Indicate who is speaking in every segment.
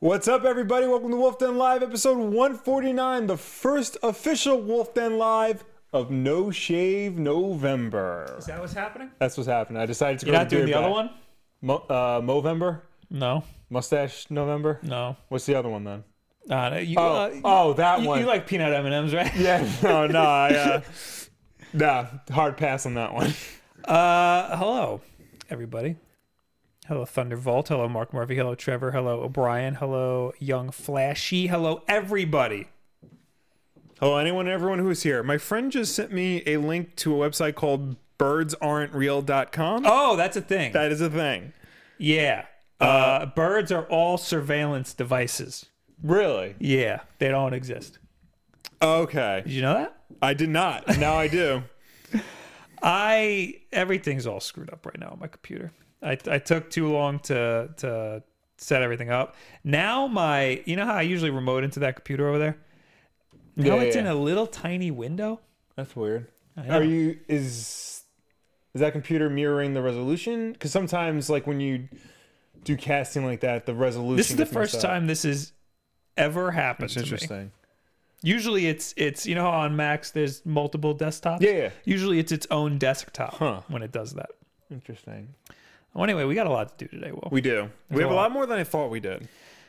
Speaker 1: What's up, everybody? Welcome to Wolf Den Live, episode 149, the first official Wolf Den Live of No Shave November.
Speaker 2: Is that what's happening?
Speaker 1: That's what's happening. I decided to go
Speaker 2: You're not
Speaker 1: to
Speaker 2: doing the
Speaker 1: beard
Speaker 2: other
Speaker 1: back.
Speaker 2: one?
Speaker 1: Mo- uh, Movember?
Speaker 2: No,
Speaker 1: Mustache November?
Speaker 2: no.
Speaker 1: What's the other one then?
Speaker 2: Uh, you,
Speaker 1: Oh,
Speaker 2: uh,
Speaker 1: oh that
Speaker 2: you,
Speaker 1: one.
Speaker 2: you like peanut M and M's, right?
Speaker 1: yeah, no, no. I, uh, nah, hard pass on that one.
Speaker 2: Uh, hello, everybody. Hello, Thundervolt. Hello, Mark Murphy. Hello, Trevor. Hello, O'Brien. Hello, Young Flashy. Hello, everybody.
Speaker 1: Hello, anyone and everyone who is here. My friend just sent me a link to a website called birdsaren'treal.com.
Speaker 2: Oh, that's a thing.
Speaker 1: That is a thing.
Speaker 2: yeah. Uh, birds are all surveillance devices.
Speaker 1: Really?
Speaker 2: Yeah, they don't exist.
Speaker 1: Okay.
Speaker 2: Did you know that?
Speaker 1: I did not. Now I do.
Speaker 2: I everything's all screwed up right now on my computer. I, I took too long to to set everything up. Now my you know how I usually remote into that computer over there. Now
Speaker 1: Yeah,
Speaker 2: it's
Speaker 1: yeah,
Speaker 2: in
Speaker 1: yeah.
Speaker 2: a little tiny window.
Speaker 1: That's weird.
Speaker 2: know.
Speaker 1: Are you is is that computer mirroring the resolution? Because sometimes, like when you do casting like that, the resolution.
Speaker 2: This is the
Speaker 1: gets messed
Speaker 2: first
Speaker 1: up.
Speaker 2: time this has ever happened
Speaker 1: It's
Speaker 2: to me.
Speaker 1: interesting.
Speaker 2: Usually it's it's you know how on Macs there's multiple desktops.
Speaker 1: Yeah, yeah.
Speaker 2: Usually it's its own desktop
Speaker 1: Huh.
Speaker 2: when it does that.
Speaker 1: Interesting.
Speaker 2: Well, anyway, we got a lot to do today. Will
Speaker 1: We do. We have a
Speaker 2: a
Speaker 1: lot
Speaker 2: lot
Speaker 1: more than I thought we did.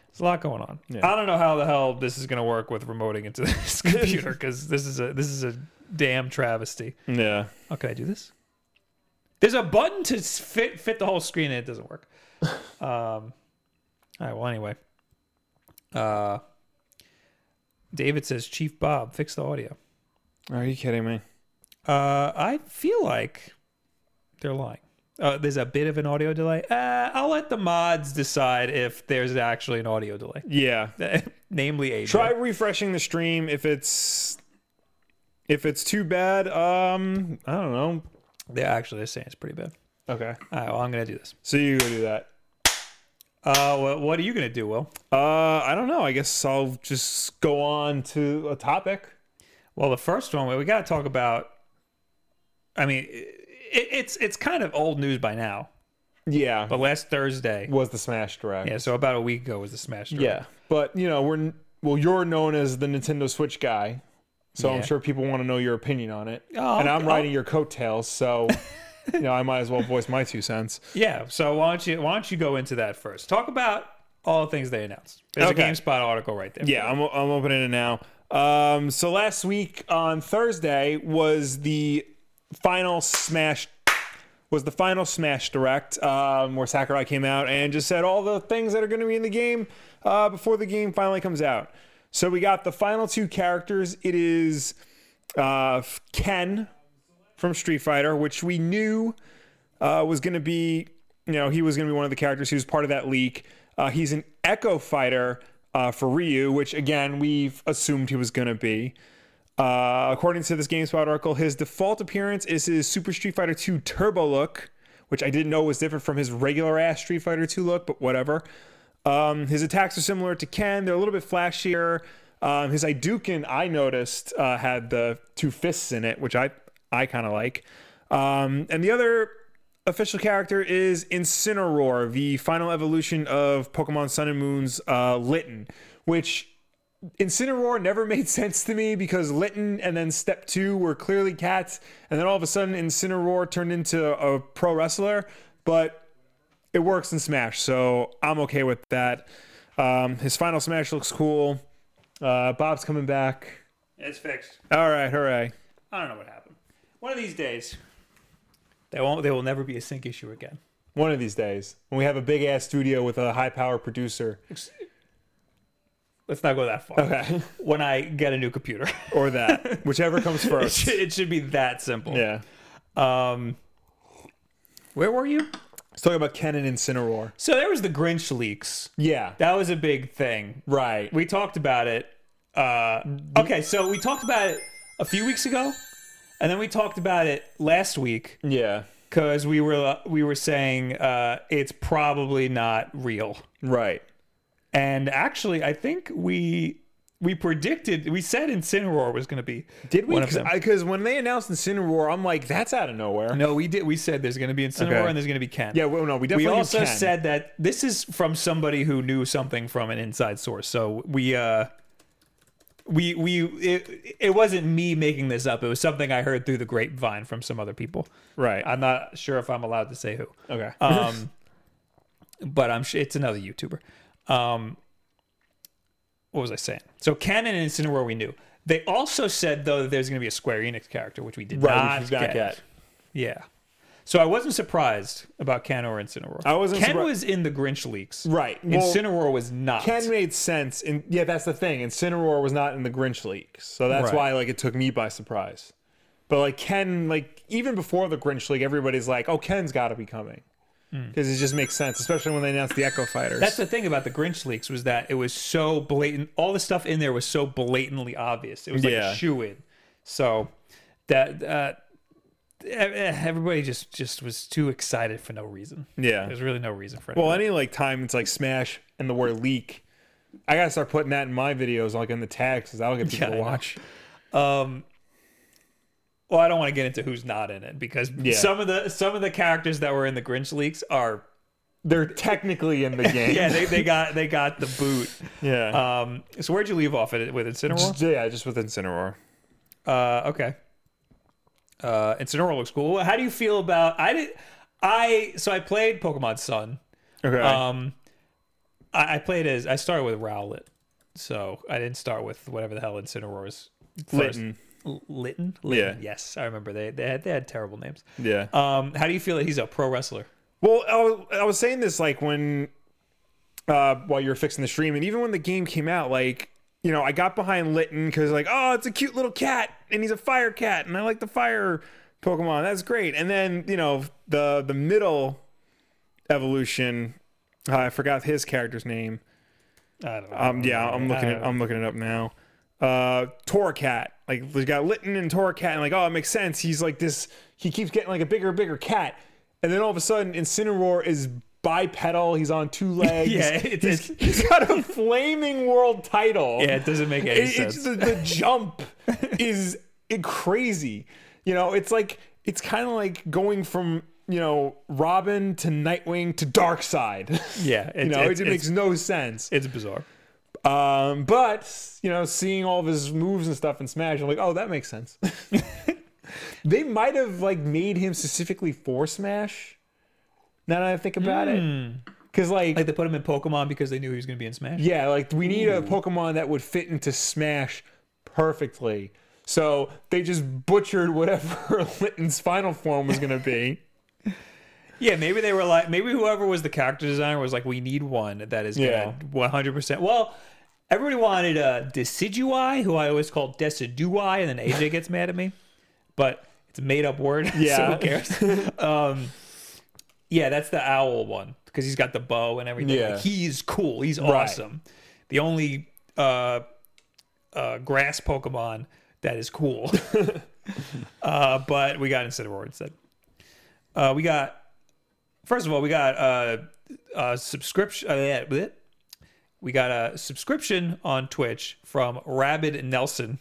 Speaker 2: There's a lot going on.
Speaker 1: Yeah.
Speaker 2: I don't know how the hell this is going to work with remoting into this computer because this is a this is a damn travesty.
Speaker 1: Yeah.
Speaker 2: Oh, can I do this? There's a button to s- fit fit the whole screen and it doesn't work. Um, all right. Well, anyway, uh, David says Chief Bob fix the audio.
Speaker 1: Are you kidding me?
Speaker 2: Uh, I feel like they're lying. Uh, there's a bit of an audio delay. Uh, I'll let the mods decide if there's actually an audio delay.
Speaker 1: Yeah.
Speaker 2: Namely, AJ.
Speaker 1: Try refreshing the stream if it's if it's too bad. Um, I don't know.
Speaker 2: They're actually they're saying it's pretty bad.
Speaker 1: Okay.
Speaker 2: All right, well, I'm gonna do this.
Speaker 1: So you go do that.
Speaker 2: Uh, well, what are you gonna do, Will?
Speaker 1: Uh, I don't know. I guess I'll just go on to a topic.
Speaker 2: Well, the first one we gotta talk about. I mean, it, it's it's kind of old news by now,
Speaker 1: Yeah.
Speaker 2: but last Thursday,
Speaker 1: was the Smash Direct.
Speaker 2: yeah, so about a week ago was the Smash. Direct.
Speaker 1: Yeah, but you know, we're well, you're known as the Nintendo Switch guy, so I'm
Speaker 2: Yeah.
Speaker 1: sure people want to know your opinion on it.
Speaker 2: Oh,
Speaker 1: and I'm
Speaker 2: I'll-
Speaker 1: riding your coattails, so you know, I might as well voice my two cents.
Speaker 2: yeah. So why don't you why don't you go into that first? Talk about all the things they announced. There's
Speaker 1: Okay.
Speaker 2: a GameSpot article right there.
Speaker 1: Yeah, I'm I'm opening it now. Um, so last week on Thursday was the final Smash was the final Smash Direct um, where Sakurai came out and just said all the things that are going to be in the game uh, before the game finally comes out. So we got the final two characters. It is uh, Ken from Street Fighter, which we knew uh, was going to be, you know, he was going to be one of the characters. He was part of that leak. Uh, he's an Echo Fighter uh, for Ryu, which again we've assumed he was going to be. Uh, according to this GameSpot article, his default appearance is his Super Street Fighter 2 Turbo look, which I didn't know was different from his regular ass Street Fighter 2 look, but whatever. Um, his attacks are similar to Ken. They're a little bit flashier. Um, his Iduken, I noticed, uh, had the two fists in it, which I I kind of like. Um, and the other official character is Incineroar, the final evolution of Pokemon Sun and Moon's uh, Litten, which Incineroar never made sense to me because Litten and then Step 2 were clearly cats, and then all of a sudden Incineroar turned into a pro wrestler, but it works in Smash, so I'm okay with that. Um, his final Smash looks cool. Uh, Bob's coming back.
Speaker 2: it's fixed.
Speaker 1: All right, hooray.
Speaker 2: I don't know what happened. One of these days, they won't. They will never be a sync issue again.
Speaker 1: One of these days, when we have a big ass studio with a high power producer.
Speaker 2: Let's not go that far.
Speaker 1: Okay.
Speaker 2: When I get a new computer,
Speaker 1: or that, whichever comes
Speaker 2: it,
Speaker 1: first.
Speaker 2: should, it should be that simple.
Speaker 1: yeah.
Speaker 2: Um, where were you?
Speaker 1: Let's talk about Ken and Incineroar.
Speaker 2: So there was the Grinch leaks.
Speaker 1: Yeah.
Speaker 2: That was a big thing.
Speaker 1: right.
Speaker 2: We talked about it. Uh, okay, so we talked about it a few weeks ago, and then we talked about it last week
Speaker 1: yeah.
Speaker 2: because we were we were saying uh, it's probably not real.
Speaker 1: Right.
Speaker 2: And actually, I think we we predicted, we said Incineroar was going to be.
Speaker 1: Did we?
Speaker 2: One of them.
Speaker 1: Because when they announced Incineroar, I'm like, that's out of nowhere.
Speaker 2: No, we did. We said there's going to be Incineroar
Speaker 1: Okay.
Speaker 2: and there's going to be Ken.
Speaker 1: Yeah, well, no, we
Speaker 2: We
Speaker 1: definitely
Speaker 2: also
Speaker 1: can.
Speaker 2: said that this is from somebody who knew something from an inside source. So we, uh, we, we, it, it wasn't me making this up. It was something I heard through the grapevine from some other people.
Speaker 1: right.
Speaker 2: I'm not sure if I'm allowed to say who.
Speaker 1: okay.
Speaker 2: Um, but I'm sure it's another YouTuber. Um, what was I saying? So Canon and Incineroar we knew. They also said though that there's going to be a Square Enix character, which we did
Speaker 1: right.
Speaker 2: not,
Speaker 1: Which we did not get.
Speaker 2: Yeah. So I wasn't surprised about Ken or Incineroar.
Speaker 1: I wasn't
Speaker 2: Ken
Speaker 1: surpri-
Speaker 2: was in the Grinch leaks.
Speaker 1: Right. Well,
Speaker 2: Incineroar was not.
Speaker 1: Ken made sense, and yeah, that's the thing. Incineroar was not in the Grinch leak, so that's
Speaker 2: Right.
Speaker 1: why like it took me by surprise. But like Ken, like even before the Grinch leak, everybody's like, "Oh, Ken's got to be coming," because it just makes sense, especially when they announced the Echo Fighters.
Speaker 2: Hmm. That's the thing about the Grinch leaks was that it was so blatant. All the stuff in there was so blatantly obvious. It was like
Speaker 1: Yeah.
Speaker 2: a shoe in. So that uh, e- everybody just just was too excited for no reason.
Speaker 1: yeah.
Speaker 2: There's really no reason for it.
Speaker 1: Well, any like time it's like Smash and the word leak, I gotta start putting that in my videos, like in the tags, because that'll get people
Speaker 2: Yeah, I
Speaker 1: to
Speaker 2: know.
Speaker 1: watch.
Speaker 2: Um, well, I don't want to get into who's not in it because some of the some of the characters that were in the Grinch leaks are
Speaker 1: They're technically in the game.
Speaker 2: yeah they, they got they got the boot.
Speaker 1: yeah.
Speaker 2: Um, so where'd you leave off at, with Incineroar?
Speaker 1: Just- yeah, just with Incineroar.
Speaker 2: Uh, okay. Uh, Incineroar looks cool. How do you feel about I did I so I played Pokemon Sun.
Speaker 1: Okay.
Speaker 2: Um, I, I played as I started with Rowlet, so I didn't start with whatever the hell Incineroar is. first.
Speaker 1: Litten.
Speaker 2: L- Litten. Litten.
Speaker 1: Yeah.
Speaker 2: Yes, I remember they they had, they had terrible names.
Speaker 1: Yeah.
Speaker 2: Um, how do you feel that he's a pro wrestler?
Speaker 1: Uh, Well, I was, I was saying this like when uh, while you were fixing the stream, and even when the game came out, like you know, I got behind Litton because like, oh, it's a cute little cat, and he's a fire cat, and I like the fire Pokemon. That's great. And then you know the the middle evolution, uh, I forgot his character's name.
Speaker 2: I don't know.
Speaker 1: Um, yeah, I'm looking
Speaker 2: I
Speaker 1: it. I'm looking it up now. Uh, Torcat. Like we got Litton and Torcat, and like, oh, it makes sense. He's like this. He keeps getting like a bigger, bigger cat, and then all of a sudden, Incineroar is bipedal. He's on two legs.
Speaker 2: Yeah, it
Speaker 1: He's-
Speaker 2: is.
Speaker 1: he's got a flaming world title.
Speaker 2: yeah, it doesn't make any
Speaker 1: It-
Speaker 2: sense.
Speaker 1: it's the, the jump is it crazy. You know, it's like it's kind of like going from you know Robin to Nightwing to Darkseid.
Speaker 2: yeah, it,
Speaker 1: you know,
Speaker 2: it-
Speaker 1: it, just
Speaker 2: it's,
Speaker 1: makes no sense.
Speaker 2: it's bizarre.
Speaker 1: Um, but you know, seeing all of his moves and stuff in Smash, I'm like, oh, that makes sense. they might have like made him specifically for Smash. Now that I think about it, because like,
Speaker 2: Like they put him in Pokemon because they knew he was going to be in Smash.
Speaker 1: yeah, like we need a Pokemon that would fit into Smash perfectly. So they just butchered whatever Litton's final form was gonna be.
Speaker 2: Yeah, maybe they were like, maybe whoever was the character designer was like, we need one that is
Speaker 1: Yeah.
Speaker 2: gonna one hundred percent. Well, everybody wanted uh, Decidueye, who I always call Decidueye, and then AJ gets mad at me, but it's a made up word. so
Speaker 1: Yeah.
Speaker 2: who cares? um, yeah, that's the owl one because he's got the bow and everything.
Speaker 1: Yeah.
Speaker 2: Like, he's cool. He's
Speaker 1: Right.
Speaker 2: awesome. The only uh, uh, grass Pokemon that is cool. uh, but we got Incineroar instead. Uh, we got first of all, we got uh, uh, subscription. Uh, yeah, bleh. we got a subscription on Twitch from Rabid Nelson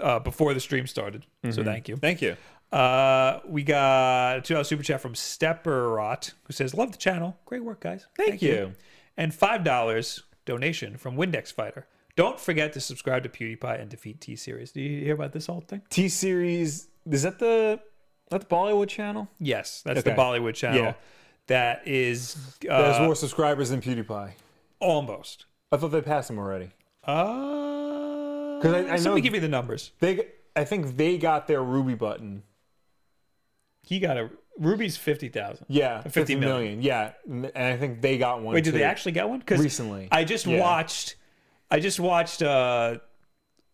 Speaker 2: uh, before the stream started. So thank you.
Speaker 1: Thank you.
Speaker 2: Uh, we got a two dollar super chat from Stepperot who says, "Love the channel, great work, guys. Thank,
Speaker 1: you.
Speaker 2: And five dollars donation from Windex Fighter. Don't forget to subscribe to PewDiePie and defeat T Series. Do you hear about this whole thing?
Speaker 1: T series is that the is that the Bollywood channel?
Speaker 2: Yes, that's the
Speaker 1: Okay.
Speaker 2: Bollywood channel.
Speaker 1: Yeah.
Speaker 2: That is
Speaker 1: There's
Speaker 2: uh,
Speaker 1: more subscribers than PewDiePie.
Speaker 2: almost.
Speaker 1: I thought they passed him already.
Speaker 2: Uh,
Speaker 1: 'Cause I- I
Speaker 2: somebody
Speaker 1: know-
Speaker 2: give me the numbers.
Speaker 1: They, I think they got their Ruby button.
Speaker 2: He got a Ruby's fifty thousand.
Speaker 1: Yeah, 50, 50
Speaker 2: 50 million.
Speaker 1: million. Yeah, and I think they got one.
Speaker 2: Wait, did
Speaker 1: too.
Speaker 2: they actually get one? Because
Speaker 1: Recently.
Speaker 2: I just
Speaker 1: Yeah.
Speaker 2: watched, I just watched, uh,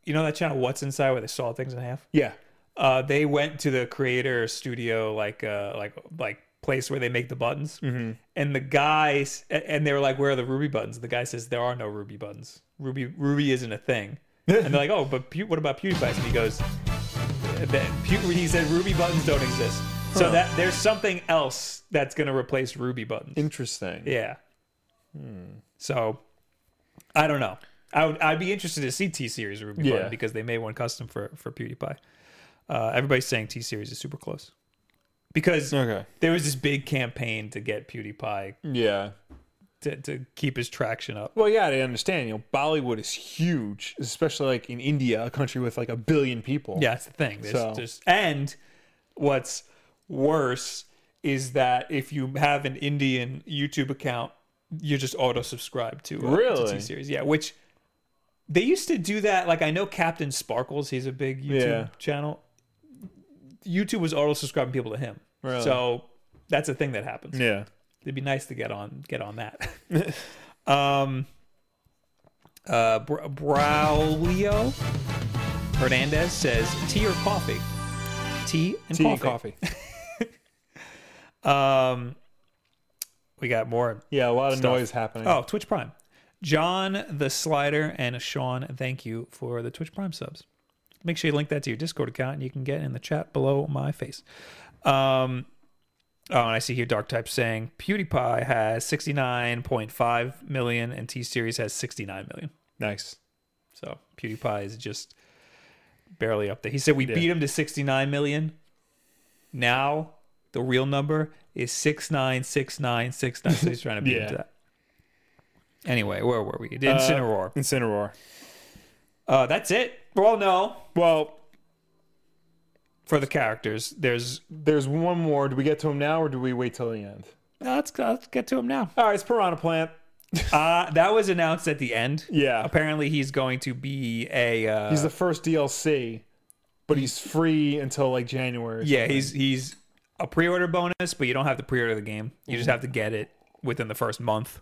Speaker 2: you know that channel What's Inside where they saw things in half.
Speaker 1: Yeah,
Speaker 2: Uh, they went to the creator studio, like, uh, like, like place where they make the buttons, and the guys, a- and they were like, "Where are the Ruby buttons?" The guy says, "There are no Ruby buttons. Ruby, Ruby isn't a thing." and they're like, "Oh, but Pew- what about PewDiePie?" And he goes, that Pew- "He said Ruby buttons don't exist." So that there's something else that's going to replace Ruby buttons.
Speaker 1: interesting.
Speaker 2: Yeah. So I don't know. I would, I'd be interested to see T Series Ruby
Speaker 1: Yeah.
Speaker 2: button because they made one custom for for PewDiePie. Uh, everybody's saying T Series is super close because
Speaker 1: Okay.
Speaker 2: there was this big campaign to get PewDiePie
Speaker 1: Yeah.
Speaker 2: to, to keep his traction up.
Speaker 1: Well, yeah, I understand. You know, Bollywood is huge, especially like in India, a country with like a billion people.
Speaker 2: Yeah, it's the thing. There's,
Speaker 1: So-
Speaker 2: there's- and what's worse is that if you have an Indian YouTube account, you're just auto subscribed to, uh,
Speaker 1: Really?
Speaker 2: T series. Yeah, which they used to do that. Like I know Captain Sparkles, he's a big YouTube
Speaker 1: Yeah.
Speaker 2: channel. YouTube was auto subscribing people to him,
Speaker 1: Really?
Speaker 2: so that's a thing that happens.
Speaker 1: Yeah.
Speaker 2: It'd be nice to get on get on that. um, uh, Bra- Braulio Hernandez says tea or coffee. Tea and
Speaker 1: Tea
Speaker 2: coffee.
Speaker 1: and coffee.
Speaker 2: Um, we got more.
Speaker 1: Yeah, a lot of noise happening.
Speaker 2: Oh, Twitch Prime. John the Slider and Sean, thank you for the Twitch Prime subs. Make sure you link that to your Discord account and you can get in the chat below my face. Um, oh, and I see here Dark Type saying PewDiePie has 69.5 million and T Series has 69 million.
Speaker 1: Nice.
Speaker 2: So PewDiePie is just barely up there. He said we beat him to 69 million. Now the real number is 696969. So he's trying to beat him
Speaker 1: Yeah.
Speaker 2: to that. Anyway, where were we? Incineroar.
Speaker 1: Uh, Incineroar.
Speaker 2: Uh, that's it. Well, no.
Speaker 1: Well,
Speaker 2: For the characters, there's.
Speaker 1: there's one more. Do we get to him now or do we wait till the end?
Speaker 2: No, let's, let's get to him now.
Speaker 1: All right, it's Piranha Plant.
Speaker 2: Uh, that was announced at the end.
Speaker 1: Yeah.
Speaker 2: Apparently, he's going to be a. Uh,
Speaker 1: He's the first DLC, but he's free until like January.
Speaker 2: Yeah, he's he's a pre-order bonus, but you don't have to pre-order the game. You just have to get it within the first month.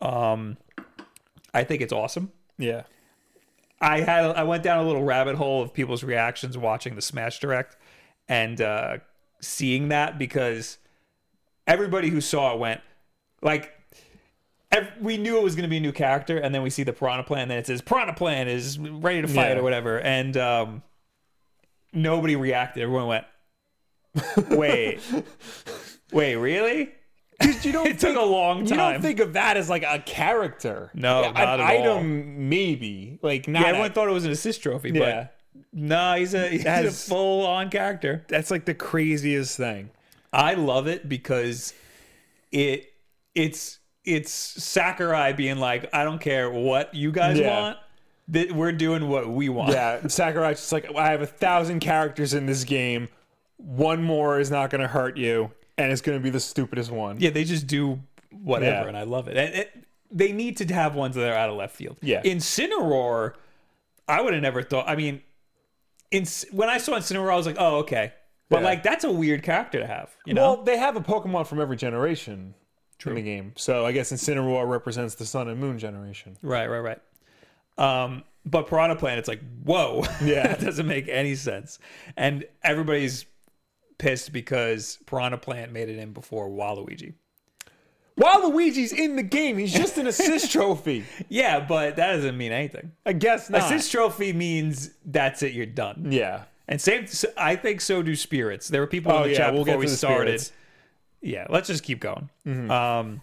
Speaker 2: Um, I think it's awesome.
Speaker 1: Yeah.
Speaker 2: I had I went down a little rabbit hole of people's reactions watching the Smash Direct and uh, seeing that because everybody who saw it went like ev- we knew it was going to be a new character and then we see the Piranha Plan and then it says Piranha Plan is ready to fight
Speaker 1: Yeah.
Speaker 2: or whatever and um, nobody reacted. Everyone went, wait, wait, really?
Speaker 1: You don't
Speaker 2: It took a long
Speaker 1: You
Speaker 2: time.
Speaker 1: don't think of that as like a character.
Speaker 2: No,
Speaker 1: an
Speaker 2: not at all.
Speaker 1: item maybe. Like not
Speaker 2: yeah,
Speaker 1: a-
Speaker 2: everyone thought it was an assist trophy,
Speaker 1: Yeah.
Speaker 2: but no, he's a he's a
Speaker 1: That's-
Speaker 2: full on character.
Speaker 1: that's like the craziest thing.
Speaker 2: I love it because it it's it's Sakurai being like, I don't care what you guys
Speaker 1: Yeah.
Speaker 2: want, that we're doing what we want.
Speaker 1: Yeah, Sakurai's just like I have a thousand characters in this game. One more is not going to hurt you, and it's going to be the stupidest one.
Speaker 2: Yeah, they just do whatever,
Speaker 1: Yeah.
Speaker 2: and I love it. And it. They need to have ones that are out of left field.
Speaker 1: Yeah.
Speaker 2: Incineroar, I would have never thought. I mean, in, when I saw Incineroar, I was like, oh, okay. But
Speaker 1: Yeah.
Speaker 2: like, that's a weird character to have, you know?
Speaker 1: Well, they have a Pokemon from every generation in the game, so I guess Incineroar represents the Sun and Moon generation.
Speaker 2: Right, right, right. Um, but Piranha Plant, it's like, whoa,
Speaker 1: Yeah.
Speaker 2: that doesn't make any sense. And everybody's pissed because Piranha Plant made it in before Waluigi.
Speaker 1: Waluigi's in the game. He's just an assist trophy.
Speaker 2: Yeah, but that doesn't mean anything.
Speaker 1: I guess not.
Speaker 2: Assist trophy means that's it, you're done.
Speaker 1: Ah. Yeah.
Speaker 2: And same, so- I think so do spirits. There were people
Speaker 1: Oh,
Speaker 2: in the
Speaker 1: yeah,
Speaker 2: chat
Speaker 1: we'll
Speaker 2: before
Speaker 1: get
Speaker 2: we
Speaker 1: to the
Speaker 2: started.
Speaker 1: spirits. Mm-hmm.
Speaker 2: Yeah, let's just keep going. Um,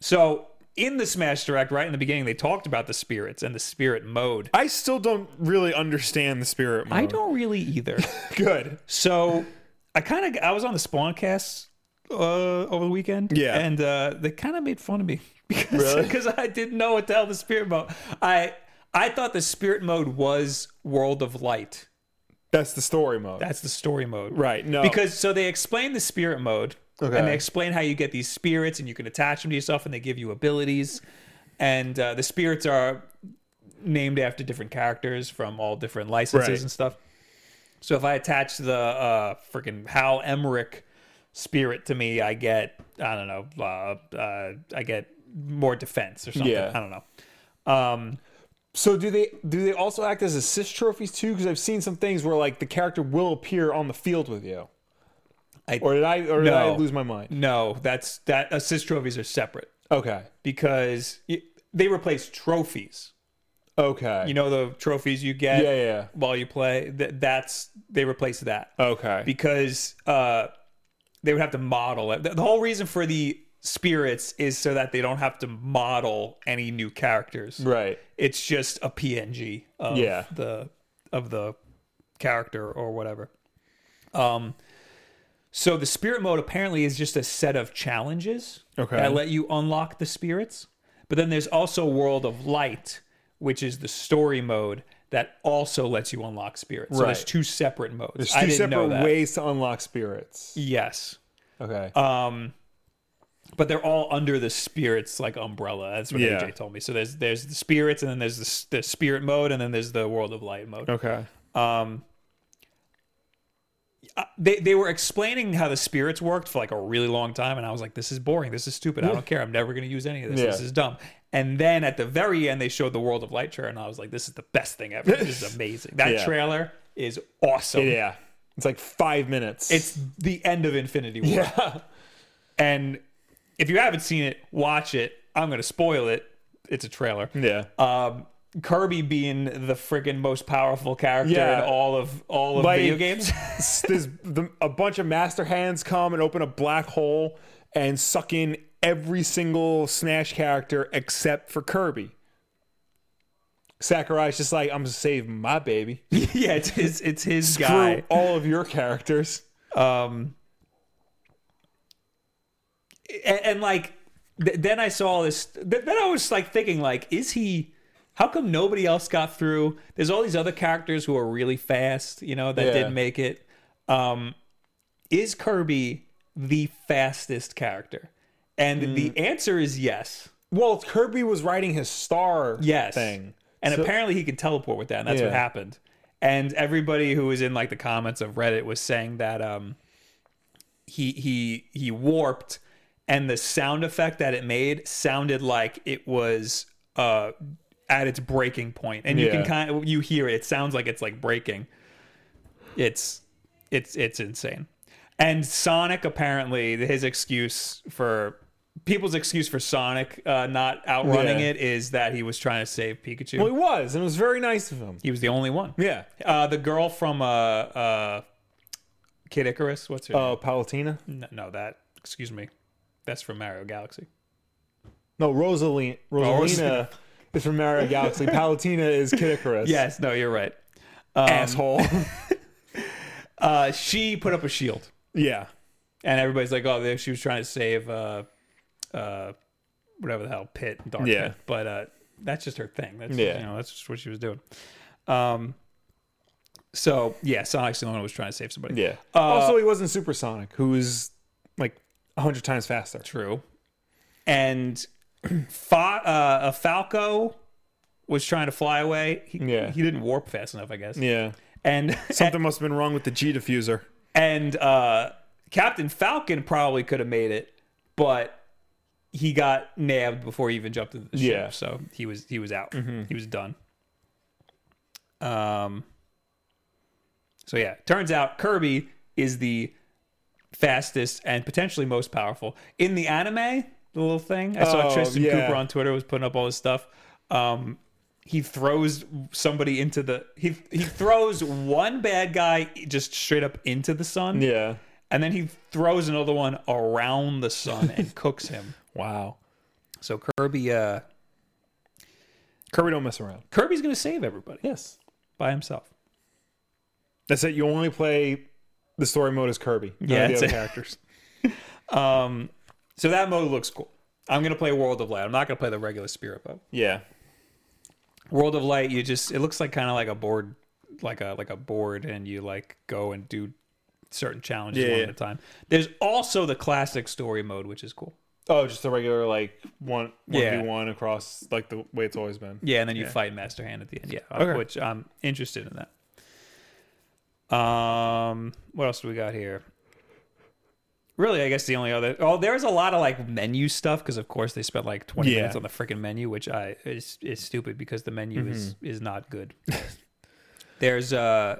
Speaker 2: so in the Smash Direct, right in the beginning, they talked about the spirits and the spirit mode.
Speaker 1: I still don't really understand the spirit mode.
Speaker 2: I don't really either.
Speaker 1: Good.
Speaker 2: So I kind of I was on the Spawncast uh, over the weekend.
Speaker 1: Yeah.
Speaker 2: and uh, they kind of made fun of me because
Speaker 1: Really?
Speaker 2: because I didn't know what the hell the spirit mode. I I thought the spirit mode was World of Light.
Speaker 1: That's the story mode.
Speaker 2: That's the story mode,
Speaker 1: right. No.
Speaker 2: Because so they explain the spirit mode,
Speaker 1: Oh. Okay.
Speaker 2: and they explain how you get these spirits, and you can attach them to yourself, and they give you abilities, and uh, the spirits are named after different characters from all different licenses
Speaker 1: Right.
Speaker 2: and stuff. So if I attach the uh, freaking Hal Emmerich spirit to me, I get I don't know, uh, uh, I get more defense or something.
Speaker 1: Yeah.
Speaker 2: I don't know. Um,
Speaker 1: so do they do they also act as assist trophies too? Because I've seen some things where like the character will appear on the field with you.
Speaker 2: I-
Speaker 1: or did I or did I
Speaker 2: No.
Speaker 1: lose my mind?
Speaker 2: no, that's that assist trophies are separate
Speaker 1: Okay.
Speaker 2: because y they replace trophies.
Speaker 1: Okay.
Speaker 2: you know the trophies you get
Speaker 1: Yeah, yeah.
Speaker 2: while you play Th- that's they replace that
Speaker 1: okay.
Speaker 2: because uh they would have to model it the, the whole reason for the spirits is so that they don't have to model any new characters.
Speaker 1: Right.
Speaker 2: It's just a PNG of
Speaker 1: Yeah.
Speaker 2: the of the character or whatever. Um so the spirit mode apparently is just a set of challenges
Speaker 1: Okay.
Speaker 2: that let you unlock the spirits. But then there's also World of Light, which is the story mode that also lets you unlock spirits. So there's
Speaker 1: Right.
Speaker 2: two separate modes.
Speaker 1: There's
Speaker 2: I
Speaker 1: two
Speaker 2: didn't know
Speaker 1: separate
Speaker 2: that.
Speaker 1: ways to unlock spirits.
Speaker 2: Yes.
Speaker 1: Okay.
Speaker 2: Um, but they're all under the spirits like umbrella. That's what
Speaker 1: Yeah.
Speaker 2: AJ told me. So there's there's the spirits, and then there's the, s- the spirit mode, and then there's the world of light mode.
Speaker 1: okay.
Speaker 2: Um, uh, they they were explaining how the spirits worked for like a really long time, and I was like, "This is boring. This is stupid. I don't care. I'm never going to use any of this. This
Speaker 1: Yeah.
Speaker 2: is dumb." And then at the very end, they showed the world of light trailer, and I was like, "This is the best thing ever. This is amazing. That
Speaker 1: Yeah.
Speaker 2: trailer is awesome.
Speaker 1: Yeah. It's like five minutes.
Speaker 2: It's the end of Infinity War."
Speaker 1: yeah.
Speaker 2: And if you haven't seen it, watch it. I'm going to spoil it. It's a trailer.
Speaker 1: Yeah.
Speaker 2: Um, Kirby being the friggin' most powerful character
Speaker 1: Yeah.
Speaker 2: in all of all of
Speaker 1: Like-
Speaker 2: video games.
Speaker 1: S- There's the, a bunch of master hands come and open a black hole and suck in every single Smash character except for Kirby. Sakurai's just like, I'm gonna save my baby.
Speaker 2: yeah, it's his, it's his
Speaker 1: Screw
Speaker 2: guy.
Speaker 1: all of your characters.
Speaker 2: Um, and, and like, th- then I saw this. Th- then I was like thinking, like, is he? How come nobody else got through? There's all these other characters who are really fast, you know, that
Speaker 1: Yeah.
Speaker 2: didn't make it. Um, is Kirby the fastest character? And the answer is yes.
Speaker 1: Well, Kirby was riding his star
Speaker 2: Yes.
Speaker 1: thing.
Speaker 2: And apparently he could teleport with that, and that's what
Speaker 1: Yeah.
Speaker 2: happened. And everybody who was in like the comments of Reddit was saying that um he he he warped and the sound effect that it made sounded like it was uh at its breaking point. And you
Speaker 1: Yeah.
Speaker 2: can kind of you hear it, it sounds like it's like breaking. It's it's it's insane. And Sonic apparently his excuse for people's excuse for Sonic uh, not outrunning
Speaker 1: Yeah.
Speaker 2: it is that he was trying to save Pikachu.
Speaker 1: Well, he was, and it was very nice of him.
Speaker 2: he was the only one.
Speaker 1: Yeah.
Speaker 2: Uh, the girl from uh, uh, Kid Icarus, what's her
Speaker 1: Oh, Palutena?
Speaker 2: name? No, no, that. Excuse me, that's from Mario Galaxy.
Speaker 1: No, Rosaline. Rosalina is from Mario Galaxy. Palutena is Kid Icarus.
Speaker 2: Yes, no, you're right. Um,
Speaker 1: Asshole.
Speaker 2: Uh, she put up a shield,
Speaker 1: yeah.
Speaker 2: and everybody's like, "Oh, she was trying to save uh, uh, whatever the hell, Pit, Dark
Speaker 1: Yeah.
Speaker 2: Pit." But uh, that's just her thing. That's
Speaker 1: Yeah.
Speaker 2: you know, that's just what she was doing. Um. So yeah, Sonic's the only one who was trying to save somebody.
Speaker 1: Yeah. also, Oh,
Speaker 2: Uh,
Speaker 1: he wasn't supersonic, who's like a hundred times faster.
Speaker 2: True. And Fa- uh, a Falco was trying to fly away. He,
Speaker 1: Yeah.
Speaker 2: he didn't warp fast enough, I guess.
Speaker 1: Yeah.
Speaker 2: And
Speaker 1: Something must have been wrong with the G diffuser.
Speaker 2: and uh, Captain Falcon probably could have made it, but he got nabbed before he even jumped into the ship.
Speaker 1: Yeah. Mm-hmm.
Speaker 2: So he was he was out. He was done. Um. So yeah, turns out Kirby is the fastest and potentially most powerful in the anime. The little thing I saw
Speaker 1: Oh,
Speaker 2: Tristan
Speaker 1: yeah.
Speaker 2: Cooper on Twitter was putting up all this stuff. Um, he throws somebody into the he he throws one bad guy just straight up into the sun,
Speaker 1: Yeah.
Speaker 2: and then he throws another one around the sun and cooks him.
Speaker 1: Wow.
Speaker 2: So Kirby, uh,
Speaker 1: Kirby don't mess around.
Speaker 2: Kirby's gonna save everybody
Speaker 1: Yes.
Speaker 2: by himself.
Speaker 1: That's it. You only play the story mode as Kirby. None
Speaker 2: Yeah,
Speaker 1: of the
Speaker 2: that's
Speaker 1: other
Speaker 2: it.
Speaker 1: characters.
Speaker 2: Um, so that mode looks cool. I'm gonna play World of Light. I'm not gonna play the regular Spirit mode.
Speaker 1: Yeah.
Speaker 2: World of Light, you just it looks like kind of like a board, like a like a board, and you like go and do certain challenges
Speaker 1: Yeah,
Speaker 2: one
Speaker 1: yeah.
Speaker 2: at a time. There's also the classic story mode, which is cool.
Speaker 1: Oh, just a regular like one one
Speaker 2: Yeah.
Speaker 1: v one across like the way it's always been.
Speaker 2: Yeah, and then you fight Master Hand at the end. Yeah, uh,
Speaker 1: Okay.
Speaker 2: which I'm interested in that. Um, what else do we got here? Really, I guess the only other oh, there's a lot of like menu stuff because of course they spent like 20
Speaker 1: Yeah.
Speaker 2: minutes on the freaking menu, which I is is stupid because the menu is
Speaker 1: Mm-hmm.
Speaker 2: is not good. there's uh,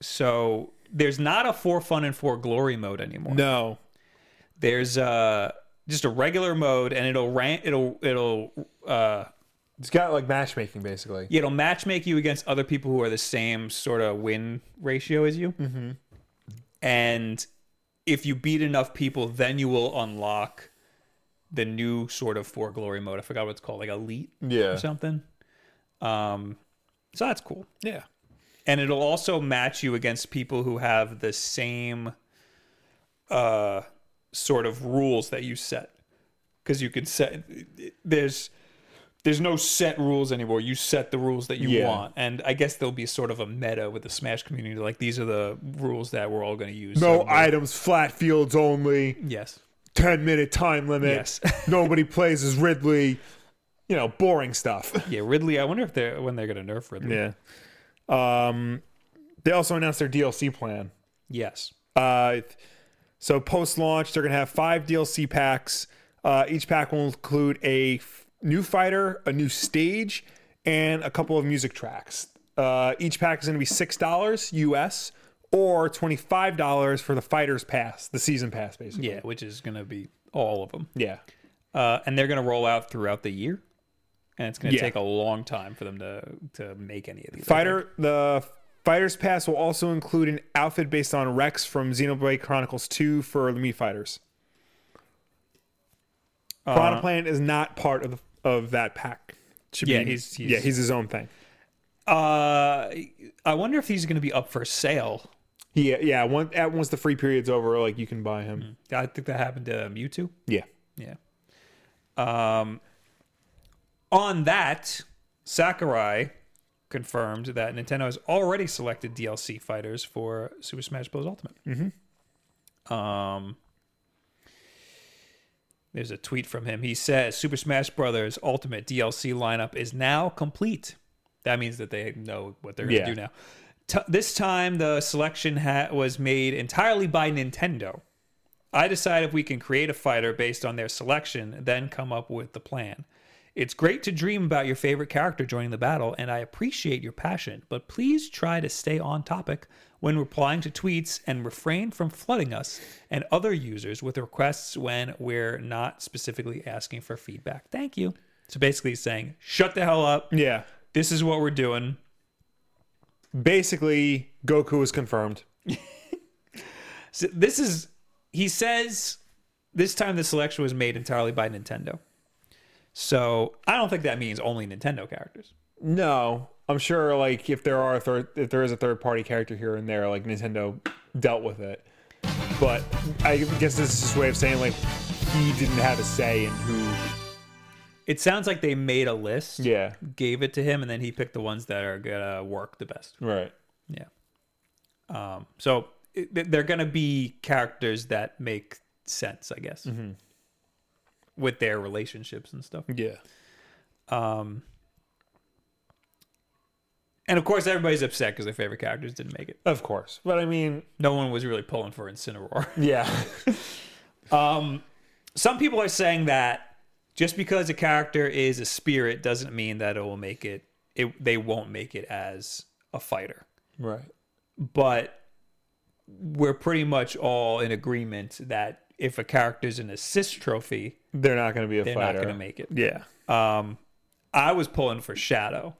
Speaker 2: so there's not a for fun and for glory mode anymore
Speaker 1: No.
Speaker 2: there's uh just a regular mode and it'll rank it'll it'll uh
Speaker 1: It's got like matchmaking basically.
Speaker 2: it'll match make you against other people who are the same sort of win ratio as you mm-hmm. and if you beat enough people, then you will unlock the new sort of for glory mode. I forgot what it's called, like elite
Speaker 1: Yeah.
Speaker 2: or something. Um, so that's cool,
Speaker 1: Yeah.
Speaker 2: and it'll also match you against people who have the same uh, sort of rules that you set, because you can set there's there's no set rules anymore. You set the rules that you
Speaker 1: Yeah.
Speaker 2: want, and I guess there'll be sort of a meta with the Smash community. Like these are the rules that we're all going to use.
Speaker 1: No
Speaker 2: So-
Speaker 1: items, flat fields only,
Speaker 2: yes,
Speaker 1: 10 minute time limit.
Speaker 2: Yes.
Speaker 1: Nobody plays as Ridley. You know, boring stuff.
Speaker 2: yeah. Ridley, I wonder if they're when they're going to nerf Ridley.
Speaker 1: Yeah. Um, they also announced their DLC plan.
Speaker 2: Yes.
Speaker 1: Uh, so post launch, they're gonna have five DLC packs. Uh, each pack will include a f- new fighter, a new stage, and a couple of music tracks. Uh, each pack is gonna be six dollars US or twenty five dollars for the fighters pass, the season pass, basically.
Speaker 2: Yeah, which is going to be all of them.
Speaker 1: Yeah.
Speaker 2: uh, and they're going to roll out throughout the year, and it's going to
Speaker 1: Yeah.
Speaker 2: take a long time for them to to make any of these. I
Speaker 1: Fighter the fighters pass will also include an outfit based on Rex from Xenoblade Chronicles Two for the Mii fighters.
Speaker 2: Uh-huh.
Speaker 1: Chrono Plan is not part of the, of that pack. Should
Speaker 2: Yeah, he's- he's-
Speaker 1: yeah, he's his own thing.
Speaker 2: think. Uh, I wonder if these are going to be up for sale.
Speaker 1: Yeah, yeah. One, at, once the free period's over, like you can buy him.
Speaker 2: I think that happened to Mewtwo.
Speaker 1: Yeah.
Speaker 2: Yeah. Um, on that, Sakurai confirmed that Nintendo has already selected DLC fighters for Super Smash Bros. Ultimate. Mm-hmm. Um, there's a tweet from him. He says Super Smash Bros. Ultimate DLC lineup is now complete. That means that they know what they're going to
Speaker 1: Yeah.
Speaker 2: do now. T- this time, the selection ha- was made entirely by Nintendo. I decide if we can create a fighter based on their selection, then come up with the plan. It's great to dream about your favorite character joining the battle, and I appreciate your passion, but please try to stay on topic when replying to tweets and refrain from flooding us and other users with requests when we're not specifically asking for feedback. Thank you. So basically, he's saying, shut the hell up.
Speaker 1: Yeah.
Speaker 2: This is what we're doing.
Speaker 1: Basically, Goku is confirmed.
Speaker 2: So this is he says this time the selection was made entirely by Nintendo. So I don't think that means only Nintendo characters.
Speaker 1: No, I'm sure. Like, if there are a third, if there is a third party character here and there, like Nintendo dealt with it. But I guess this is his way of saying like he didn't have a say in who.
Speaker 2: It sounds like they made a list,
Speaker 1: Yeah.
Speaker 2: gave it to him, and then he picked the ones that are gonna work the best.
Speaker 1: Right.
Speaker 2: Yeah. Um. So it, th- they're gonna be characters that make sense, I guess, with their relationships and stuff.
Speaker 1: Yeah.
Speaker 2: Um. And of course, everybody's upset because their favorite characters didn't make it.
Speaker 1: Of course. But I mean,
Speaker 2: No one was really pulling for Incineroar.
Speaker 1: yeah.
Speaker 2: Um, some people are saying that just because a character is a spirit doesn't mean that it will make it. It they won't make it as a fighter,
Speaker 1: right.
Speaker 2: but we're pretty much all in agreement that if a character's an assist trophy,
Speaker 1: They're not going to be a
Speaker 2: they're
Speaker 1: fighter.
Speaker 2: not going to make it.
Speaker 1: yeah.
Speaker 2: Um, I was pulling for Shadow.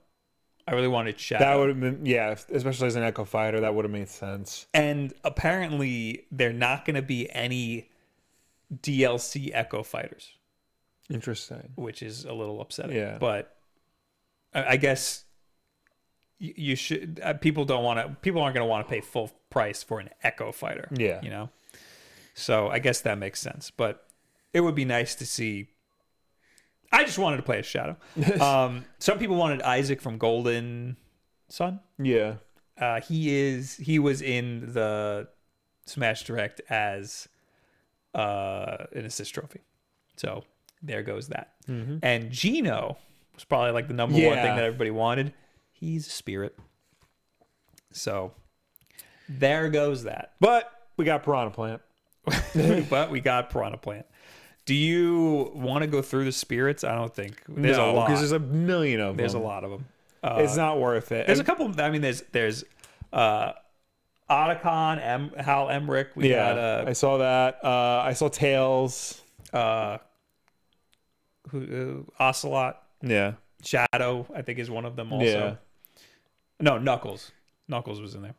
Speaker 2: I really wanted Shadow.
Speaker 1: That would have been yeah, if- especially as an Echo Fighter, that would have made sense.
Speaker 2: and apparently, they're not going to be any DLC Echo fighters.
Speaker 1: Interesting.
Speaker 2: which is a little upsetting.
Speaker 1: Yeah.
Speaker 2: But I, I guess you, you should. Uh, people don't want to. People aren't going to want to pay full price for an Echo Fighter.
Speaker 1: Yeah.
Speaker 2: You know. So I guess that makes sense. But it would be nice to see. I just wanted to play a Shadow. um, some people wanted Isaac from Golden Sun.
Speaker 1: Yeah.
Speaker 2: Uh, he is. He was in the Smash Direct as uh, an assist trophy. So there goes that. And Gino was probably like the number one
Speaker 1: Mm-hmm. Yeah.
Speaker 2: thing that everybody wanted. He's a spirit. So there goes that.
Speaker 1: But we got Piranha Plant.
Speaker 2: but we got Piranha Plant. Do you want to go through the spirits? I don't think there's a lot.
Speaker 1: because there's um,
Speaker 2: There's,
Speaker 1: a million of
Speaker 2: a
Speaker 1: them.
Speaker 2: lot of them.
Speaker 1: it's not worth it.
Speaker 2: There's a couple. I mean, there's there's uh, Otacon, em, Hal Emmerich. We
Speaker 1: yeah, I
Speaker 2: got
Speaker 1: saw that. Uh, I saw Tails.
Speaker 2: uh, uh, who, uh, Ocelot.
Speaker 1: Yeah.
Speaker 2: Shadow, I think, is one of them also.
Speaker 1: Yeah. Mm-hmm.
Speaker 2: No, Knuckles. Knuckles was in there.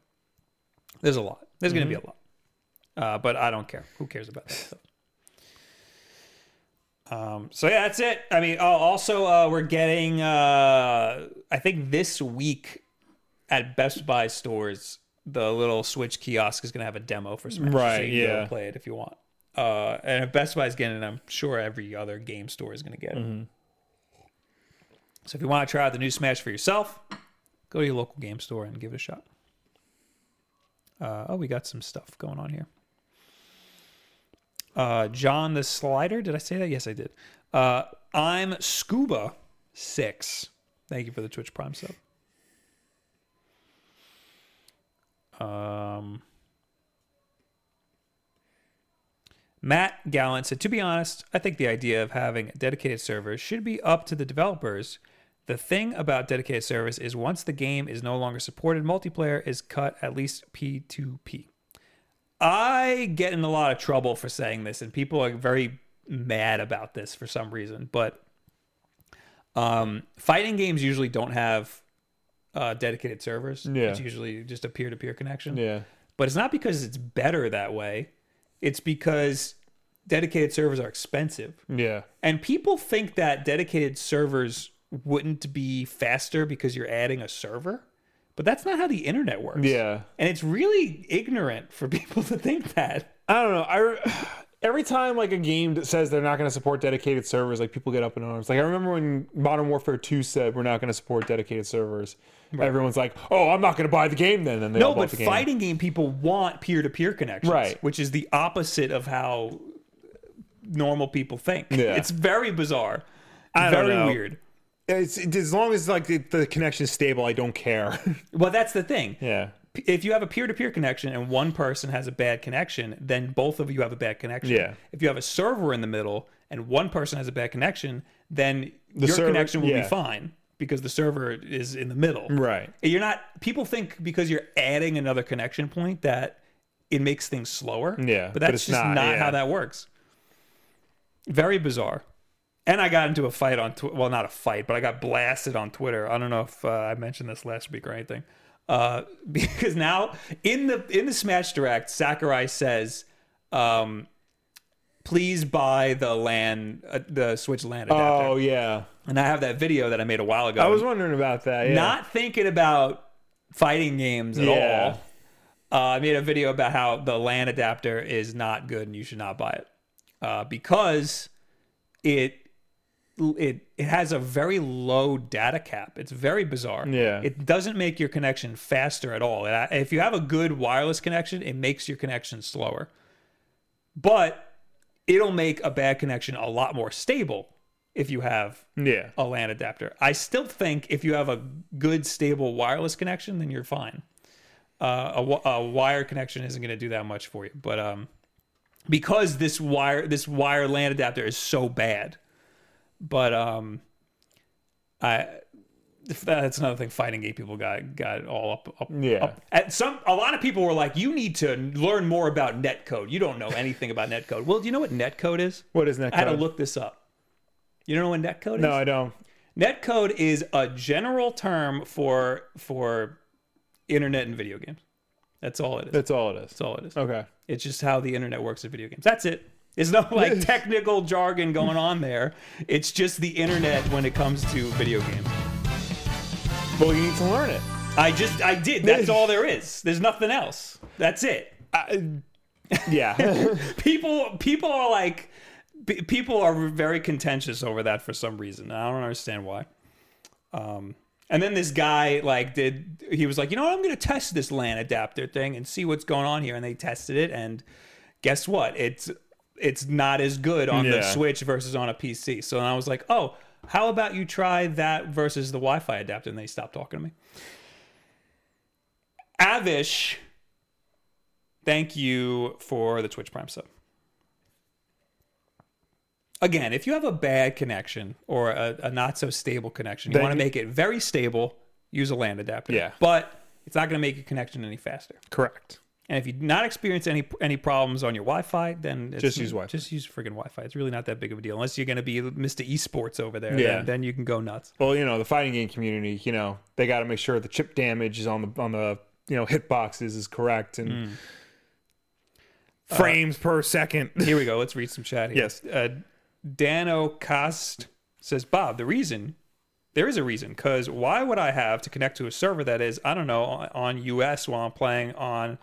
Speaker 2: There's a lot. There's going to be a lot. Uh, but I don't care. Who cares about that stuff? Um, so yeah, that's it. I mean, oh, also uh, we're getting. Uh, I think this week at Best Buy stores, the little Switch kiosk is going to have a demo for Smash. so
Speaker 1: Right,
Speaker 2: you can go
Speaker 1: yeah.
Speaker 2: play it if you want. Uh, and if Best Buy's getting it, I'm sure every other game store is going to get it.
Speaker 1: Mm-hmm.
Speaker 2: So if you want to try out the new Smash for yourself, go to your local game store and give it a shot. Uh, oh, we got some stuff going on here. Uh, John the Slider, did I say that? Yes, I did. Uh, I'm Scuba Six. Thank you for the Twitch Prime sub. Um, Matt Gallant said, To be honest, I think the idea of having a dedicated server should be up to the developers. The thing about dedicated servers is once the game is no longer supported, multiplayer is cut at least P2P. I get in a lot of trouble for saying this, and people are very mad about this for some reason, but um, fighting games usually don't have uh, dedicated servers.
Speaker 1: Yeah.
Speaker 2: It's usually just a peer to peer connection
Speaker 1: Yeah.
Speaker 2: but it's not because it's better that way. It's because dedicated servers are expensive.
Speaker 1: Yeah.
Speaker 2: And people think that dedicated servers wouldn't be faster because you're adding a server, but that's not how the internet works.
Speaker 1: Yeah.
Speaker 2: And it's really ignorant for people to think that.
Speaker 1: I don't know. I re- every time like a game that says they're not going to support dedicated servers, like people get up in arms. Like I remember when Modern Warfare Two said we're not going to support dedicated servers. Everyone's like, "Oh, I'm not going to buy the game then." And they all
Speaker 2: No,
Speaker 1: bought
Speaker 2: but
Speaker 1: the game.
Speaker 2: fighting game people want peer to peer connections,
Speaker 1: Right.
Speaker 2: which is the opposite of how normal people think.
Speaker 1: Yeah.
Speaker 2: It's very bizarre.
Speaker 1: don't
Speaker 2: very
Speaker 1: know.
Speaker 2: weird.
Speaker 1: It's, it- as long as like the, the connection is stable, I don't care.
Speaker 2: Well, that's the thing.
Speaker 1: yeah.
Speaker 2: if you have a peer-to-peer connection and one person has a bad connection, then both of you have a bad connection.
Speaker 1: Yeah.
Speaker 2: If you have a server in the middle and one person has a bad connection, then your
Speaker 1: server-
Speaker 2: connection will
Speaker 1: yeah.
Speaker 2: be fine because the server is in the middle.
Speaker 1: Right.
Speaker 2: You're not people think because you're adding another connection point that it makes things slower.
Speaker 1: Yeah,
Speaker 2: But
Speaker 1: but
Speaker 2: that's
Speaker 1: it's
Speaker 2: just not,
Speaker 1: not, yeah.
Speaker 2: how that works. Very bizarre. And I got into a fight on Twitter. Well, not a fight, but I got blasted on Twitter. I don't know if uh, I mentioned this last week or anything. Uh, because now in the in the Smash Direct, Sakurai says, um, "Please buy the LAN, uh, the Switch LAN adapter."
Speaker 1: Oh yeah.
Speaker 2: And I have that video that I made a while ago.
Speaker 1: I was wondering about that. Yeah.
Speaker 2: not thinking about fighting games at
Speaker 1: Yeah.
Speaker 2: all. Uh, I made a video about how the LAN adapter is not good and you should not buy it uh, because it it it has a very low data cap. It's very bizarre.
Speaker 1: Yeah.
Speaker 2: it doesn't make your connection faster at all. And I- If you have a good wireless connection, it makes your connection slower, but it'll make a bad connection a lot more stable if you have
Speaker 1: yeah.
Speaker 2: a LAN adapter. I still think if you have a good, stable wireless connection, then you're fine. Uh, a, wi- a wire connection isn't going to do that much for you, but um, because this wire this wire LAN adapter is so bad, but um, I uh, that's another thing. Fighting gay people got got all up up.
Speaker 1: Yeah.
Speaker 2: up. And some a lot of people were like, "You need to learn more about netcode. You don't know anything about netcode." Well, do you know what netcode is?
Speaker 1: What is next?
Speaker 2: I had to look this up. You don't know what netcode
Speaker 1: No,
Speaker 2: is?
Speaker 1: I don't.
Speaker 2: Netcode is a general term for for internet and video games. That's all it is.
Speaker 1: That's all it is.
Speaker 2: That's all it is.
Speaker 1: Okay.
Speaker 2: It's just how the internet works in video games. That's it. There's no like technical jargon going on there. It's just the internet when it comes to video games.
Speaker 1: Well, you need to learn it.
Speaker 2: I just I did. That's all there is. There's nothing else. That's it.
Speaker 1: I, yeah.
Speaker 2: people people are like p- people are very contentious over that for some reason and i don't understand why um and then this guy like did he was like you know what i'm gonna test this lan adapter thing and see what's going on here and they tested it and guess what it's it's not as good on the
Speaker 1: Yeah.
Speaker 2: switch versus on a pc so then i was like oh how about you try that versus the wi-fi adapter and they stopped talking to me avish thank you for the Twitch Prime sub. Again, if you have a bad connection or a, a not so stable connection, you
Speaker 1: Then-
Speaker 2: want to make it very stable, use a LAN adapter.
Speaker 1: Yeah.
Speaker 2: But it's not going to make your connection any faster.
Speaker 1: Correct.
Speaker 2: And if you not experience any any problems on your Wi-Fi, then it's,
Speaker 1: Just use Wi-Fi.
Speaker 2: Just use freaking Wi-Fi. It's really not that big of a deal, unless you're going to be Mr. Esports over there.
Speaker 1: Yeah.
Speaker 2: Then, then you can go nuts.
Speaker 1: Well, you know, the fighting game community, you know, they got to make sure the chip Mm. damage is on the on the you know hitboxes is correct and Uh, frames per second.
Speaker 2: Here we go. Let's read some chat here.
Speaker 1: Yes.
Speaker 2: Uh, Dano Cost says, Bob, the reason, there is a reason, because why would I have to connect to a server that is, I don't know, on, on US while I'm playing on,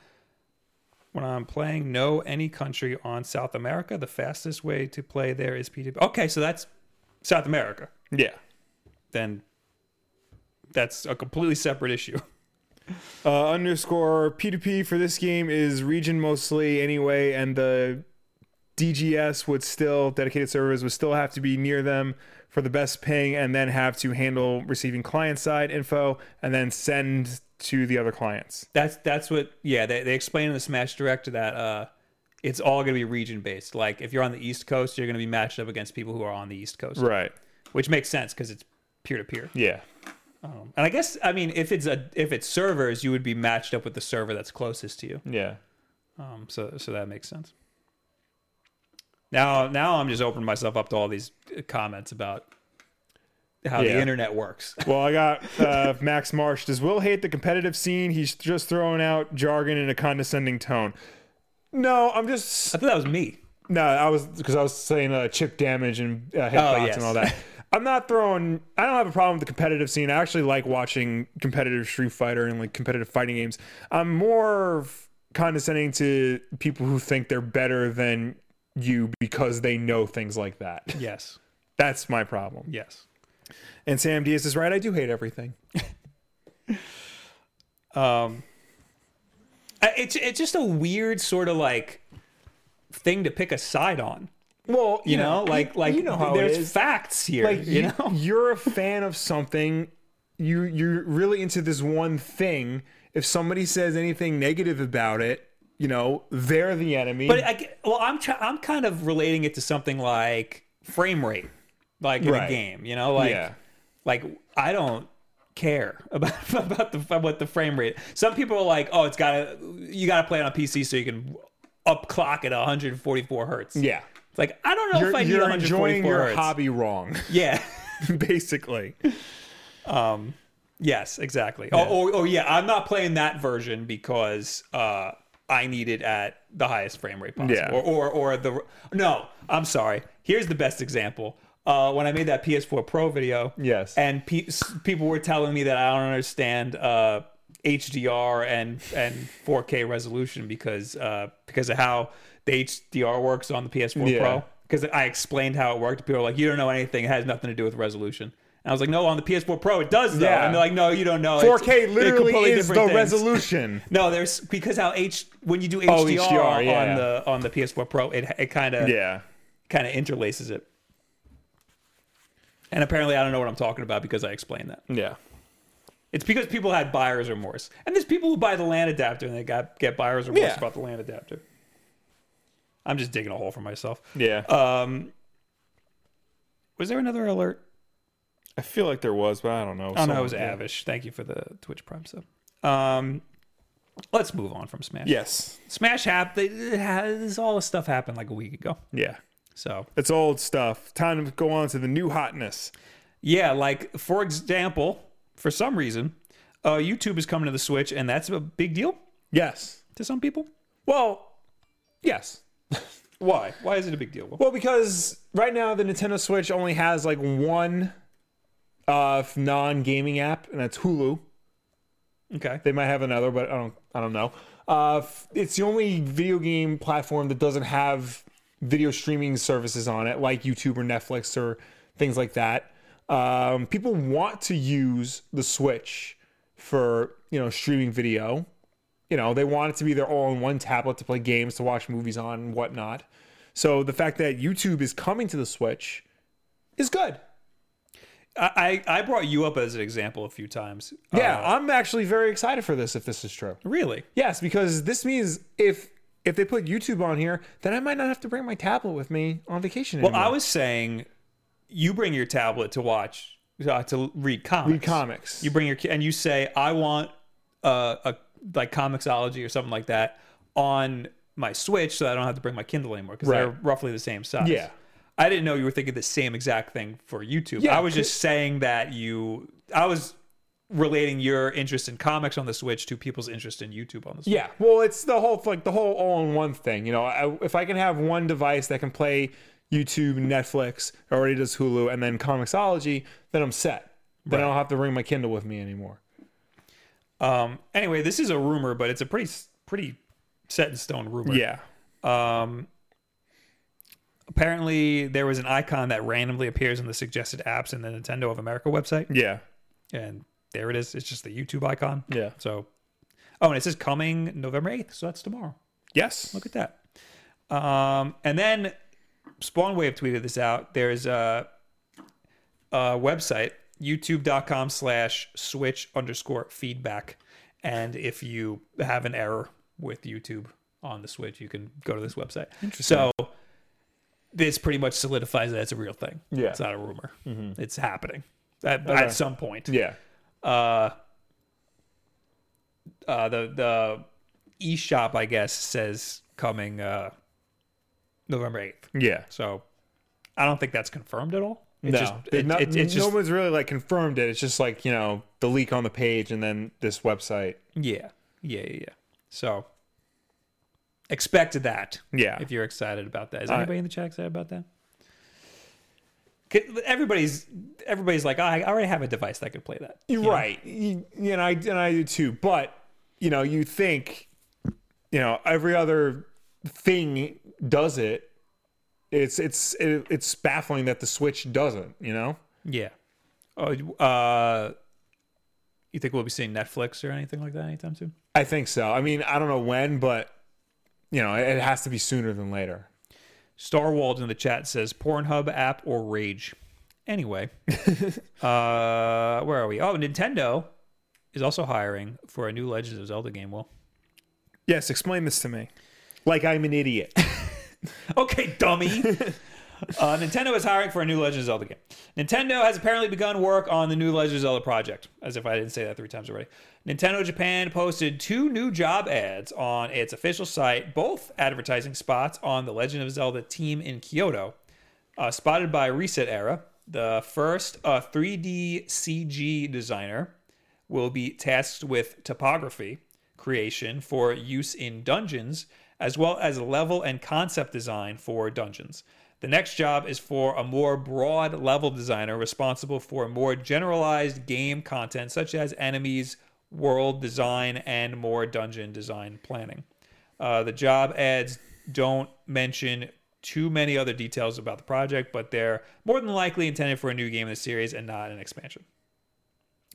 Speaker 2: when I'm playing no any country on South America? The fastest way to play there is PTP. Okay, so that's South America.
Speaker 1: Yeah.
Speaker 2: Then that's a completely separate issue.
Speaker 1: Uh, underscore P2P for this game is region mostly anyway, and the DGS would still, dedicated servers would still have to be near them for the best ping and then have to handle receiving client side info and then send to the other clients.
Speaker 2: That's that's what yeah, they they explain in the Smash Director that uh it's all gonna be region based. Like if you're on the East Coast, you're gonna be matched up against people who are on the East Coast.
Speaker 1: Right.
Speaker 2: Which makes sense because it's peer to peer.
Speaker 1: Yeah.
Speaker 2: And I guess I mean if it's a if it's servers, you would be matched up with the server that's closest to you.
Speaker 1: Yeah.
Speaker 2: Um so so that makes sense. Now now I'm just opening myself up to all these uh, comments about how
Speaker 1: Yeah.
Speaker 2: the internet works.
Speaker 1: Well, I got uh, Max Marsh. Does Will hate the competitive scene? He's just throwing out jargon in a condescending tone. No, I'm just
Speaker 2: I thought that was me.
Speaker 1: No, I was because I was saying uh, chip damage and uh, hitbox
Speaker 2: yes.
Speaker 1: and all that. I'm not throwing. I don't have a problem with the competitive scene. I actually like watching competitive Street Fighter and like competitive fighting games. I'm more f- condescending to people who think they're better than you because they know things like that.
Speaker 2: Yes.
Speaker 1: That's my problem.
Speaker 2: Yes.
Speaker 1: And Sam Diaz is right. I do hate everything.
Speaker 2: Um, I- it's it's just a weird sort of like thing to pick a side on.
Speaker 1: Well,
Speaker 2: You know, like like
Speaker 1: you know how
Speaker 2: there's
Speaker 1: it is.
Speaker 2: facts here.
Speaker 1: Like,
Speaker 2: you, know,
Speaker 1: you're a fan of something you you're really into this one thing if somebody says anything negative about it you know they're the enemy
Speaker 2: but uh, I get- well, I'm try, I'm kind of relating it to something like frame rate, like in
Speaker 1: Right.
Speaker 2: a game. You know, like
Speaker 1: Yeah.
Speaker 2: like I don't care about about the about the frame rate. Some people are like, oh, it's gotta you gotta play it on PC so you can upclock it 144 hertz.
Speaker 1: yeah
Speaker 2: It's like I don't know if
Speaker 1: you're,
Speaker 2: I need
Speaker 1: you're
Speaker 2: 144
Speaker 1: enjoying your
Speaker 2: hertz.
Speaker 1: hobby wrong
Speaker 2: Yeah.
Speaker 1: basically
Speaker 2: Um, yes, exactly. Oh, oh, oh, yeah. I'm not playing that version because uh, I need it at the highest frame rate possible.
Speaker 1: Yeah.
Speaker 2: Or, or, or the no. I'm sorry. Here's the best example. Uh, when I made that PS4 Pro video,
Speaker 1: Yes.
Speaker 2: and pe- s- people were telling me that I don't understand uh, HDR and and 4K resolution because uh, because of how the HDR works on the PS4
Speaker 1: Yeah.
Speaker 2: Pro because I explained how it worked. People are like, "You don't know anything. It has nothing to do with resolution." And I was like, "No, on the PS4 Pro, it does though."
Speaker 1: Yeah.
Speaker 2: And they're like, "No, you don't know. It's-
Speaker 1: 4k
Speaker 2: they're
Speaker 1: literally
Speaker 2: completely
Speaker 1: is the
Speaker 2: different things."
Speaker 1: resolution
Speaker 2: No, there's because how H when you do HDR,
Speaker 1: Oh, HDR, yeah,
Speaker 2: on
Speaker 1: yeah.
Speaker 2: the on the PS4 Pro, it it kind of
Speaker 1: yeah
Speaker 2: kind of interlaces it. And apparently, I don't know what I'm talking about because I explained that.
Speaker 1: yeah
Speaker 2: It's because people had buyer's remorse, and there's people who buy the LAN adapter and they got get buyer's remorse
Speaker 1: Yeah.
Speaker 2: about the LAN adapter. I'm just digging a hole for myself.
Speaker 1: yeah
Speaker 2: Um, was there another alert?
Speaker 1: i feel like there was but i don't know
Speaker 2: Oh no, it was Avish. Thank you for the Twitch Prime sub. Um, let's move on from Smash.
Speaker 1: yes
Speaker 2: Smash happened. This all this stuff happened like a week ago.
Speaker 1: yeah
Speaker 2: So
Speaker 1: it's old stuff time to go on to the new hotness
Speaker 2: yeah, like for example, for some reason, uh, YouTube is coming to the Switch, and that's a big deal
Speaker 1: yes
Speaker 2: to some people.
Speaker 1: well yes
Speaker 2: Why? Why is it a big deal?
Speaker 1: Well, because right now the Nintendo Switch only has like one uh non gaming app, and that's Hulu.
Speaker 2: Okay.
Speaker 1: They might have another, but I don't I don't know. Uh, f- it's the only video game platform that doesn't have video streaming services on it, like YouTube or Netflix or things like that. Um, people want to use the Switch for you know streaming video. You know they want it to be their all-in-one tablet to play games, to watch movies on, and whatnot. So the fact that YouTube is coming to the Switch is good.
Speaker 2: I, I I brought you up as an example a few times.
Speaker 1: Yeah,
Speaker 2: Uh,
Speaker 1: I'm actually very excited for this if this is true.
Speaker 2: really?
Speaker 1: Yes, because this means if if they put YouTube on here, then I might not have to bring my tablet with me on vacation
Speaker 2: Well, I
Speaker 1: anymore.
Speaker 2: was saying, you bring your tablet to watch uh, to read comics.
Speaker 1: Read comics.
Speaker 2: You bring your ki- and you say, I want uh, a like comicsology or something like that on my Switch, so I don't have to bring my Kindle anymore because they're
Speaker 1: Right.
Speaker 2: roughly the same size.
Speaker 1: Yeah.
Speaker 2: I didn't know you were thinking the same exact thing for YouTube.
Speaker 1: Yeah,
Speaker 2: I was
Speaker 1: c-
Speaker 2: just saying that you. I was relating your interest in comics on the Switch to people's interest in YouTube on the Switch.
Speaker 1: Yeah, well, it's the whole like the whole all-in-one thing. You know, I, if I can have one device that can play YouTube, Netflix, it already does Hulu, and then Comixology, then I'm set. Then I don't have to bring my Kindle with me anymore.
Speaker 2: Um, anyway, this is a rumor, but it's a pretty pretty set in stone rumor.
Speaker 1: Yeah,
Speaker 2: Um, apparently, there was an icon that randomly appears in the suggested apps in the Nintendo of America website,
Speaker 1: yeah,
Speaker 2: and there it is. It's just the YouTube icon.
Speaker 1: yeah.
Speaker 2: So, oh, and it says coming November eighth, so that's tomorrow.
Speaker 1: Yes.
Speaker 2: Look at that. Um, and then Spawnwave tweeted this out. There's a, a website, youtube.com slash switch underscore feedback. And if you have an error with YouTube on the Switch, you can go to this website. So this pretty much solidifies that it's a real thing.
Speaker 1: Yeah. Mm-hmm.
Speaker 2: It's not a rumor. It's happening at,
Speaker 1: Okay.
Speaker 2: at some point
Speaker 1: Yeah.
Speaker 2: uh, uh, the the eShop, I guess, says coming uh, November eighth.
Speaker 1: Yeah.
Speaker 2: So I don't think that's confirmed at all. It's
Speaker 1: no,
Speaker 2: just,
Speaker 1: They're
Speaker 2: it,
Speaker 1: not-
Speaker 2: it- it's
Speaker 1: no
Speaker 2: just
Speaker 1: one's really like confirmed it. It's just like you know the leak on the page and then this website.
Speaker 2: yeah, yeah, yeah, yeah. So expect that
Speaker 1: Yeah,
Speaker 2: if you're excited about that. Is
Speaker 1: I-
Speaker 2: anybody in the chat excited about that? 'Cause Everybody's everybody's like, I already have a device that could play that.
Speaker 1: you're right. You, you know, I and I do too. But you know, you think you know every other thing does it. It's it's it, it's baffling that the Switch doesn't. You know.
Speaker 2: Yeah. Oh, you- uh, you think we'll be seeing Netflix or anything like that anytime soon?
Speaker 1: I think so. I mean, I don't know when, but you know, it, it has to be sooner than later.
Speaker 2: Starwald in the chat says Pornhub app or Rage. Anyway, uh, where are we? Oh, Nintendo is also hiring for a new Legends of Zelda game. Well,
Speaker 1: Yes, explain this to me. Like I'm an idiot.
Speaker 2: Okay, dummy. uh, Nintendo is hiring for a new Legend of Zelda game. Nintendo has apparently begun work on the new Legend of Zelda project, as if I didn't say that three times already. Nintendo Japan posted two new job ads on its official site, both advertising spots on the Legend of Zelda team in Kyoto, uh, spotted by Reset Era. The first uh, 3D CG designer will be tasked with topography creation for use in dungeons, as well as level and concept design for dungeons. The next job is for a more broad level designer responsible for more generalized game content, such as enemies, world design, and more dungeon design planning. Uh, the job ads don't mention too many other details about the project, but they're more than likely intended for a new game in the series and not an expansion.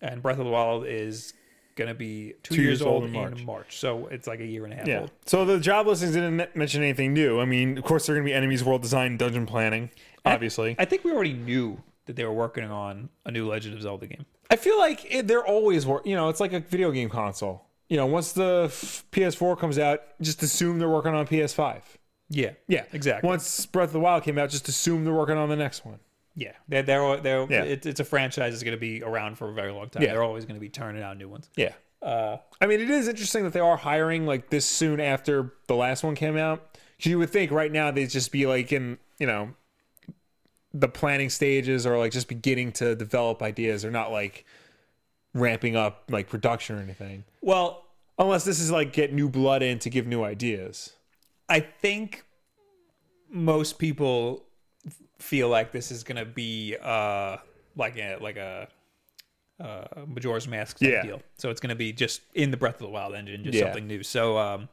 Speaker 2: And Breath of the Wild is going to be two, years, old in March. so it's like a year and a half
Speaker 1: Yeah.
Speaker 2: old.
Speaker 1: So the job listings didn't mention anything new. I mean, of course, they're going to be enemies, world design, dungeon planning, obviously. I,
Speaker 2: I think we already knew that they were working on a new Legend of Zelda game.
Speaker 1: feel like it, they're always, wor- you know, it's like a video game console. You know, once the f- PS4 comes out, just assume they're working on PS5.
Speaker 2: Yeah,
Speaker 1: Yeah,
Speaker 2: exactly.
Speaker 1: Once Breath of the Wild came out, just assume they're working on the next one.
Speaker 2: yeah, they're they're, they're
Speaker 1: Yeah.
Speaker 2: It, it's a franchise that's going to be around for a very long time.
Speaker 1: Yeah.
Speaker 2: They're always going to be turning out new ones.
Speaker 1: Yeah. Uh, I mean, it is interesting that they are hiring like this soon after the last one came out. 'Cause you would think right now they'd just be like in, you know, the planning stages or like just beginning to develop ideas. They're not like ramping up like production or anything.
Speaker 2: Well,
Speaker 1: Unless this is like get new blood in to give new ideas.
Speaker 2: I think most people f- feel like this is going to be uh, like a like a uh, Majora's Mask type
Speaker 1: Yeah.
Speaker 2: deal. So it's going to be just in the Breath of the Wild engine, just
Speaker 1: Yeah.
Speaker 2: something new. So um,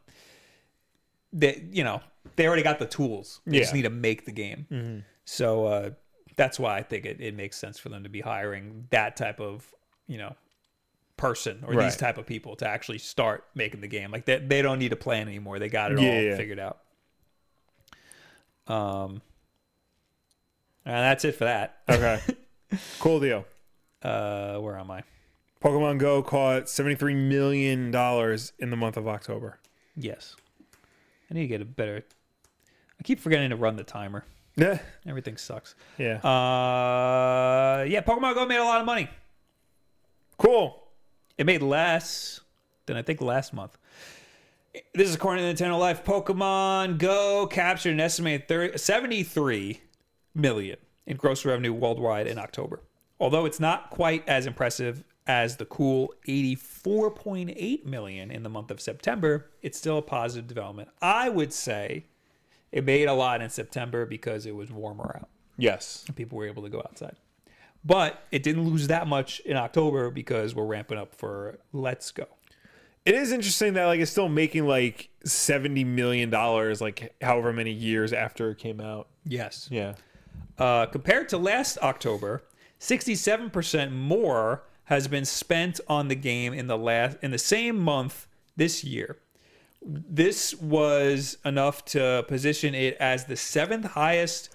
Speaker 2: they you know they already got the tools. They
Speaker 1: Yeah.
Speaker 2: just
Speaker 1: Mm-hmm.
Speaker 2: need to make the game. So uh, that's why I think it, it makes sense for them to be hiring that type of you know person or these
Speaker 1: Right.
Speaker 2: type of people to actually start making the game. Like they, they don't need a plan anymore. They got it all
Speaker 1: Yeah, yeah.
Speaker 2: figured out. Um, and that's it for that.
Speaker 1: Okay. cool deal.
Speaker 2: Uh, where am I?
Speaker 1: Pokemon Go caught $73 million in the month of October.
Speaker 2: Yes, I need to get a better. I keep forgetting to run the timer.
Speaker 1: Yeah.
Speaker 2: Everything sucks.
Speaker 1: Yeah.
Speaker 2: Uh, yeah, Pokemon Go made a lot of money.
Speaker 1: cool.
Speaker 2: It made less than I think last month. This is according to Nintendo Life. Pokemon Go captured an estimated 30, 73 million in gross revenue worldwide in October. Although it's not quite as impressive as the cool 84.8 million in the month of September, it's still a positive development. I would say it made a lot in September because it was warmer out
Speaker 1: Yes.
Speaker 2: and people were able to go outside. But it didn't lose that much in October because we're ramping up for Let's Go.
Speaker 1: It is interesting that like it's still making like seventy million dollars, like however many years after it came out.
Speaker 2: Yes.
Speaker 1: Yeah.
Speaker 2: Uh, compared to last October, 67% more has been spent on the game in the last in the same month this year. This was enough to position it as the seventh highest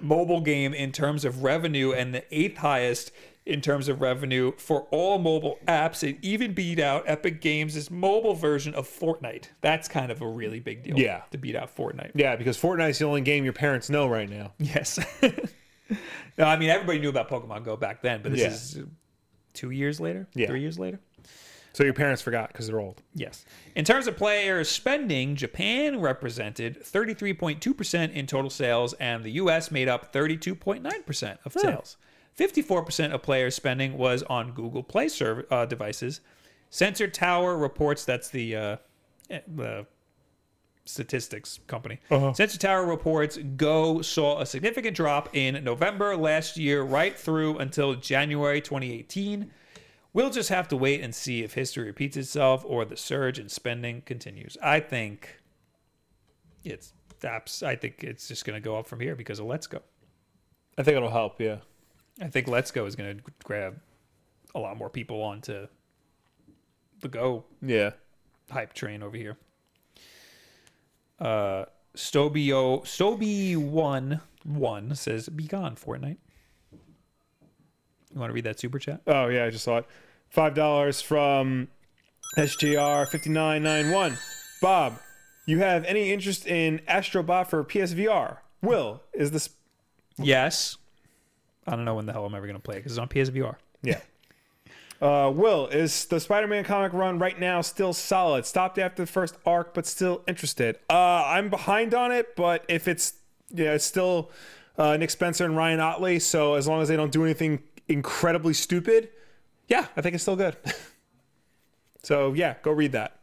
Speaker 2: mobile game in terms of revenue and the eighth highest in terms of revenue for all mobile apps. It even beat out Epic Games' mobile version of Fortnite. That's kind of a really big deal.
Speaker 1: Yeah.
Speaker 2: To beat out Fortnite.
Speaker 1: Yeah, because Fortnite's the only game your parents know right now.
Speaker 2: Yes. no, I mean everybody knew about Pokemon Go back then, but this
Speaker 1: Yeah.
Speaker 2: is two years later,
Speaker 1: Yeah.
Speaker 2: three years later.
Speaker 1: So your parents forgot because they're old.
Speaker 2: Yes. In terms of player spending, Japan represented 33.2% in total sales, and the U.S. made up 32.9% of sales. 54% of player spending was on Google Play serv- uh, devices. Sensor Tower reports that's the uh, eh, the statistics company.
Speaker 1: Uh-huh.
Speaker 2: Sensor Tower reports Go saw a significant drop in November last year, right through until January 2018. We'll just have to wait and see if history repeats itself or the surge in spending continues. I think it's abs- I think it's just going to go up from here because of Let's Go.
Speaker 1: I think it'll help. Yeah.
Speaker 2: I think Let's Go is going to grab a lot more people onto the Go
Speaker 1: Yeah.
Speaker 2: hype train over here. Uh, Stobio Stoby one one says, "Be gone, Fortnite." You want to read that super chat?
Speaker 1: Oh yeah, I just saw it. Five dollars from SGR fifty nine nine one. Bob, you have any interest in Astrobot for PSVR? Will is this?
Speaker 2: Yes. I don't know when the hell I'm ever going to play it because it's on PSVR.
Speaker 1: Yeah. Uh, Will is the Spider-Man comic run right now still solid? Stopped after the first arc, but still interested. Uh, I'm behind on it, but if it's yeah, it's still uh, Nick Spencer and Ryan Otley. So as long as they don't do anything incredibly stupid, yeah, I think it's still good. so yeah, go read that.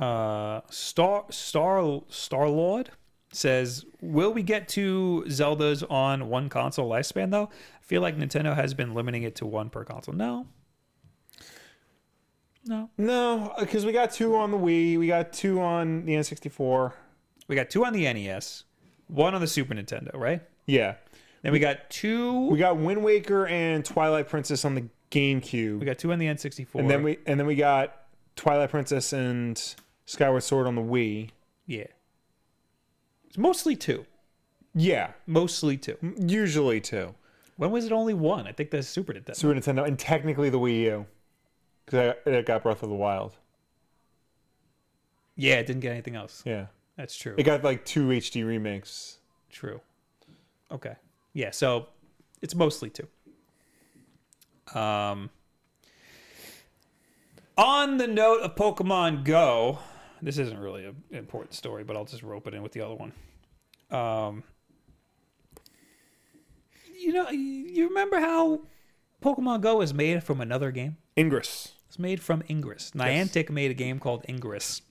Speaker 2: Uh, Star Star Star Lord says, "Will we get to Zelda's on one console lifespan though? I feel like Nintendo has been limiting it to one per console. No, no.
Speaker 1: No, because we got two on the Wii, we got two on the N64.
Speaker 2: We got two on the NES, one on the Super Nintendo, right?
Speaker 1: Yeah,
Speaker 2: Then we got two.
Speaker 1: we
Speaker 2: We,
Speaker 1: got Wind Waker and Twilight Princess on the GameCube,
Speaker 2: got two on the N64.
Speaker 1: and then we and then we got Twilight Princess and Skyward Sword on the Wii.
Speaker 2: yeah, it's mostly two.
Speaker 1: Yeah,
Speaker 2: Mostly two.
Speaker 1: usually two.
Speaker 2: When was it only one? I think the Super Nintendo.
Speaker 1: Super Nintendo and technically the Wii U, because it got Breath of the Wild.
Speaker 2: yeah, it didn't get anything else.
Speaker 1: Yeah,
Speaker 2: That's true.
Speaker 1: it got like two HD remakes.
Speaker 2: True. Okay. Yeah, so it's mostly two. Um on the note of Pokemon Go, this isn't really an important story, but I'll just rope it in with the other one. Um You know, you remember how Pokemon Go is made from another game?
Speaker 1: Ingress.
Speaker 2: It's made from Ingress. Niantic made a game called Ingress,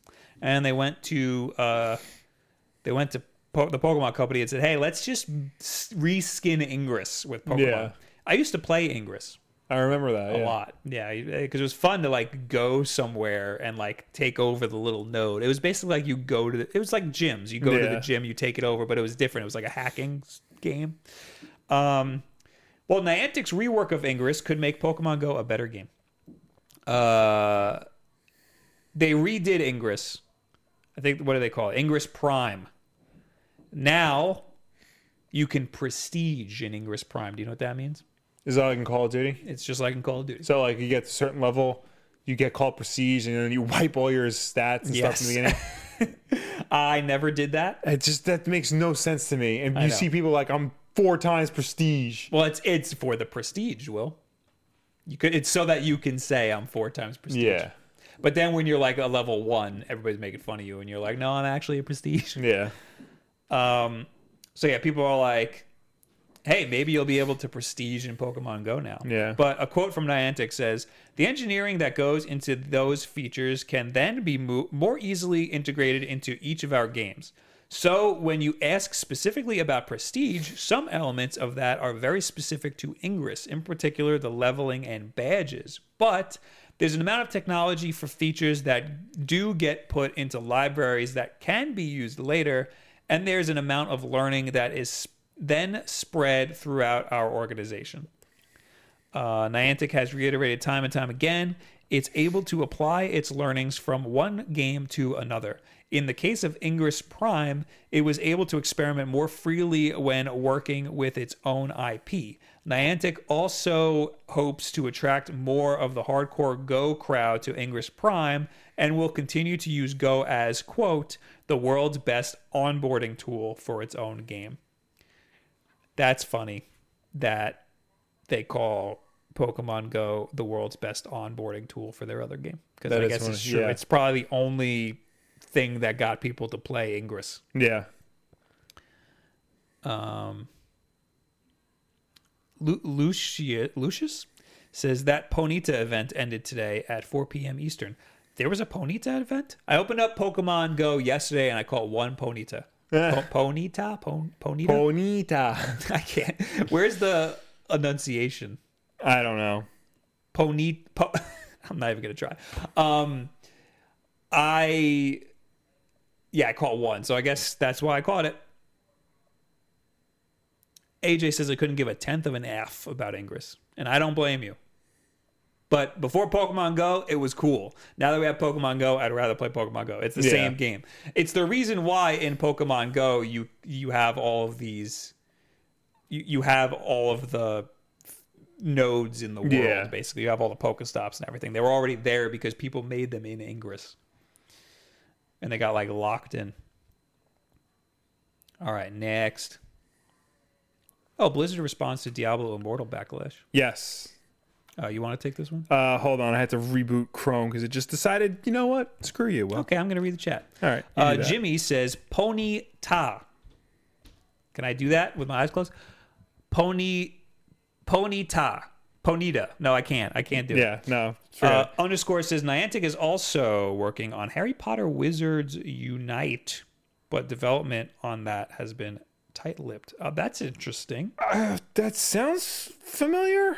Speaker 2: and they went to uh, they went to po- the Pokemon company and said, "Hey, let's just s- reskin Ingress with Pokemon."
Speaker 1: Yeah.
Speaker 2: I used to play Ingress
Speaker 1: I remember that.
Speaker 2: a
Speaker 1: yeah.
Speaker 2: lot, yeah, because it was fun to like go somewhere and like take over the little node. It was basically like you go to the, it was like gyms. You go to
Speaker 1: Yeah.
Speaker 2: the gym, you take it over, but it was different. It was like a hacking s- game. Um, well, Niantic's rework of Ingress could make Pokemon Go a better game. Uh, they redid Ingress. I think what do they call it? Ingress Prime. Now you can prestige in Ingress Prime. Do you know what that means?
Speaker 1: Is that like in Call of Duty?
Speaker 2: It's just like in Call of Duty.
Speaker 1: So like you get to a certain level, you get called prestige, and then you wipe all your stats and stuff in the
Speaker 2: Yes.
Speaker 1: beginning.
Speaker 2: I never did that.
Speaker 1: It just that makes no sense to me. And you
Speaker 2: know.
Speaker 1: see people like I'm four times prestige.
Speaker 2: Well, it's it's for the prestige, Will. You could it's so that you can say I'm four times prestige.
Speaker 1: Yeah,
Speaker 2: But then when you're like a level one, everybody's making fun of you, and you're like, no, I'm actually a prestige.
Speaker 1: yeah,
Speaker 2: Um, so yeah, people are like, hey, maybe you'll be able to prestige in Pokemon Go now.
Speaker 1: Yeah.
Speaker 2: But a quote from Niantic says the engineering that goes into those features can then be mo- more easily integrated into each of our games. So when you ask specifically about prestige, some elements of that are very specific to Ingress, in particular the leveling and badges. But there's an amount of technology for features that do get put into libraries that can be used later, and there's an amount of learning that is sp- then spread throughout our organization. Uh, Niantic has reiterated time and time again it's able to apply its learnings from one game to another. In the case of Ingress Prime, it was able to experiment more freely when working with its own IP. Niantic also hopes to attract more of the hardcore Go crowd to Ingress Prime and will continue to use Go as, quote, the world's best onboarding tool for its own game that's funny that they call Pokemon Go the world's best onboarding tool for their other game because
Speaker 1: That
Speaker 2: I
Speaker 1: is
Speaker 2: guess
Speaker 1: funny,
Speaker 2: it's true.
Speaker 1: yeah.
Speaker 2: It's probably the only thing that got people to play Ingress.
Speaker 1: Yeah.
Speaker 2: Um, Lu- Lucia- Lucius says that Ponita event ended today at 4 p.m. Eastern. There was a Ponita event. I opened up Pokemon Go yesterday and I caught one Ponita. Po- Ponita, Pon- Ponita.
Speaker 1: Bonita.
Speaker 2: I can't. Where's the enunciation?
Speaker 1: I don't know.
Speaker 2: Pony. Po- I'm not even gonna try. Um, I. Yeah, I caught one, so I guess that's why I caught it. AJ says I couldn't give a tenth of an F about Ingress, and I don't blame you. But before Pokemon Go, it was cool. Now that we have Pokemon Go, I'd rather play Pokemon Go. It's the
Speaker 1: Yeah.
Speaker 2: same game. It's the reason why in Pokemon Go you you have all of these you, you have all of the nodes in the world
Speaker 1: Yeah.
Speaker 2: basically. You have all the Pokestops and everything. They were already there because people made them in Ingress. And they got like locked in. All right, next. Oh, Blizzard responds to Diablo Immortal backlash.
Speaker 1: Yes.
Speaker 2: Uh, you want to take this one?
Speaker 1: Uh, hold on. I had to reboot Chrome because it just decided, you know what? Screw you. Well,
Speaker 2: Okay, I'm going to read the chat.
Speaker 1: all right. you
Speaker 2: Uh,
Speaker 1: do that.
Speaker 2: Jimmy says pony ta. Can I do that with my eyes closed? Pony, pony ta, ponita. No, I can't. I can't do it.
Speaker 1: Yeah. No. forget
Speaker 2: Uh,
Speaker 1: it.
Speaker 2: underscore says Niantic is also working on Harry Potter Wizards Unite, but development on that has been tight-lipped. Uh, that's interesting.
Speaker 1: Uh, that sounds familiar.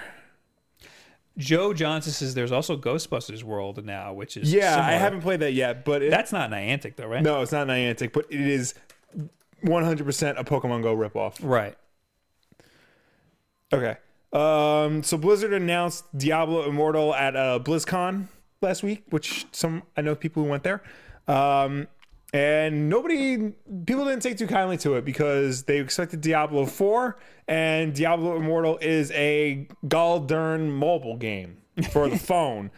Speaker 2: Joe Johnson says there's also Ghostbusters World now, which is
Speaker 1: Yeah, I
Speaker 2: similar.
Speaker 1: haven't played that yet, but it,
Speaker 2: That's not Niantic though, right?
Speaker 1: no, it's not Niantic, but it is 100% a Pokemon Go ripoff.
Speaker 2: Right.
Speaker 1: Okay. Um, so Blizzard announced Diablo Immortal at uh, BlizzCon last week, which some I know people who went there, um, and nobody people didn't take too kindly to it because they expected Diablo four, and Diablo Immortal is a Galdern mobile game for the phone.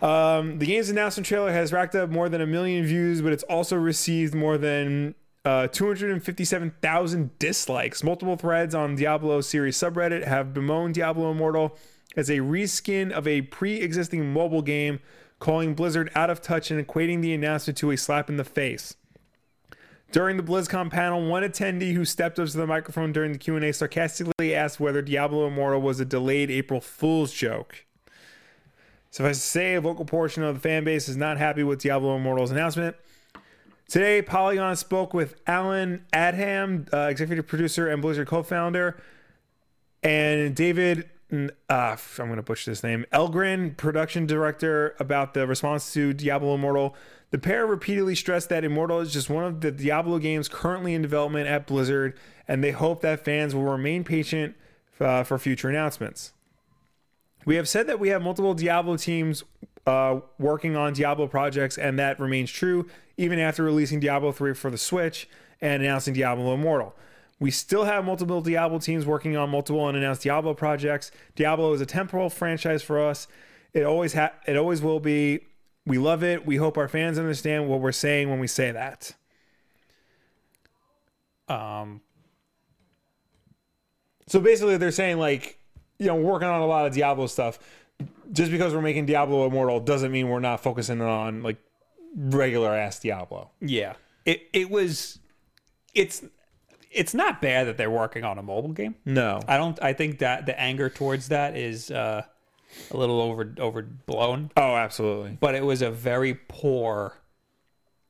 Speaker 1: Um, the game's announcement trailer has racked up more than a million views, but it's also received more than uh, 257,000 dislikes. Multiple threads on Diablo series subreddit have bemoaned Diablo Immortal as a reskin of a pre existing mobile game, calling Blizzard out of touch and equating the announcement to a slap in the face. During the BlizzCon panel, one attendee who stepped up to the microphone during the Q&A sarcastically asked whether Diablo Immortal was a delayed April Fool's joke. Suffice to say, a vocal portion of the fan base is not happy with Diablo Immortal's announcement. Today, Polygon spoke with Alan Adham, uh, executive producer and Blizzard co-founder, and David. mm, Uh, f- I'm going to butcher this name. Elgrin, production director, about the response to Diablo Immortal. The pair repeatedly stressed that Immortal is just one of the Diablo games currently in development at Blizzard, and they hope that fans will remain patient uh, for future announcements. We have said that we have multiple Diablo teams uh, working on Diablo projects, and that remains true even after releasing Diablo 3 for the Switch and announcing Diablo Immortal. We still have multiple Diablo teams working on multiple unannounced Diablo projects. Diablo is a temporal franchise for us. It always ha- it always will be. We love it. We hope our fans understand what we're saying when we say that.
Speaker 2: Um,
Speaker 1: So basically, they're saying like, you know, working on a lot of Diablo stuff. Just because we're making Diablo Immortal doesn't mean we're not focusing on like regular ass Diablo.
Speaker 2: Yeah. It it was it's it's not bad that they're working on a mobile game.
Speaker 1: No.
Speaker 2: I don't. I think that the anger towards that is uh, a little over overblown.
Speaker 1: Oh, absolutely.
Speaker 2: But it was a very poor,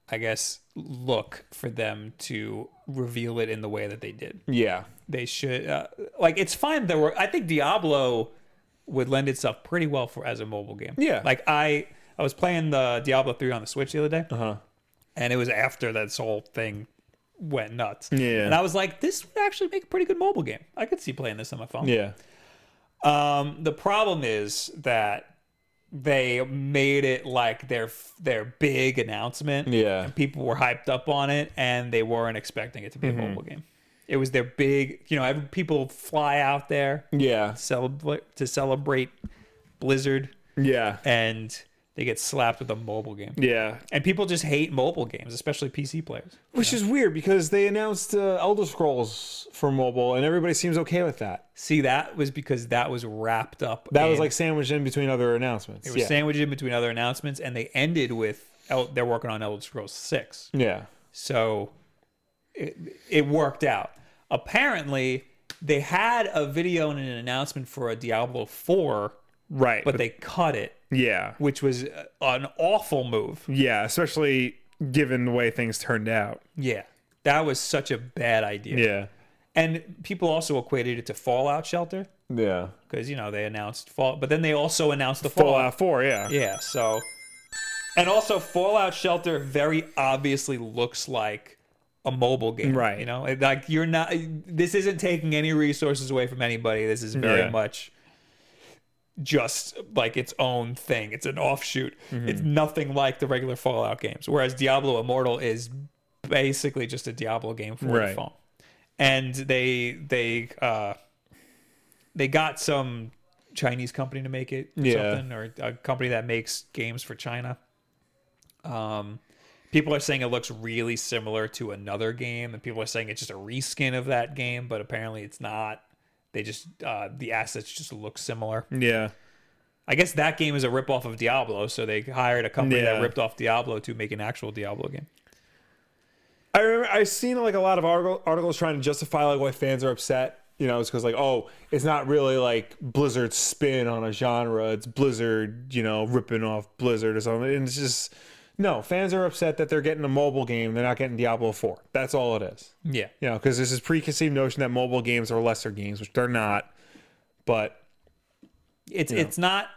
Speaker 2: I guess, look for them to reveal it in the way that they did.
Speaker 1: Yeah.
Speaker 2: They should uh, like it's fine. There were. I think Diablo would lend itself pretty well for as a mobile game.
Speaker 1: Yeah.
Speaker 2: Like I I was playing the Diablo three on the Switch the other day
Speaker 1: Uh huh.
Speaker 2: and it was after this whole thing went nuts.
Speaker 1: Yeah.
Speaker 2: And I was like, this would actually make a pretty good mobile game. I could see playing this on my phone.
Speaker 1: Yeah.
Speaker 2: Um, the problem is that they made it like their their big announcement.
Speaker 1: Yeah.
Speaker 2: And people were hyped up on it, and they weren't expecting it to be
Speaker 1: Mm-hmm.
Speaker 2: a mobile game. It was their big, you know, every, people fly out there
Speaker 1: Yeah.
Speaker 2: celebrate to celebrate Blizzard,
Speaker 1: Yeah.
Speaker 2: and they get slapped with a mobile game.
Speaker 1: Yeah.
Speaker 2: And people just hate mobile games, especially PC players.
Speaker 1: Which is weird because they announced uh, Elder Scrolls for mobile and everybody seems okay with that.
Speaker 2: See, that was because that was wrapped up.
Speaker 1: That was
Speaker 2: in-
Speaker 1: like sandwiched in between other announcements.
Speaker 2: it was
Speaker 1: yeah.
Speaker 2: sandwiched in between other announcements, and they ended with El- they're working on Elder Scrolls Six,
Speaker 1: yeah.
Speaker 2: so it, it worked out. Apparently, they had a video and an announcement for a Diablo Four,
Speaker 1: Right.
Speaker 2: but they cut it,
Speaker 1: yeah.
Speaker 2: which was uh, an awful move.
Speaker 1: Yeah. Especially given the way things turned out.
Speaker 2: Yeah, that was such a bad idea.
Speaker 1: Yeah.
Speaker 2: And people also equated it to Fallout Shelter
Speaker 1: Yeah.
Speaker 2: because you know they announced Fall, but then they also announced the Fallout
Speaker 1: Fallout 4, yeah.
Speaker 2: Yeah, so and also Fallout Shelter very obviously looks like a mobile game.
Speaker 1: Right.
Speaker 2: You know, It- like you're not this isn't taking any resources away from anybody. This is very
Speaker 1: Yeah.
Speaker 2: much just like its own thing. It's an offshoot.
Speaker 1: Mm-hmm.
Speaker 2: It's nothing like the regular Fallout games. Whereas Diablo Immortal is basically just a Diablo game for the
Speaker 1: Right.
Speaker 2: phone. And they they uh they got some Chinese company to make it or
Speaker 1: Yeah.
Speaker 2: something, or a company that makes games for China. Um, people are saying it looks really similar to another game, and people are saying it's just a reskin of that game, but apparently it's not. They just uh, the assets just look similar.
Speaker 1: Yeah.
Speaker 2: I guess that game is a ripoff of Diablo, so they hired a company
Speaker 1: Yeah.
Speaker 2: that ripped off Diablo to make an actual Diablo game.
Speaker 1: I remember I've seen like a lot of article, articles trying to justify like why fans are upset. You know, it's because like, oh, it's not really like Blizzard's spin on a genre. It's Blizzard, you know, ripping off Blizzard or something. And it's just no, fans are upset that they're getting a mobile game. They're not getting Diablo Four. That's all it is.
Speaker 2: Yeah,
Speaker 1: You know, because this is preconceived notion that mobile games are lesser games, which they're not. But
Speaker 2: it's it's not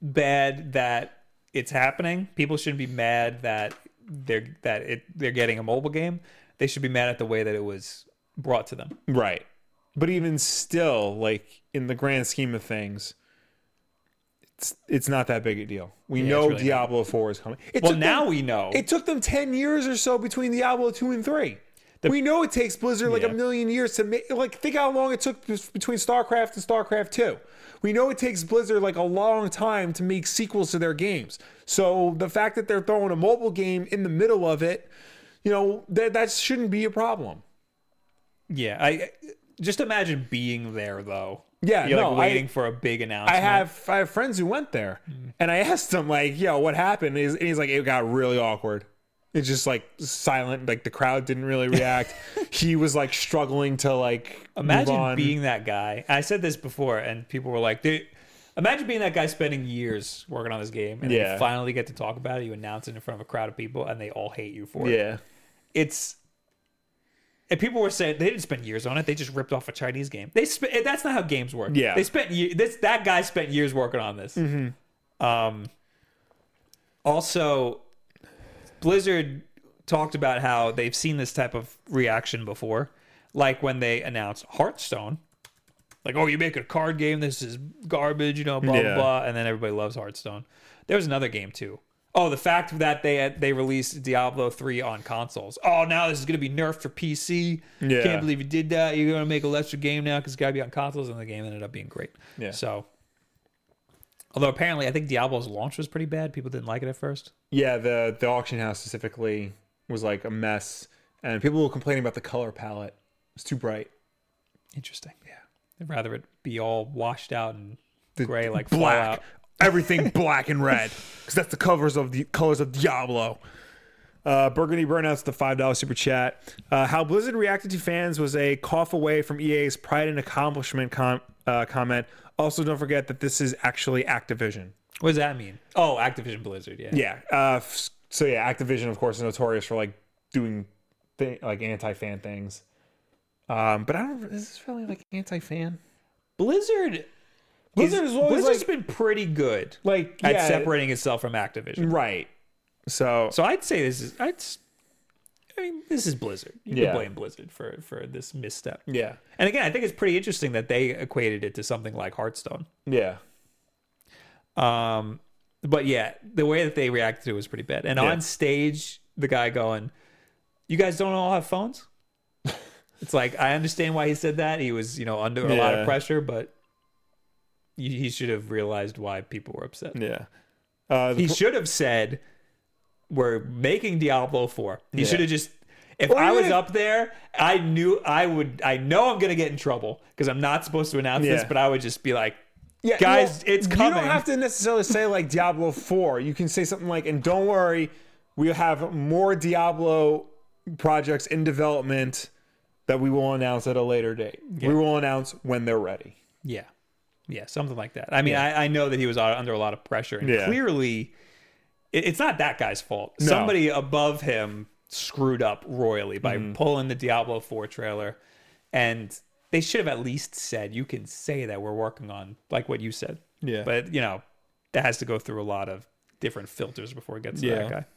Speaker 2: bad that it's happening. People shouldn't be mad that they're that it they're getting a mobile game. They should be mad at the way that it was brought to them.
Speaker 1: right, but even still, like in the grand scheme of things. It's, it's not that big a deal. We know
Speaker 2: really not.
Speaker 1: Diablo 4 is coming. It
Speaker 2: Well,
Speaker 1: took them-
Speaker 2: now we know.
Speaker 1: It took them 10 years or so between Diablo 2 and 3. we know it takes Blizzard like
Speaker 2: Yeah.
Speaker 1: a million years to make like think how long it took bes- between StarCraft and StarCraft 2. We know it takes Blizzard like a long time to make sequels to their games. So the fact that they're throwing a mobile game in the middle of it, you know, that that shouldn't be a problem.
Speaker 2: yeah, I just imagine being there though.
Speaker 1: Yeah,
Speaker 2: you're
Speaker 1: no,
Speaker 2: like
Speaker 1: I-
Speaker 2: waiting for a big
Speaker 1: I
Speaker 2: announcement.
Speaker 1: have I have friends who went there,
Speaker 2: Mm.
Speaker 1: and I asked him like, "Yo, what happened?" And he's, and he's like, "It got really awkward. It's just like silent. Like the crowd didn't really react. he was like struggling to like move
Speaker 2: Imagine
Speaker 1: on.
Speaker 2: being that guy. I said this before, and people were like, "Dude, imagine being that guy spending years working on this game, and then
Speaker 1: Yeah.
Speaker 2: you finally get to talk about it. You announce it in front of a crowd of people, and they all hate you for it.
Speaker 1: yeah,
Speaker 2: It's and people were saying they didn't spend years on it. They just ripped off a Chinese game. They sp- that's not how games work.
Speaker 1: Yeah.
Speaker 2: they spent ye- this. That guy spent years working on this. Um. Also, Blizzard talked about how they've seen this type of reaction before, like when they announced Hearthstone. Like, oh, you make a card game. This is garbage, you know, blah
Speaker 1: Yeah.
Speaker 2: blah blah, and then everybody loves Hearthstone. There was another game too. Oh, the fact that they they released Diablo three on consoles. Oh, now this is gonna be nerfed for PC.
Speaker 1: Yeah.
Speaker 2: Can't believe you did that. You're gonna make a lesser game now because it's gotta be on consoles, and the game ended up being great.
Speaker 1: Yeah.
Speaker 2: So, although apparently I think Diablo's launch was pretty bad. People didn't like it at first.
Speaker 1: yeah. The the auction house specifically was like a mess, and people were complaining about the color palette. It's too bright.
Speaker 2: Interesting. Yeah. I'd rather it be all washed out and gray like
Speaker 1: black,
Speaker 2: Fallout.
Speaker 1: everything black and red, because that's the covers of the colors of Diablo. Uh, Burgundy Burnout's the $5 super chat. Uh, how Blizzard reacted to fans was a cough away from EA's pride and accomplishment com- uh, comment. Also, don't forget that this is actually Activision.
Speaker 2: What does that mean? Oh, Activision Blizzard. Yeah.
Speaker 1: Yeah. Uh, f- so, yeah, Activision, of course, is notorious for like doing thi- like anti fan things. Um, but I don't, is this really like anti fan?
Speaker 2: Blizzard.
Speaker 1: Blizzard is always,
Speaker 2: Blizzard's
Speaker 1: like-
Speaker 2: been pretty good
Speaker 1: Like,
Speaker 2: at
Speaker 1: yeah, Mm.
Speaker 2: separating itself from Activision.
Speaker 1: Right. So,
Speaker 2: So I'd say this is I'd. s- I mean, this is Blizzard. You
Speaker 1: Yeah.
Speaker 2: can blame Blizzard for for this misstep.
Speaker 1: yeah.
Speaker 2: And again, I think it's pretty interesting that they equated it to something like Hearthstone.
Speaker 1: Yeah.
Speaker 2: Um, but yeah, the way that they reacted to it was pretty bad. And
Speaker 1: Yeah.
Speaker 2: on stage, the guy going, "You guys don't all have phones." it's like I understand why he said that. He was, you know, under a lot
Speaker 1: Yeah.
Speaker 2: of pressure, but he he should have realized why people were upset.
Speaker 1: Yeah. Uh, the
Speaker 2: He
Speaker 1: pl-
Speaker 2: should have said, "We're making Diablo 4." He
Speaker 1: Yeah.
Speaker 2: should have just. If
Speaker 1: Or
Speaker 2: I was
Speaker 1: even if-
Speaker 2: up there, I knew I would. I know I'm gonna get in trouble because I'm not supposed to announce this,
Speaker 1: Yeah.
Speaker 2: but I would just be like,
Speaker 1: Yeah,
Speaker 2: Guys,
Speaker 1: you don't-
Speaker 2: it's
Speaker 1: You
Speaker 2: coming.
Speaker 1: don't have to necessarily say like Diablo 4. You can say something like, and don't worry, we have more Diablo projects in development that we will announce at a later date. We will announce when they're ready.
Speaker 2: Yeah. Yeah, something like that. I mean, I, I know that he was uh, under a lot of pressure, and
Speaker 1: Yeah.
Speaker 2: clearly, it, it's not that guy's fault. Somebody above him screwed up royally by
Speaker 1: Mm-hmm.
Speaker 2: pulling the Diablo Four trailer, and they should have at least said, "You can say that we're working on like what you said."
Speaker 1: Yeah.
Speaker 2: but you know, that has to go through a lot of different filters before it gets to
Speaker 1: Yeah.
Speaker 2: that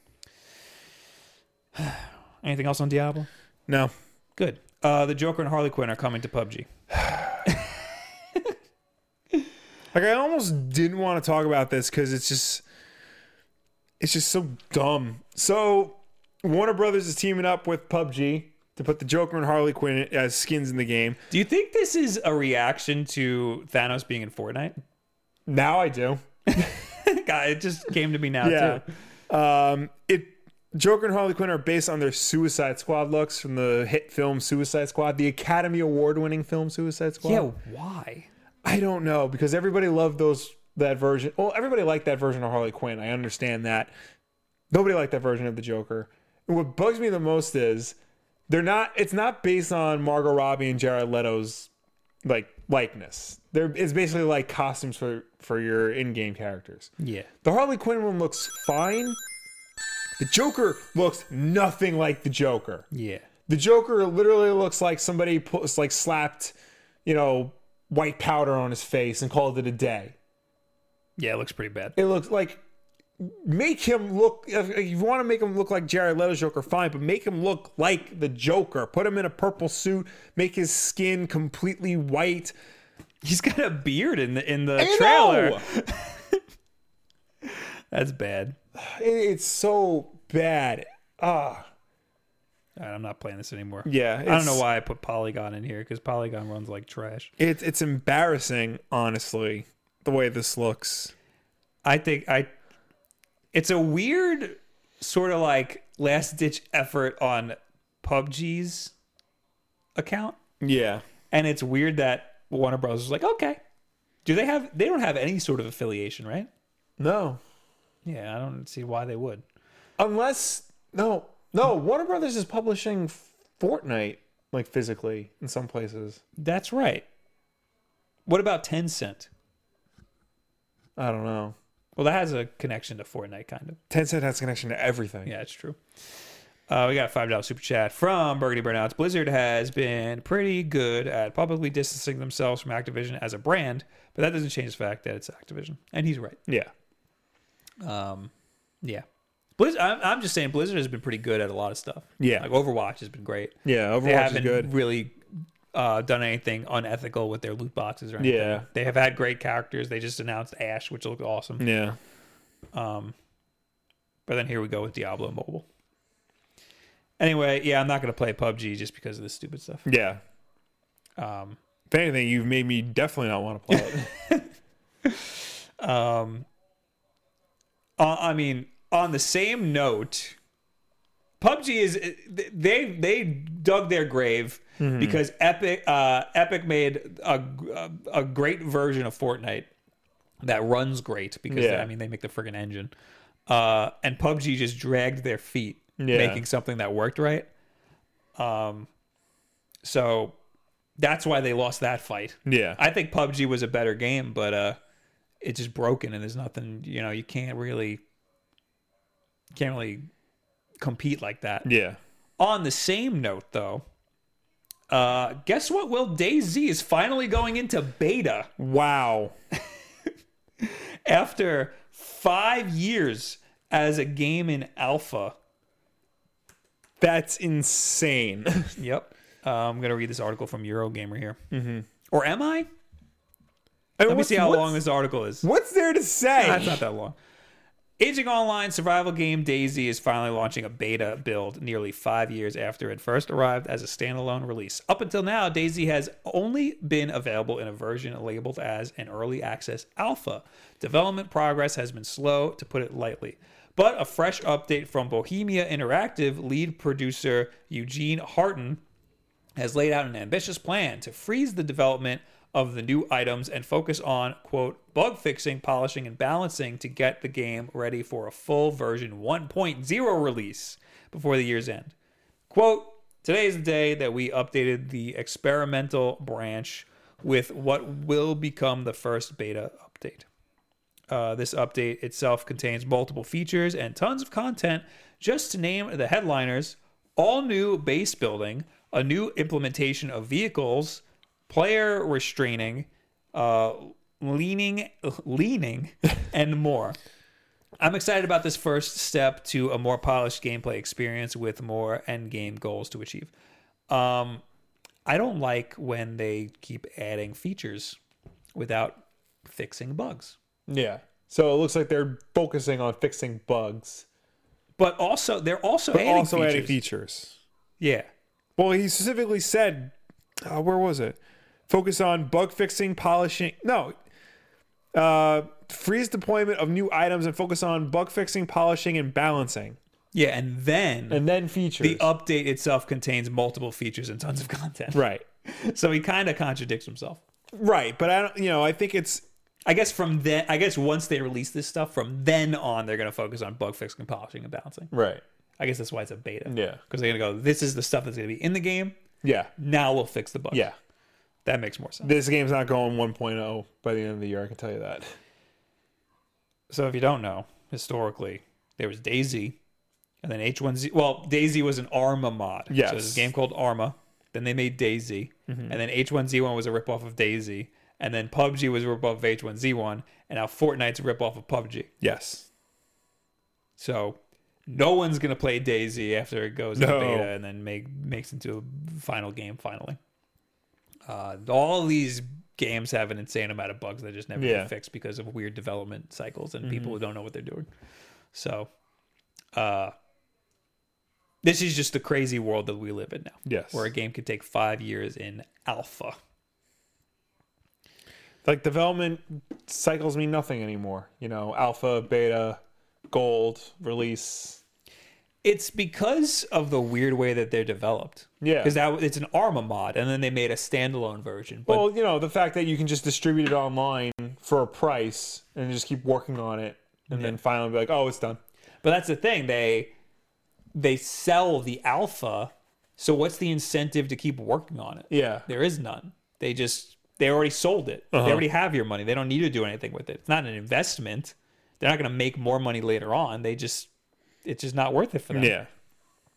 Speaker 2: guy. Anything else on Diablo?
Speaker 1: No.
Speaker 2: Good. Uh, the Joker and Harley Quinn are coming to PUBG.
Speaker 1: Like I almost didn't want to talk about this because it's just it's just so dumb. So Warner Brothers is teaming up with PUBG to put the Joker and Harley Quinn as skins in the game.
Speaker 2: Do you think this is a reaction to Thanos being in Fortnite?
Speaker 1: Now I do.
Speaker 2: God, it just came to me now
Speaker 1: Yeah.
Speaker 2: too.
Speaker 1: Um, it Joker and Harley Quinn are based on their Suicide Squad looks from the hit film Suicide Squad, the Academy Award-winning film Suicide Squad.
Speaker 2: Yeah, why?
Speaker 1: I don't know because everybody loved those that version. Well, everybody liked that version of Harley Quinn. I understand that. Nobody liked that version of the Joker. And what bugs me the most is they're not. It's not based on Margot Robbie and Jared Leto's like likeness. They're it's basically like costumes for for your in-game characters.
Speaker 2: Yeah.
Speaker 1: The Harley Quinn one looks fine. The Joker looks nothing like the Joker.
Speaker 2: Yeah.
Speaker 1: The Joker literally looks like somebody put, like slapped, you know, white powder on his face and called it a day.
Speaker 2: Yeah, it looks pretty bad.
Speaker 1: It looks like make him look if if you want to make him look like Jared Leto's Joker fine, but make him look like the Joker. Put him in a purple suit, make his skin completely white.
Speaker 2: He's got a beard in the in the
Speaker 1: I
Speaker 2: trailer.
Speaker 1: know!
Speaker 2: That's bad.
Speaker 1: It- It's so bad. Ah,
Speaker 2: All right, I'm not playing this anymore.
Speaker 1: yeah.
Speaker 2: I don't know why I put Polygon in here because Polygon runs like trash.
Speaker 1: It, it's embarrassing, honestly, the way this looks.
Speaker 2: I think I it's a weird sort of like last ditch effort on PUBG's account.
Speaker 1: Yeah.
Speaker 2: And it's weird that Warner Bros. was like, okay. Do they have they don't have any sort of affiliation, right?
Speaker 1: No.
Speaker 2: Yeah, I don't see why they would.
Speaker 1: Unless no, no. Warner Brothers is publishing Fortnite like physically in some places.
Speaker 2: That's right. What about Tencent?
Speaker 1: I don't know.
Speaker 2: Well, that has a connection to Fortnite, kind of.
Speaker 1: Tencent has connection to everything.
Speaker 2: Yeah, it's true. Uh, we got a five dollar super chat from Burgundy Burnouts. Blizzard has been pretty good at publicly distancing themselves from Activision as a brand, but that doesn't change the fact that it's Activision, and he's right.
Speaker 1: Yeah.
Speaker 2: Um, yeah, Blizzard. I'm, I'm just saying Blizzard has been pretty good at a lot of stuff.
Speaker 1: Yeah.
Speaker 2: like Overwatch has been great.
Speaker 1: Yeah.
Speaker 2: they
Speaker 1: Overwatch is
Speaker 2: haven't
Speaker 1: good.
Speaker 2: really uh, done anything unethical with their loot boxes or anything.
Speaker 1: Yeah. Hmm.
Speaker 2: They have had great characters. They just announced Ash, which looked awesome.
Speaker 1: Yeah.
Speaker 2: Um, but then here we go with Diablo Mobile. Anyway, yeah, I'm not going to play PUBG just because of this stupid stuff.
Speaker 1: Yeah.
Speaker 2: Um,
Speaker 1: If anything, you've made me definitely not want to play it.
Speaker 2: um, uh, I mean, on the same note, PUBG is they they dug their grave
Speaker 1: Mm-hmm.
Speaker 2: because Epic uh, Epic made a, a great version of Fortnite that runs great because
Speaker 1: Yeah.
Speaker 2: I mean they make the friggin' engine, uh, and PUBG just dragged their feet
Speaker 1: Yeah.
Speaker 2: making something that worked right. Um, so that's why they lost that fight.
Speaker 1: yeah.
Speaker 2: I think PUBG was a better game, but uh, it's just broken and there's nothing. You know, you can't really, can't really compete like that.
Speaker 1: yeah.
Speaker 2: On the same note, though, uh, guess what? Will DayZ is finally going into beta
Speaker 1: Wow.
Speaker 2: after five years as a game in alpha.
Speaker 1: That's insane.
Speaker 2: Yep. Uh, I'm gonna read this article from Eurogamer here. Mm-hmm. Or am I? Let me see how long this article is.
Speaker 1: What's there to
Speaker 2: That's
Speaker 1: say?
Speaker 2: not that long. Aging Online survival game Daisy is finally launching a beta build nearly five years after it first arrived as a standalone release. Up until now, Daisy has only been available in a version labeled as an early access alpha. Development progress has been slow, to put it lightly. But a fresh update from Bohemia Interactive lead producer Eugene Harton has laid out an ambitious plan to freeze the development of the new items and focus on, quote, bug fixing, polishing, and balancing to get the game ready for a full version 1.0 release before the year's end. Quote, today is the day that we updated the experimental branch with what will become the first beta update. Uh, this update itself contains multiple features and tons of content. Just to name the headliners: all new base building, a new implementation of vehicles, player restraining, uh, leaning, leaning, and more. I'm excited about this first step to a more polished gameplay experience with more end game goals to achieve. Um, I don't like when they keep adding features without fixing bugs.
Speaker 1: Yeah. So it looks like they're focusing on fixing bugs,
Speaker 2: But also, they're also
Speaker 1: but
Speaker 2: adding
Speaker 1: also
Speaker 2: features.
Speaker 1: adding features.
Speaker 2: Yeah,
Speaker 1: Well, he specifically said, uh, where was it? Focus on bug fixing, polishing. No. Uh, freeze deployment of new items and focus on bug fixing, polishing, and balancing.
Speaker 2: yeah, and then
Speaker 1: And then features.
Speaker 2: the update itself contains multiple features and tons of content.
Speaker 1: right.
Speaker 2: So he kind of contradicts himself.
Speaker 1: Right. But I don't, you know, I think it's,
Speaker 2: I guess from then, I guess once they release this stuff, from then on, they're going to focus on bug fixing, polishing, and balancing.
Speaker 1: right.
Speaker 2: I guess that's why it's a beta.
Speaker 1: Yeah.
Speaker 2: because they're going to go. This is the stuff that's going to be in the game.
Speaker 1: Yeah.
Speaker 2: Now we'll fix the bugs.
Speaker 1: Yeah.
Speaker 2: that makes more sense.
Speaker 1: This game's not going 1.0 by the end of the year. I can tell you that.
Speaker 2: So if you don't know, historically there was Daisy, and then H1Z. Well, Daisy was an Arma mod.
Speaker 1: Yes.
Speaker 2: so there's a game called Arma. Then they made Daisy, and then H1Z1 was a ripoff of Daisy, and then PUBG was a ripoff of H1Z1, and now Fortnite's a ripoff of PUBG.
Speaker 1: Yes.
Speaker 2: So no one's gonna play Daisy after it goes
Speaker 1: No.
Speaker 2: into beta and then make makes into a final game finally. Uh, all these games have an insane amount of bugs that just never
Speaker 1: Yeah. Mm-hmm.
Speaker 2: get fixed because of weird development cycles and people who don't know what they're doing. So uh, this is just the crazy world that we live in now.
Speaker 1: Yes.
Speaker 2: Where a game could take five years in alpha.
Speaker 1: like development cycles mean nothing anymore. You know, alpha, beta, gold, release.
Speaker 2: It's because of the weird way that they're developed.
Speaker 1: Yeah.
Speaker 2: Because that it's an Arma mod, and then they made a standalone version. But
Speaker 1: Well, you know, the fact that you can just distribute it online for a price and just keep working on it and then finally be like, oh, it's done.
Speaker 2: But that's the thing they they sell the alpha. So what's the incentive to keep working on it?
Speaker 1: Yeah.
Speaker 2: There is none. They just they already sold it. They already have your money. They don't need to do anything with it. It's not an investment. They're not going to make more money later on. They just it's just not worth it for them
Speaker 1: Yeah.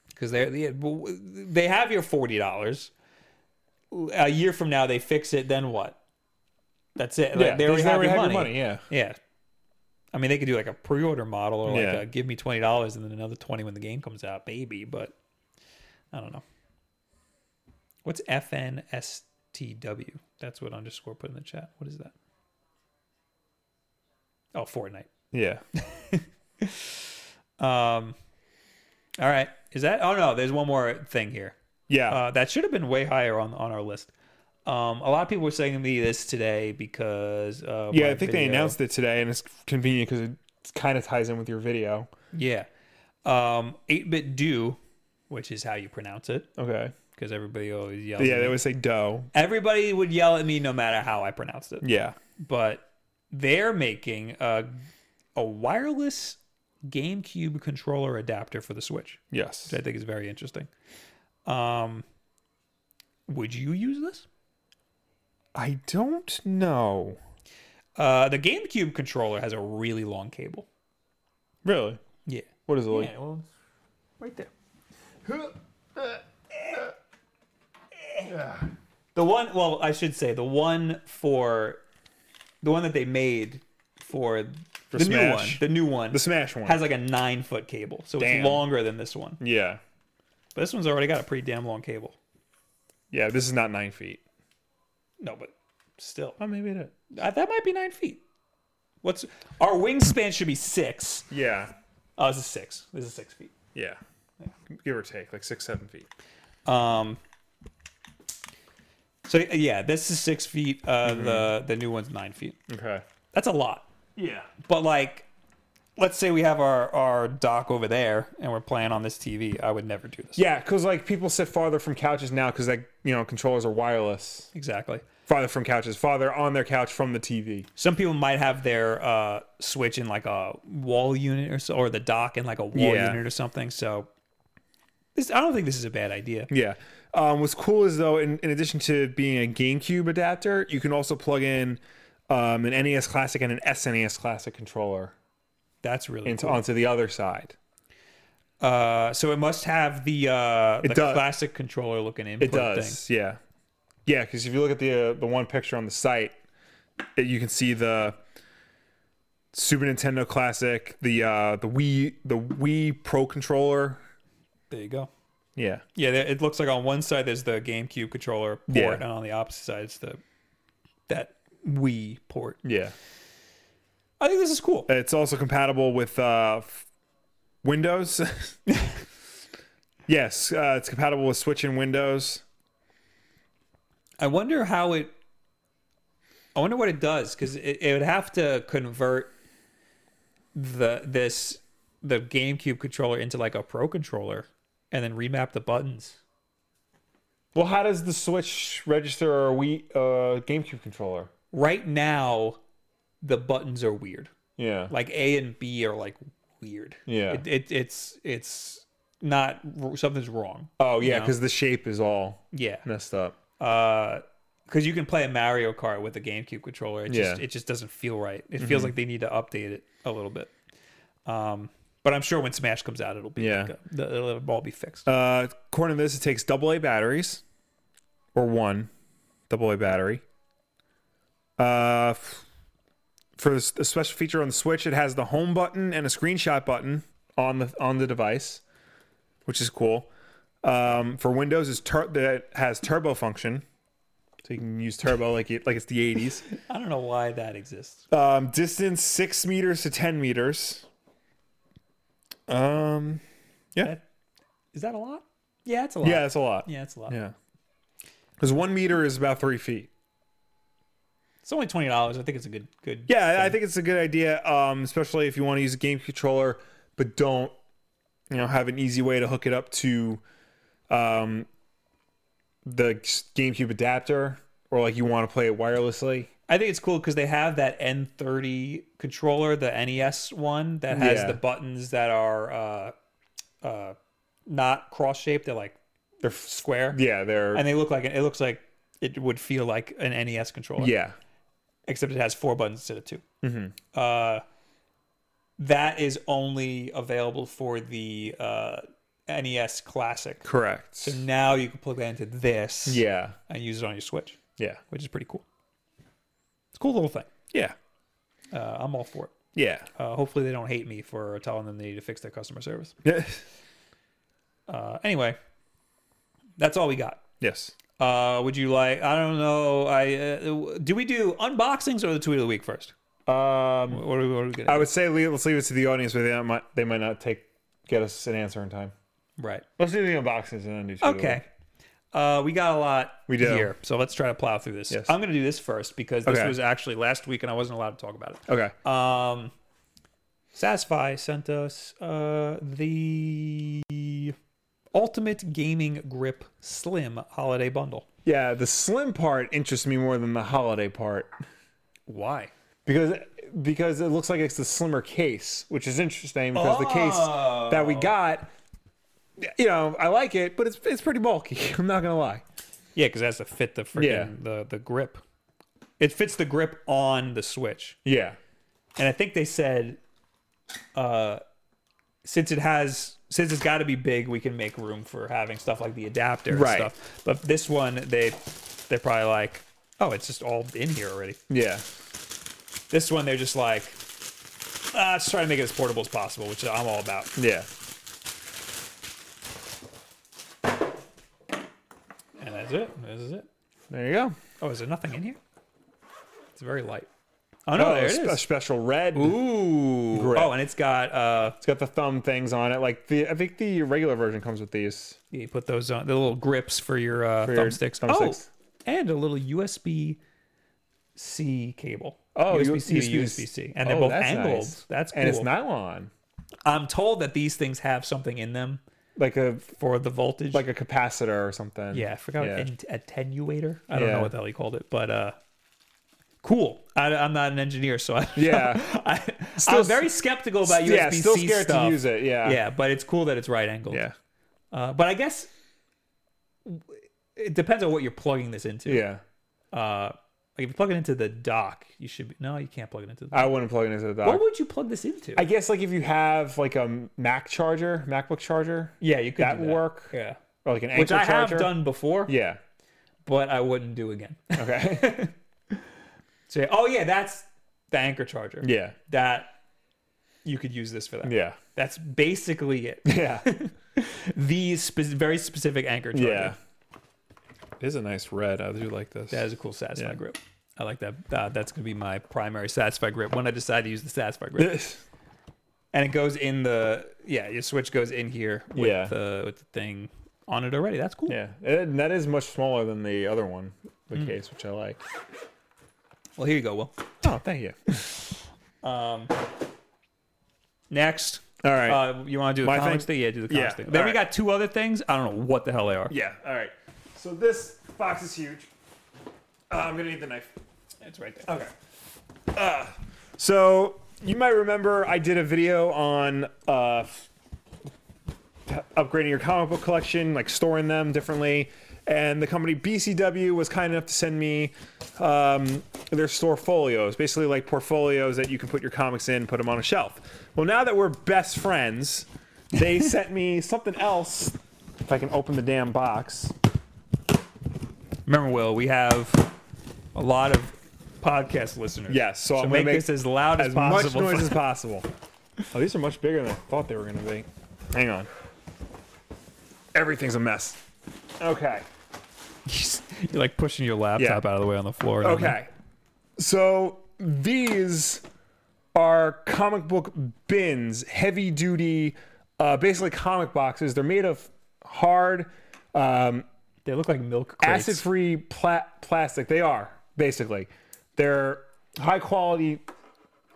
Speaker 2: because they they have your forty dollars. A year from now, they fix it. Then what? That's it. Like,
Speaker 1: Yeah,
Speaker 2: they already
Speaker 1: just- they
Speaker 2: have,
Speaker 1: already
Speaker 2: your,
Speaker 1: have your
Speaker 2: money.
Speaker 1: money, yeah.
Speaker 2: I mean, they could do like a pre-order model or like
Speaker 1: Yeah.
Speaker 2: a, give me twenty dollars and then another twenty when the game comes out, baby. But I don't know. What's FNSTW? That's what underscore put in the chat. What is that? Oh, Fortnite.
Speaker 1: Yeah.
Speaker 2: Um. All right. Is that? Oh no. There's one more thing here.
Speaker 1: Yeah.
Speaker 2: Uh, that should have been way higher on on our list. Um, a lot of people were saying me this today because uh,
Speaker 1: yeah,
Speaker 2: my
Speaker 1: I think they
Speaker 2: video-
Speaker 1: announced it today and it's convenient because it kind of ties in with your video.
Speaker 2: Yeah, um, eight bit do, which is how you pronounce it,
Speaker 1: Okay.
Speaker 2: because everybody always yells.
Speaker 1: Yeah,
Speaker 2: at
Speaker 1: they
Speaker 2: me.
Speaker 1: always say dough.
Speaker 2: everybody would yell at me no matter how I pronounced it.
Speaker 1: Yeah.
Speaker 2: But they're making a a wireless GameCube controller adapter for the Switch,
Speaker 1: Yes.
Speaker 2: which I think is very interesting. Um, would you use this?
Speaker 1: I don't know.
Speaker 2: Uh, the GameCube controller has a really long cable.
Speaker 1: Really?
Speaker 2: Yeah.
Speaker 1: What is it like?
Speaker 2: well, right there. The one, well, I should say the one for the one that they made for, the new one,
Speaker 1: Smash.
Speaker 2: the new one,
Speaker 1: The Smash one.
Speaker 2: has like a nine foot cable, so
Speaker 1: Damn.
Speaker 2: it's longer than this one.
Speaker 1: yeah.
Speaker 2: But this one's already got a pretty damn long cable.
Speaker 1: Yeah, this is not nine feet.
Speaker 2: No, but still,
Speaker 1: Oh, maybe it is.
Speaker 2: Uh, that might be nine feet. What's our wingspan should be six.
Speaker 1: Yeah.
Speaker 2: Oh, this is six. This is six feet.
Speaker 1: Yeah. Give or take, like six, seven feet.
Speaker 2: Um. So yeah, this is six feet. Uh,
Speaker 1: Mm-hmm.
Speaker 2: the the new one's nine feet.
Speaker 1: Okay.
Speaker 2: That's a lot.
Speaker 1: Yeah.
Speaker 2: But like, let's say we have our our dock over there, and we're playing on this TV. I would never do this.
Speaker 1: Yeah, because like people sit farther from couches now because like you know controllers are wireless.
Speaker 2: exactly.
Speaker 1: Farther from couches, farther on their couch from the TV.
Speaker 2: Some people might have their uh, switch in like a wall unit or so, or the dock in like a wall
Speaker 1: Yeah.
Speaker 2: unit or something. So, this I don't think this is a bad idea.
Speaker 1: Yeah. Um, what's cool is though, in, in addition to being a GameCube adapter, you can also plug in um, an NES Classic and an SNES Classic controller
Speaker 2: That's really
Speaker 1: into
Speaker 2: cool.
Speaker 1: onto the other side.
Speaker 2: Uh, so it must have the uh, the
Speaker 1: does.
Speaker 2: classic controller looking input
Speaker 1: It does. Yeah. Yeah, because if you look at the uh, the one picture on the site, it, you can see the Super Nintendo Classic, the uh, the Wii the Wii Pro controller.
Speaker 2: thing. There you go.
Speaker 1: Yeah.
Speaker 2: Yeah, there- it looks like on one side there's the GameCube controller port,
Speaker 1: Yeah.
Speaker 2: and on the opposite side it's the that Wii port.
Speaker 1: Yeah.
Speaker 2: I think this is cool.
Speaker 1: It's also compatible with uh, f- Windows. yes, uh, it's compatible with Switch and Windows.
Speaker 2: I wonder how it. I wonder what it does because it, it would have to convert the this the GameCube controller into like a Pro controller, and then remap the buttons.
Speaker 1: Well, how does the Switch register a Wii uh, GameCube controller?
Speaker 2: Right now, the buttons are weird.
Speaker 1: Yeah.
Speaker 2: Like A and B are like weird.
Speaker 1: Yeah.
Speaker 2: it, it, it's it's not something's wrong.
Speaker 1: oh yeah,
Speaker 2: No.
Speaker 1: because the shape is all
Speaker 2: Yeah.
Speaker 1: messed up.
Speaker 2: because Uh, you can play a Mario Kart with a GameCube controller. It just
Speaker 1: Yeah. Mm-hmm.
Speaker 2: it just doesn't feel right. It feels like they need to update it a little bit. Um, but I'm sure when Smash comes out, it'll be
Speaker 1: Yeah.
Speaker 2: like a- the- it'll all be fixed.
Speaker 1: Uh, according to this, it takes double A batteries, or one double A battery. Uh, f- for s- a special feature on the Switch, it has the home button and a screenshot button on the on the device, which is cool. Um, for Windows, is tur- that has turbo function, so you can use turbo like it, like it's the '80s.
Speaker 2: I don't know why that exists.
Speaker 1: Um, distance six meters to ten meters. Um,
Speaker 2: That, is that a lot? Yeah, it's a lot.
Speaker 1: yeah, that's a lot.
Speaker 2: yeah, it's a lot.
Speaker 1: Yeah. Because one meter is about three feet.
Speaker 2: It's only twenty dollars. I think it's a good good.
Speaker 1: Yeah, I think it's a good idea, um, especially if you want to use a game controller, but don't, you know, have an easy way to hook it up to um, the GameCube adapter, or like you want to play it wirelessly.
Speaker 2: I think it's cool because they have that N30 controller, the NES one that has
Speaker 1: Yeah.
Speaker 2: the buttons that are uh, uh, not cross shaped. They're like they're square.
Speaker 1: Yeah, they're
Speaker 2: and they look like it looks like it would feel like an NES controller,
Speaker 1: yeah, Mm-hmm.
Speaker 2: except it has four buttons instead of 2 Uh, that is only available for the uh, NES Classic.
Speaker 1: correct.
Speaker 2: So now you can plug that into this
Speaker 1: yeah,
Speaker 2: and use it on your Switch,
Speaker 1: yeah,
Speaker 2: which is pretty cool. It's a cool little thing.
Speaker 1: yeah,
Speaker 2: Uh, I'm all for it.
Speaker 1: yeah.
Speaker 2: Uh, hopefully they don't hate me for telling them they need to fix their customer service. Uh, anyway, that's all we got.
Speaker 1: yes.
Speaker 2: Uh, would you like? I don't know. I uh, do we do unboxings or the tweet of the week first?
Speaker 1: Um,
Speaker 2: What are we, what are we gonna
Speaker 1: I would say leave, let's leave it to the audience, but they might they might not take get us an answer in time.
Speaker 2: do? Right.
Speaker 1: Let's do the unboxings and then do. Shoot
Speaker 2: Okay. Uh, we got a lot
Speaker 1: We do.
Speaker 2: here, so let's try to plow through this.
Speaker 1: Yes.
Speaker 2: I'm gonna do this first because this
Speaker 1: Okay.
Speaker 2: was actually last week and I wasn't allowed to talk about it.
Speaker 1: away. Okay.
Speaker 2: Um, Satisfy sent us uh, the Ultimate Gaming Grip Slim Holiday Bundle.
Speaker 1: Yeah, the slim part interests me more than the holiday part
Speaker 2: Why?
Speaker 1: because because it looks like it's the slimmer case, which is interesting because the case
Speaker 2: Ah.
Speaker 1: that we got, you know, I like it, but it's it's pretty bulky. I'm not gonna lie.
Speaker 2: Yeah, because it has to fit the freaking
Speaker 1: Yeah.
Speaker 2: the the grip. It fits the grip on the Switch,
Speaker 1: Yeah,
Speaker 2: and I think they said, uh, since it has since it's got to be big, we can make room for having stuff like the adapter and
Speaker 1: Right.
Speaker 2: stuff. But this one, they they're probably like, oh, it's just all in here already.
Speaker 1: yeah,
Speaker 2: This one, they're just like, ah, let's try to make it as portable as possible, which I'm all about.
Speaker 1: yeah.
Speaker 2: And that's it. This is it.
Speaker 1: There you go.
Speaker 2: Oh, is there nothing in here? It's very light. Oh no, there it
Speaker 1: spe-
Speaker 2: is.
Speaker 1: special red.
Speaker 2: Ooh.
Speaker 1: Grip.
Speaker 2: Oh, and it's got uh,
Speaker 1: It's got the thumb things on it. Like the, I think the regular version comes with these.
Speaker 2: you put those on the little grips for your uh,
Speaker 1: your
Speaker 2: thumbsticks.
Speaker 1: thumbsticks.
Speaker 2: Oh, and a little USB C cable.
Speaker 1: Oh,
Speaker 2: USB C to
Speaker 1: you-
Speaker 2: USB C, and they're
Speaker 1: Oh,
Speaker 2: both
Speaker 1: that's
Speaker 2: angled.
Speaker 1: nice.
Speaker 2: That's cool.
Speaker 1: And it's nylon,
Speaker 2: I'm told that these things have something in them
Speaker 1: like a
Speaker 2: for the voltage.
Speaker 1: like a capacitor or something.
Speaker 2: yeah, I forgot
Speaker 1: Yeah.
Speaker 2: an attenuator. I don't know
Speaker 1: Yeah.
Speaker 2: what the hell he called it, but uh, cool. I, I'm not an engineer, so I,
Speaker 1: Yeah.
Speaker 2: I,
Speaker 1: Still
Speaker 2: I'm
Speaker 1: s-
Speaker 2: very skeptical about USB C
Speaker 1: yeah, still scared
Speaker 2: stuff.
Speaker 1: to use it. Yeah.
Speaker 2: Yeah, but it's cool that it's right angled.
Speaker 1: Yeah.
Speaker 2: Uh, but I guess it depends on what you're plugging this into.
Speaker 1: Yeah.
Speaker 2: Uh, like if you plug it into the dock, you should be. No, you can't plug it into the dock.
Speaker 1: I wouldn't plug it into the dock.
Speaker 2: What would you plug this into?
Speaker 1: I guess like if you have like a Mac charger, MacBook charger,
Speaker 2: yeah, you could
Speaker 1: that
Speaker 2: do
Speaker 1: will work,
Speaker 2: Yeah.
Speaker 1: or like an
Speaker 2: Which
Speaker 1: ankle
Speaker 2: I have
Speaker 1: charger.
Speaker 2: done before,
Speaker 1: Yeah.
Speaker 2: but I wouldn't do again.
Speaker 1: Okay.
Speaker 2: so, oh, yeah, that's the anchor charger.
Speaker 1: yeah.
Speaker 2: That you could use this for that.
Speaker 1: Yeah.
Speaker 2: That's basically it.
Speaker 1: Yeah.
Speaker 2: the spe- very specific anchor charger.
Speaker 1: yeah. It is a nice red. I do like this.
Speaker 2: That is a cool Satisfy
Speaker 1: Yeah.
Speaker 2: grip. I like that. Uh, that's going to be my primary Satisfy grip when I decide to use the Satisfy grip. and it goes in the yeah, your switch goes in here with
Speaker 1: Yeah.
Speaker 2: the with the thing on it already. That's cool.
Speaker 1: yeah. And that is much smaller than the other one, the case, which I like.
Speaker 2: Well, here you go, Will.
Speaker 1: Oh, thank you.
Speaker 2: Um, next,
Speaker 1: All right.
Speaker 2: uh, you want to do the
Speaker 1: My
Speaker 2: comics
Speaker 1: thing?
Speaker 2: thing? Yeah, do the comics
Speaker 1: Yeah,
Speaker 2: thing. Then we
Speaker 1: alright.
Speaker 2: got two other things. I don't know what the hell they are.
Speaker 1: yeah. All right. So this box is huge. Uh, I'm gonna need the knife.
Speaker 2: It's right there.
Speaker 1: Okay. Uh, so you might remember I did a video on uh, upgrading your comic book collection, like storing them differently. And the company BCW was kind enough to send me um, their store folios, basically like portfolios that you can put your comics in, put them on a shelf. Well, now that we're best friends, they sent me something else. If I can open the damn box.
Speaker 2: Remember, Will, we have a lot of podcast listeners.
Speaker 1: Yes, so I'm
Speaker 2: so
Speaker 1: gonna
Speaker 2: make,
Speaker 1: make
Speaker 2: this as loud as,
Speaker 1: as
Speaker 2: possible.
Speaker 1: much noise as possible. Oh, these are much bigger than I thought they were going to be. Hang on. Everything's a mess. Okay.
Speaker 2: You're like pushing your laptop out of the way on the floor.
Speaker 1: Okay. So these are comic book bins, heavy duty, uh, basically comic boxes. They're made of hard, um,
Speaker 2: They look like milk crates.
Speaker 1: acid free pla- plastic. They are, basically. They're high quality.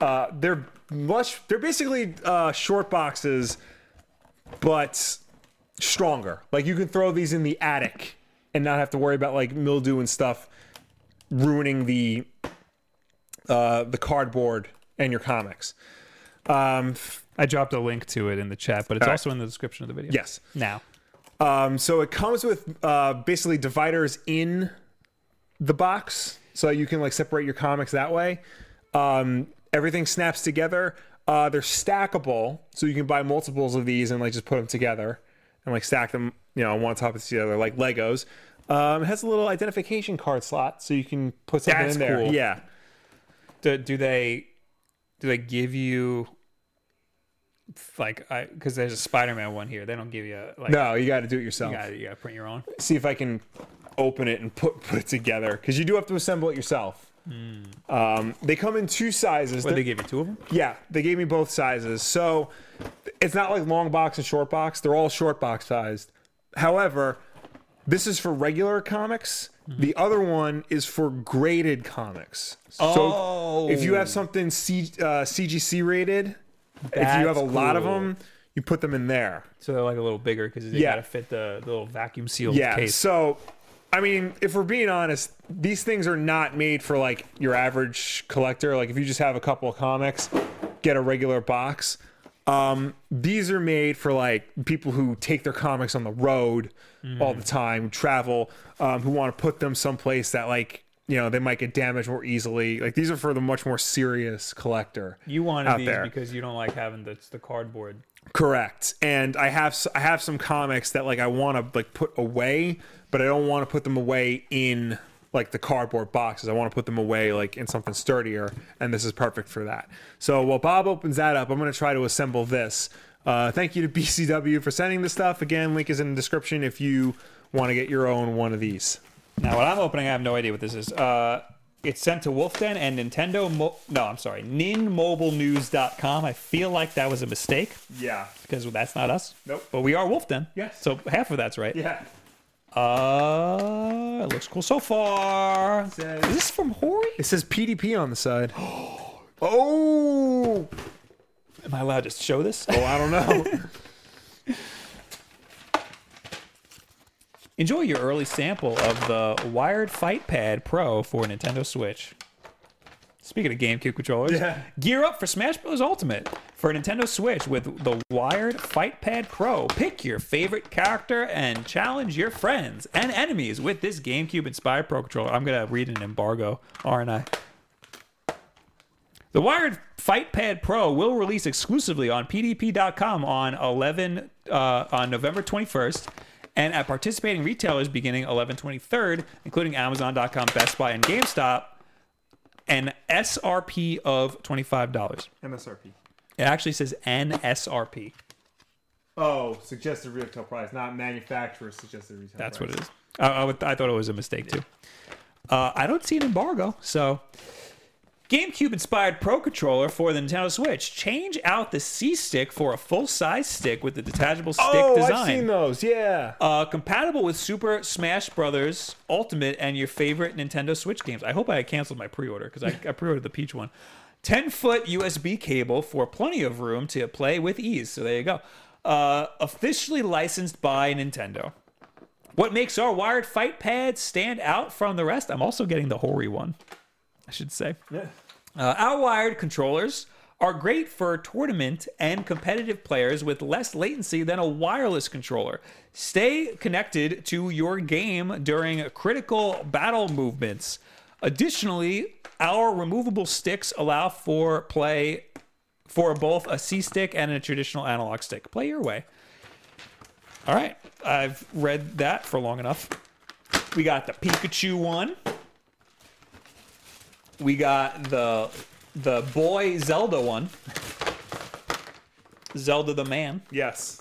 Speaker 1: Uh, they're much, they're basically uh, short boxes, but stronger. Like you can throw these in the attic and not have to worry about like mildew and stuff ruining the uh, the cardboard and your comics. Um,
Speaker 2: I dropped a link to it in the chat, but it's also in the description of the video.
Speaker 1: yes.
Speaker 2: Now.
Speaker 1: Um, so it comes with uh, basically dividers in the box, so you can like separate your comics that way. Um, everything snaps together. Uh, they're stackable, so you can buy multiples of these and like just put them together and like stack them, you know, one on top of the other like Legos. Um, it has a little identification card slot, so you can put something
Speaker 2: That's
Speaker 1: in there.
Speaker 2: cool.
Speaker 1: Yeah,
Speaker 2: Do, do they do they give you like I because there's a Spider-Man one here. They don't give you like
Speaker 1: no, you got to do it yourself.
Speaker 2: you, gotta, you gotta print your own.
Speaker 1: see if I can open it and put put it together because you do have to assemble it yourself. Um, they come in two sizes.
Speaker 2: But
Speaker 1: They're-
Speaker 2: they give you two of them.
Speaker 1: yeah, they gave me both sizes. So it's not like long box and short box. They're all short box sized. However, this is for regular comics.
Speaker 2: Mm-hmm.
Speaker 1: The other one is for graded comics. So if
Speaker 2: Oh.
Speaker 1: you have something C, uh, CGC rated, if you have
Speaker 2: That's
Speaker 1: a lot of
Speaker 2: cool.
Speaker 1: them, you put them in there.
Speaker 2: So they're like a little bigger because they
Speaker 1: Yeah.
Speaker 2: gotta fit the, the little vacuum sealed
Speaker 1: Yeah.
Speaker 2: case.
Speaker 1: So I mean, if we're being honest, these things are not made for like your average collector. Like if you just have a couple of comics, get a regular box. Um, these are made for like people who take their comics on the road all the time, travel, um, who want to put them someplace that like you know they might get damaged more easily. Like these are for the much more serious collector.
Speaker 2: You wanted
Speaker 1: out
Speaker 2: these
Speaker 1: there.
Speaker 2: because you don't like having the, the cardboard.
Speaker 1: Correct. And I have s- I have some comics that like I want to like put away, but I don't want to put them away in like the cardboard boxes. I want to put them away like in something sturdier, and this is perfect for that. So while Bob opens that up, I'm going to try to assemble this. Uh, thank you to BCW for sending this stuff. Again, link is in the description if you want to get your own one of these.
Speaker 2: Now, what I'm opening, I have no idea what this is. Uh, it's sent to Wolf Den and Nintendo. Mo- no, I'm sorry, ninmobilenews.com. I feel like that was a mistake
Speaker 1: Yeah.
Speaker 2: because that's not us.
Speaker 1: Nope.
Speaker 2: But we are Wolf Den.
Speaker 1: Yes.
Speaker 2: So half of that's right.
Speaker 1: Yeah.
Speaker 2: Uh, it looks cool so far.
Speaker 1: Says-
Speaker 2: is this from Hori?
Speaker 1: It says PDP on the side. oh.
Speaker 2: Am I allowed to show this?
Speaker 1: Well, I don't know.
Speaker 2: Enjoy your early sample of the Wired Fight Pad Pro for Nintendo Switch. Speaking of GameCube controllers,
Speaker 1: Yeah.
Speaker 2: gear up for Smash Bros. Ultimate for Nintendo Switch with the Wired Fight Pad Pro. Pick your favorite character and challenge your friends and enemies with this GameCube inspired Pro controller. I'm going to read an embargo, aren't I? The Wired Fight Pad Pro will release exclusively on PDP.com on 11 uh, on November 21st, and at participating retailers beginning 11 23rd, including Amazon.com, Best Buy, and GameStop. An SRP of twenty-five dollars.
Speaker 1: MSRP.
Speaker 2: It actually says NSRP.
Speaker 1: Oh, suggested retail price, not manufacturer suggested retail
Speaker 2: That's what it is. I, I, would- I thought it was a mistake too. Uh, I don't see an embargo, so GameCube inspired Pro Controller for the Nintendo Switch. Change out the C stick for a full size stick with the detachable stick
Speaker 1: Oh,
Speaker 2: design.
Speaker 1: I've seen those. Yeah.
Speaker 2: Uh, compatible with Super Smash Brothers Ultimate and your favorite Nintendo Switch games. I hope I canceled my pre-order because I, I pre-ordered the Peach one. Ten foot USB cable for plenty of room to play with ease. So there you go. Uh, officially licensed by Nintendo. What makes our wired fight pad stand out from the rest? I'm also getting the Hori one. I should say. Uh, our wired controllers are great for tournament and competitive players with less latency than a wireless controller. Stay connected to your game during critical battle movements. Additionally, our removable sticks allow for play for both a C stick and a traditional analog stick. Play your way. All right, I've read that for long enough. We got the Pikachu one. We got the the boy Zelda one. Zelda the man.
Speaker 1: Yes.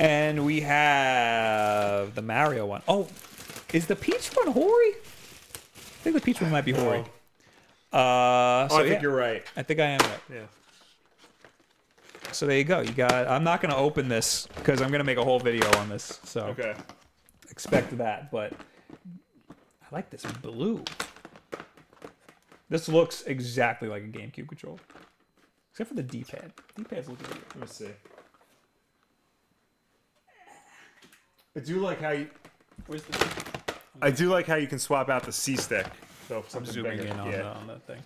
Speaker 2: And we have the Mario one. Oh, is the Peach one Hori? I think the Peach one might be
Speaker 1: Oh,
Speaker 2: Hori. Uh, so
Speaker 1: I think
Speaker 2: yeah,
Speaker 1: you're right.
Speaker 2: I think I am right.
Speaker 1: Yeah.
Speaker 2: So there you go. You got. I'm not gonna open this because I'm gonna make a whole video on this. So
Speaker 1: Okay.
Speaker 2: expect that. But I like this blue. This looks exactly like a GameCube controller, except for the D-pad. D-pad's looking good.
Speaker 1: Let me see. I do like how you.
Speaker 2: Where's the
Speaker 1: I do like how you can swap out the C stick. So if something
Speaker 2: zooming
Speaker 1: bigger.
Speaker 2: in on,
Speaker 1: yeah.
Speaker 2: the, on that thing?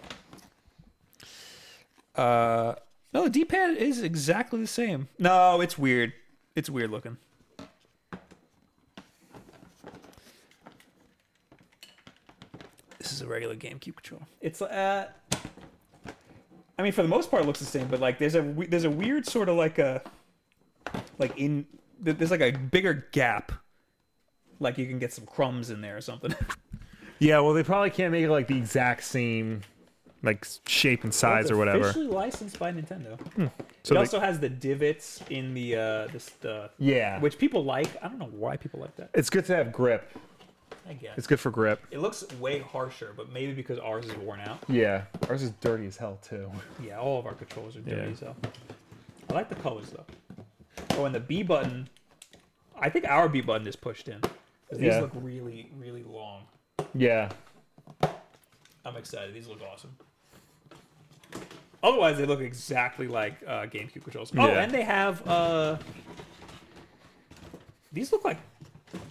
Speaker 2: Uh, no, the D-pad is exactly the same. No, it's weird. It's weird looking. This is a regular GameCube controller. It's uh, I mean, for the most part, it looks the same, but like, there's a we- there's a weird sort of like a like in there- there's like a bigger gap. Like you can get some crumbs in there or something.
Speaker 1: Yeah. Well, they probably can't make it like the exact same, like shape and size or whatever.
Speaker 2: Officially licensed by Nintendo.
Speaker 1: So they-
Speaker 2: it also has the divots in the uh, this the
Speaker 1: yeah.
Speaker 2: which people like. I don't know why people like that.
Speaker 1: it's good to have grip.
Speaker 2: I guess
Speaker 1: It's good for grip.
Speaker 2: it looks way harsher, but maybe because ours is worn out.
Speaker 1: Yeah. Ours is dirty as hell too.
Speaker 2: Yeah, all of our controllers are dirty
Speaker 1: Yeah.
Speaker 2: so. I like the colors though. Oh, and the B button. I think our B button is pushed in. 'Cause These
Speaker 1: Yeah.
Speaker 2: look really really long.
Speaker 1: Yeah.
Speaker 2: I'm excited. These look awesome. Otherwise, they look exactly like uh, GameCube controls. Oh,
Speaker 1: Yeah.
Speaker 2: and they have uh, these look like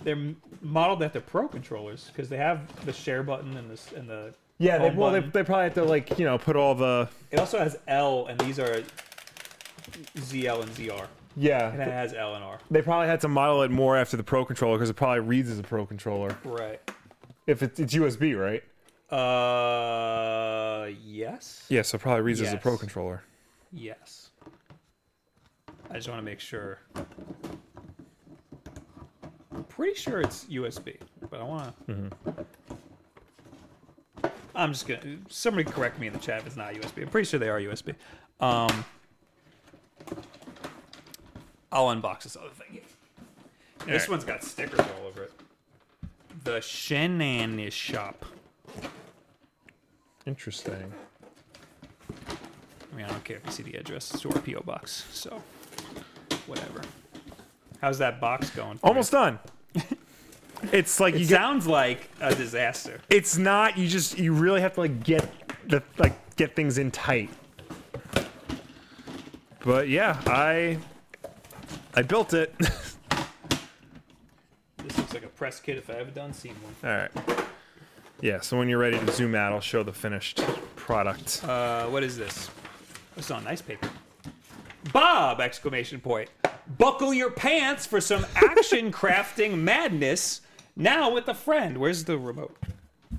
Speaker 2: they're m- modeled after pro controllers because they have the share button and this and the
Speaker 1: Yeah, they,
Speaker 2: home
Speaker 1: well, they,
Speaker 2: button.
Speaker 1: they probably have to like you know put all the
Speaker 2: it also has L and these are ZL and ZR and it
Speaker 1: yeah.
Speaker 2: has L and R.
Speaker 1: They probably had to model it more after the Pro controller because it probably reads as a Pro controller
Speaker 2: Right.
Speaker 1: if it's, it's USB, right?
Speaker 2: Uh, yes.
Speaker 1: Yeah, so it probably reads as a Pro
Speaker 2: Yes.
Speaker 1: controller.
Speaker 2: Yes. I just want to make sure. I'm pretty sure it's USB, but I want to. I'm just gonna. Somebody correct me in the chat if it's not USB. I'm pretty sure they are USB. Um, I'll unbox this other thing. This
Speaker 1: Alright.
Speaker 2: one's got stickers all over it. The Shenan Shop.
Speaker 1: Interesting.
Speaker 2: I mean, I don't care if you see the address. It's to our PO box, so whatever. How's that box going? for
Speaker 1: Almost done. it's like
Speaker 2: you?
Speaker 1: you
Speaker 2: It
Speaker 1: get.
Speaker 2: sounds like a disaster.
Speaker 1: It's not. You just you really have to like get the like get things in tight. But yeah, I I built it.
Speaker 2: This looks like a press kit if I ever done seen one.
Speaker 1: All right. Yeah. So when you're ready to zoom out, I'll show the finished product.
Speaker 2: Uh, what is this? It's on nice paper. Bob! Exclamation point. Buckle your pants for some action crafting madness. Now with a friend. Where's the remote?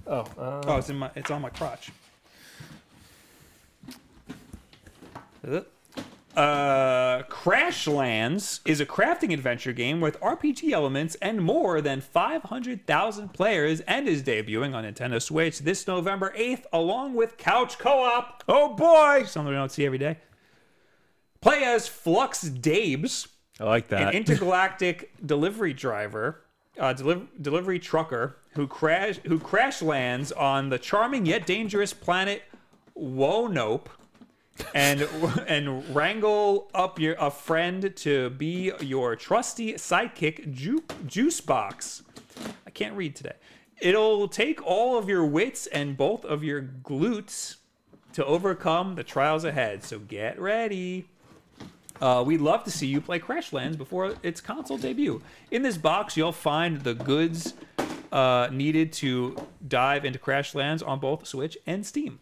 Speaker 1: Oh. Uh,
Speaker 2: Oh, it's in my. It's on my crotch. Uh, Crashlands is a crafting adventure game with RPG elements and more than 500,000 players, and is debuting on Nintendo Switch this November 8th, along with Couch Co-op
Speaker 1: oh boy!
Speaker 2: something we don't see every day. Play as Flux Dabes,
Speaker 1: I like
Speaker 2: an
Speaker 1: that.
Speaker 2: intergalactic delivery driver, uh, deliv- delivery trucker who crash who crash lands on the charming yet dangerous planet Wonope, and and wrangle up your a friend to be your trusty sidekick ju- Juice Box. I can't read today. It'll take all of your wits and both of your glutes to overcome the trials ahead. So get ready. Uh, we'd love to see you play Crashlands before its console debut. In this box, you'll find the goods uh, needed to dive into Crashlands on both Switch and Steam.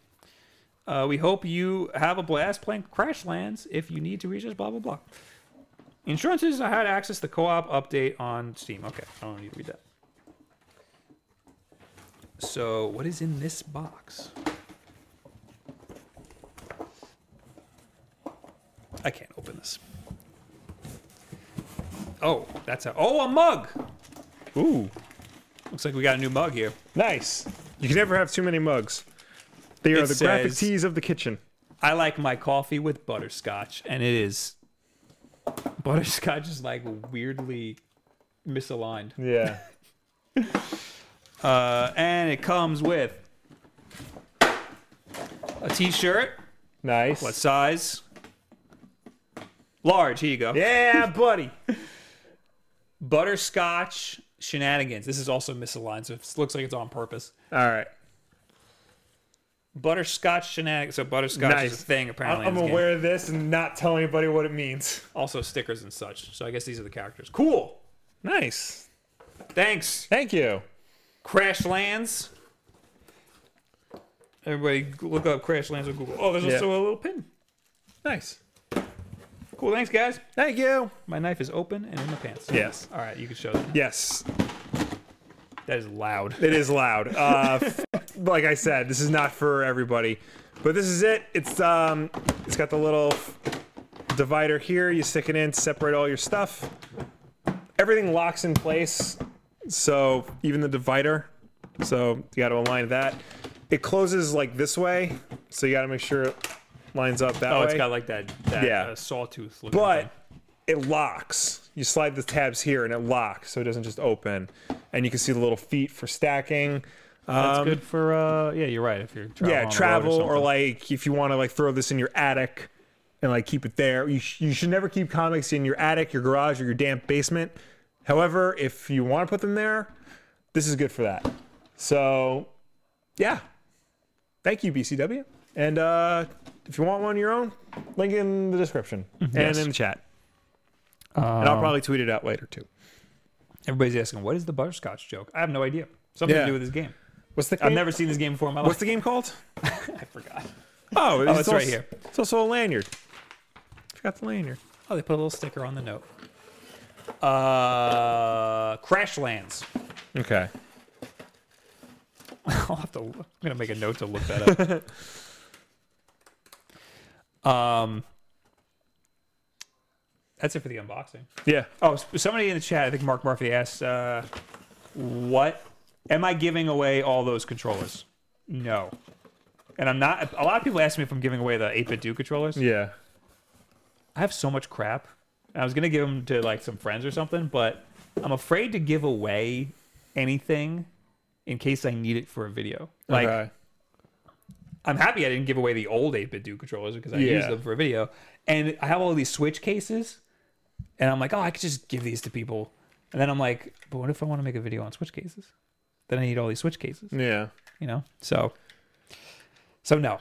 Speaker 2: Uh, we hope you have a blast playing Crashlands. If you need to reach us, blah blah blah. Insurances: I had access to the co-op update on Steam. Okay, I don't need to read that. So, what is in this box? I can't open this. Oh, that's a oh a mug.
Speaker 1: Ooh,
Speaker 2: Looks like we got a new mug here.
Speaker 1: nice. You can never have too many mugs. They are
Speaker 2: It
Speaker 1: the graphic
Speaker 2: says-
Speaker 1: tees of the kitchen.
Speaker 2: I like my coffee with butterscotch, and it is butterscotch is like weirdly misaligned.
Speaker 1: Yeah.
Speaker 2: Uh, and it comes with a T-shirt.
Speaker 1: nice.
Speaker 2: What size? Large. Here you go.
Speaker 1: yeah, buddy.
Speaker 2: Butterscotch shenanigans. This is also misaligned, so it looks like it's on purpose.
Speaker 1: All right.
Speaker 2: Butterscotch shenanigans. So butterscotch is
Speaker 1: Nice.
Speaker 2: a thing apparently. in
Speaker 1: I'm
Speaker 2: this game.
Speaker 1: aware of this and not tell anybody what it means.
Speaker 2: Also stickers and such. So I guess these are the characters. Cool.
Speaker 1: Nice.
Speaker 2: Thanks.
Speaker 1: Thank you.
Speaker 2: Crashlands. Everybody g- look up Crashlands on Google. Oh, there's
Speaker 1: Yeah.
Speaker 2: also a little pin.
Speaker 1: Nice.
Speaker 2: Cool. Thanks, guys.
Speaker 1: Thank you.
Speaker 2: My knife is open and in the pants.
Speaker 1: Yes.
Speaker 2: All right, you can show that.
Speaker 1: Yes.
Speaker 2: That is loud.
Speaker 1: It is loud. Uh, f- like I said, this is not for everybody, but this is it. It's um, it's got the little divider here. You stick it in, separate all your stuff. Everything locks in place. So even the divider. So you got to align that. It closes like this way. So you got to make sure it lines up that
Speaker 2: Oh,
Speaker 1: way.
Speaker 2: it's got like that, that
Speaker 1: Yeah.
Speaker 2: uh, sawtooth looking thing.
Speaker 1: but it locks. You slide the tabs here and it locks, so it doesn't just open. And you can see the little feet for stacking.
Speaker 2: That's good for, uh, yeah, you're right. If you're traveling.
Speaker 1: yeah
Speaker 2: on the road
Speaker 1: travel or,
Speaker 2: something.
Speaker 1: like if you want to like throw this in your attic and like keep it there you, sh- you should never keep comics in your attic your garage or your damp basement however if you want to put them there this is good for that so yeah thank you bcw and uh if you want one of your own link in the description and in the chat and i'll probably tweet it out later too
Speaker 2: Everybody's asking, what is the butterscotch joke? I have no idea. Something
Speaker 1: Yeah.
Speaker 2: to do with this game.
Speaker 1: What's the
Speaker 2: I've never seen this game before in my
Speaker 1: What's
Speaker 2: life.
Speaker 1: the game called?
Speaker 2: I forgot.
Speaker 1: Oh,
Speaker 2: it's right
Speaker 1: also-
Speaker 2: here.
Speaker 1: It's also a lanyard. Forgot the lanyard.
Speaker 2: Oh, they put a little sticker on the note. Uh, Crashlands.
Speaker 1: Okay.
Speaker 2: I'll have to. I'm gonna make a note to look that up. um, that's it for the unboxing.
Speaker 1: Yeah.
Speaker 2: Oh, s- somebody in the chat, I think Mark Murphy asked, uh, "What am I giving away all those controllers?" No, and I'm not. A lot of people ask me if I'm giving away the 8-bit Duke controllers.
Speaker 1: Yeah.
Speaker 2: I have so much crap. I was gonna give them to like some friends or something, but I'm afraid to give away anything in case I need it for a video. Like
Speaker 1: okay.
Speaker 2: I'm happy I didn't give away the old 8-bit Duke controllers because I
Speaker 1: Yeah.
Speaker 2: used them for a video, and I have all these Switch cases, and I'm like, oh, I could just give these to people, and then I'm like, but what if I want to make a video on Switch cases? Then I need all these Switch cases
Speaker 1: Yeah.
Speaker 2: you know so so no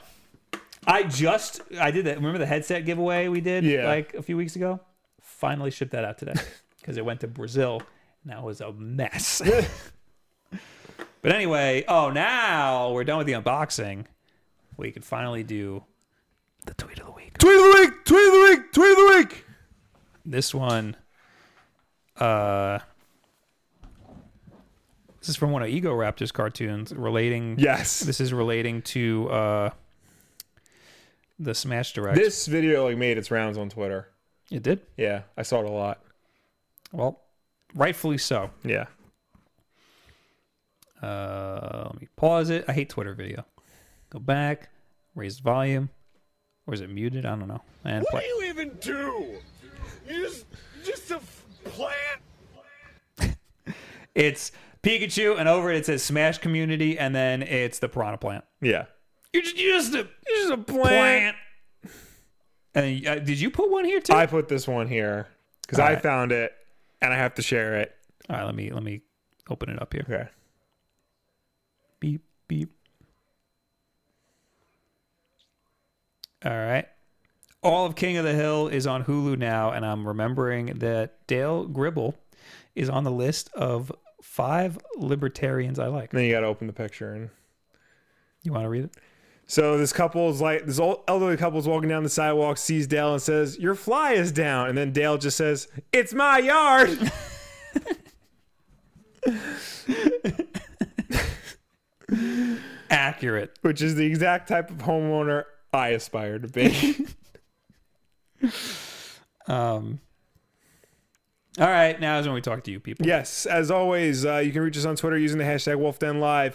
Speaker 2: i just i did that remember the headset giveaway we did
Speaker 1: Yeah.
Speaker 2: like a few weeks ago finally shipped that out today because it went to brazil and that was a mess but anyway oh now we're done with the unboxing we can finally do the tweet of the week
Speaker 1: Tweet of the week. Tweet of the week. Tweet of the week.
Speaker 2: this one uh this is from one of ego raptors cartoons relating
Speaker 1: Yes.
Speaker 2: this is relating to uh, the Smash Direct.
Speaker 1: This video like made its rounds on Twitter.
Speaker 2: it did
Speaker 1: Yeah, I saw it a lot.
Speaker 2: well, rightfully so.
Speaker 1: Yeah.
Speaker 2: Uh, let me pause it. I hate Twitter video. Go back, raise volume, or is it muted? I don't know. And
Speaker 3: What
Speaker 2: play.
Speaker 3: do you even do? You just just a f- plant.
Speaker 2: It's Pikachu, and over it it says Smash Community, and then it's the Piranha Plant.
Speaker 1: Yeah.
Speaker 2: You're just, you're just a you're just a
Speaker 1: plant.
Speaker 2: And uh, did you put one here too?
Speaker 1: I put this one here because I
Speaker 2: Alright.
Speaker 1: found it and I have to share it.
Speaker 2: All right, let me let me open it up here.
Speaker 1: Okay.
Speaker 2: Beep, beep. All right. All of King of the Hill is on Hulu now, and I'm remembering that Dale Gribble is on the list of five libertarians I like.
Speaker 1: Then you got to open the picture and
Speaker 2: You want to read it?
Speaker 1: So this couple's like this old elderly couple's walking down the sidewalk, sees Dale and says, "Your fly is down," and then Dale just says, "It's my yard."
Speaker 2: Accurate.
Speaker 1: Which is the exact type of homeowner I aspire to be.
Speaker 2: Um, all right, now is when we talk to you people.
Speaker 1: yes, as always, uh, you can reach us on Twitter using the hashtag WolfDenLive.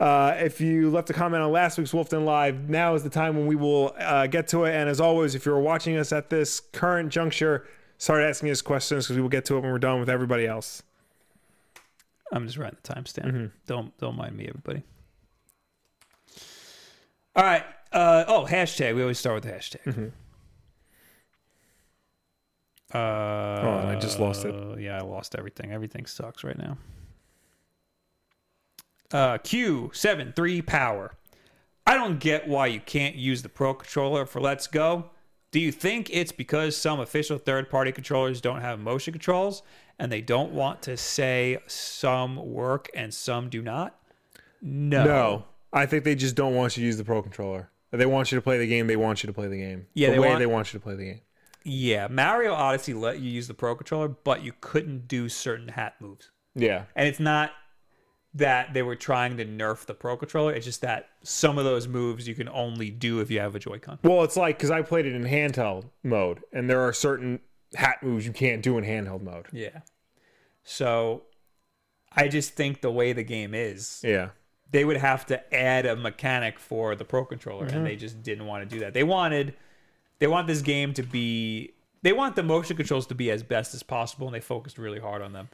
Speaker 1: Uh, if you left a comment on last week's Wolfden Live, now is the time when we will uh, get to it. And as always, if you're watching us at this current juncture, start asking us questions because we will get to it when we're done with everybody else.
Speaker 2: I'm just writing the timestamp.
Speaker 1: Mm-hmm.
Speaker 2: Don't don't mind me, everybody. All right. Uh, oh, hashtag. We always start with the hashtag.
Speaker 1: Mm-hmm.
Speaker 2: Uh, oh,
Speaker 1: I just lost it.
Speaker 2: Yeah, I lost everything. Everything sucks right now. Uh, Q seven three power. I don't get why you can't use the Pro controller for Let's Go. Do you think it's because some official third party controllers don't have motion controls and they don't want to say some work and some do not? No.
Speaker 1: No, I think they just don't want you to use the pro controller. They want you to play the game. They want you to play the game.
Speaker 2: Yeah,
Speaker 1: the
Speaker 2: they
Speaker 1: way
Speaker 2: want-
Speaker 1: they want you to play the game.
Speaker 2: Yeah, Mario Odyssey let you use the Pro controller, but you couldn't do certain hat moves.
Speaker 1: Yeah,
Speaker 2: And it's not that they were trying to nerf the Pro controller, it's just that some of those moves you can only do if you have a Joy-Con.
Speaker 1: Well, it's like because I played it in handheld mode, and there are certain hat moves you can't do in handheld mode.
Speaker 2: Yeah. So I just think the way the game is,
Speaker 1: Yeah,
Speaker 2: they would have to add a mechanic for the pro controller and they just didn't want to do that they wanted they want this game to be they want the motion controls to be as best as possible and they focused really hard on them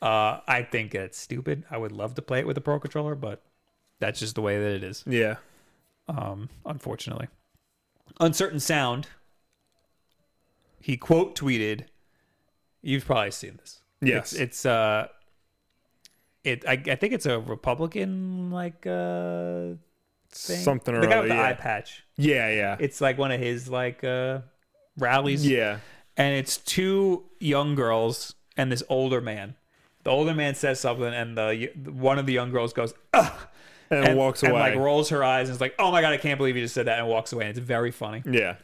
Speaker 2: uh, i think that's stupid i would love to play it with the pro controller but that's just the way that it is
Speaker 1: yeah.
Speaker 2: um, unfortunately uncertain sound he quote tweeted you've probably seen this
Speaker 1: Yes.
Speaker 2: it's, it's uh it I, I think it's a republican like uh thing.
Speaker 1: Something or
Speaker 2: the guy
Speaker 1: other.
Speaker 2: with the
Speaker 1: Oh, yeah.
Speaker 2: eye patch
Speaker 1: yeah, yeah,
Speaker 2: it's like one of his like uh rallies
Speaker 1: yeah.
Speaker 2: and it's two young girls and this older man The older man says something, and the one of the young girls goes, Ugh,
Speaker 1: and, walks away.
Speaker 2: and like rolls her eyes and is like, "Oh my god, I can't believe you just said that," and walks away. And it's very funny.
Speaker 1: yeah,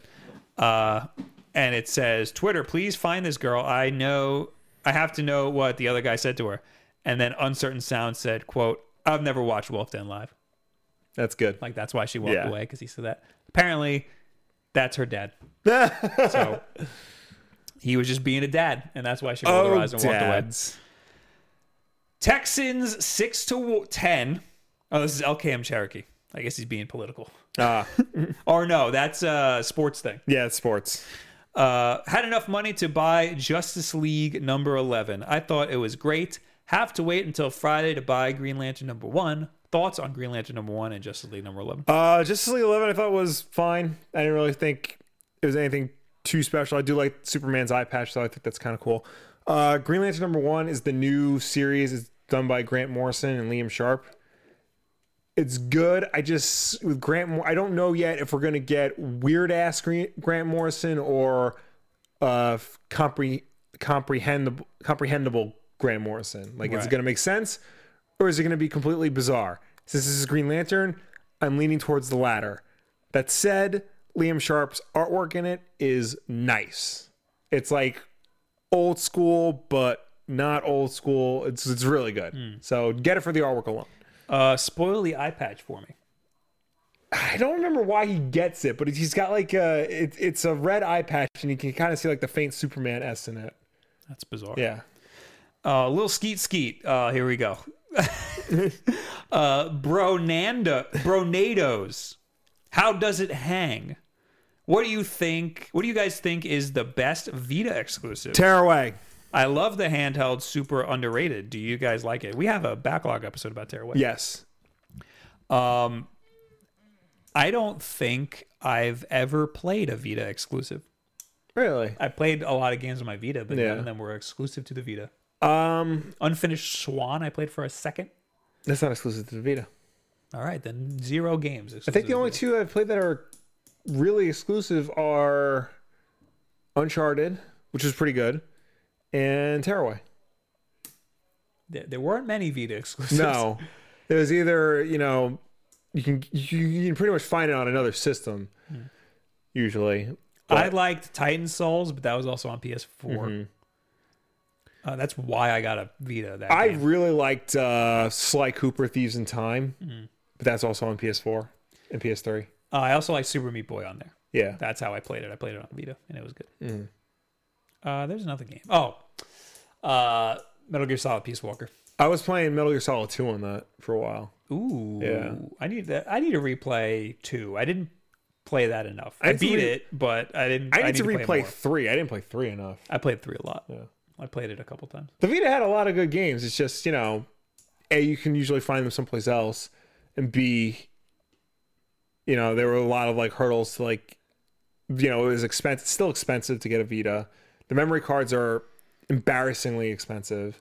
Speaker 2: Uh, and it says, "Twitter, please find this girl. I know, I have to know what the other guy said to her." And then uncertain sound said, "Quote, I've never watched Wolf Den live.
Speaker 1: that's good.
Speaker 2: Like that's why she walked
Speaker 1: Yeah.
Speaker 2: away because he said that. Apparently, that's her dad. So." He was just being a dad, and that's why she rolled her
Speaker 1: oh,
Speaker 2: eyes and walked away.
Speaker 1: dads.
Speaker 2: Texans six to wo- ten. Oh, this is LKM Cherokee. I guess he's being political.
Speaker 1: Ah,
Speaker 2: Or no, that's a sports thing.
Speaker 1: yeah, it's sports.
Speaker 2: Uh, had enough money to buy Justice League number 11. I thought it was great. Have to wait until Friday to buy Green Lantern number 1. Thoughts on Green Lantern number 1 and Justice League number 11?
Speaker 1: Uh, Justice League Eleven, I thought was fine. I didn't really think it was anything too special. I do like Superman's eye patch, so I think that's kind of cool. Uh, Green Lantern number one is the new series. It's done by Grant Morrison and Liam Sharp. It's good. I just with Grant, Mor- I don't know yet if we're gonna get weird ass Grant Morrison or uh f- compre- comprehensible comprehensible Grant Morrison. Like, is it
Speaker 2: Right.
Speaker 1: gonna make sense or is it gonna be completely bizarre? Since this is Green Lantern, I'm leaning towards the latter. That said, Liam Sharp's artwork in it is nice. It's like old school, but not old school. It's it's really good. So get it for the artwork alone.
Speaker 2: Uh, spoil the eye patch for me.
Speaker 1: I don't remember why he gets it, but he's got like a it, it's a red eye patch, and you can kind of see like the faint Superman s in it.
Speaker 2: That's bizarre.
Speaker 1: Yeah,
Speaker 2: Uh, little skeet skeet. Uh, here we go. uh, Bronanda, Bronados. How does it hang? What do you think? What do you guys think is the best Vita exclusive?
Speaker 1: tear away.
Speaker 2: I love the handheld, super underrated. Do you guys like it? We have a backlog episode about Tearaway.
Speaker 1: Yes,
Speaker 2: Um, I don't think I've ever played a Vita exclusive.
Speaker 1: really.
Speaker 2: I played a lot of games on my Vita, but
Speaker 1: Yeah.
Speaker 2: none of them were exclusive to the Vita.
Speaker 1: Um,
Speaker 2: Unfinished Swan, I played for a second.
Speaker 1: that's not exclusive to the Vita.
Speaker 2: All right, then zero games.
Speaker 1: I think the only two I've played that are really exclusive are Uncharted, which is pretty good, and Tearaway.
Speaker 2: there, there weren't many Vita exclusives.
Speaker 1: No, it was either you know you can you, you can pretty much find it on another system usually.
Speaker 2: I liked Titan Souls, but that was also on PS4. Uh, that's why I got a Vita. That
Speaker 1: Mm-hmm. I
Speaker 2: game.
Speaker 1: really liked uh, Sly Cooper Thieves in Time, but that's also on PS4 and PS3.
Speaker 2: Uh, I also like Super Meat Boy on there.
Speaker 1: Yeah,
Speaker 2: That's how I played it. I played it on Vita, and it was good.
Speaker 1: Mm.
Speaker 2: Uh, there's another game. Oh, uh, Metal Gear Solid Peace Walker.
Speaker 1: I was playing Metal Gear Solid 2 on that for a while.
Speaker 2: Ooh,
Speaker 1: Yeah.
Speaker 2: I need that. I need to replay two. I didn't play that enough. I,
Speaker 1: need to
Speaker 2: beat
Speaker 1: re-
Speaker 2: it, but I didn't.
Speaker 1: I need, to,
Speaker 2: play
Speaker 1: replay
Speaker 2: more.
Speaker 1: three. I didn't play three enough.
Speaker 2: I played three a lot. I played it a couple times.
Speaker 1: The Vita had a lot of good games. It's just you know, a you can usually find them someplace else, and b, you know, there were a lot of like hurdles to like, you know, it was expensive. Still expensive to get a Vita. The memory cards are embarrassingly expensive,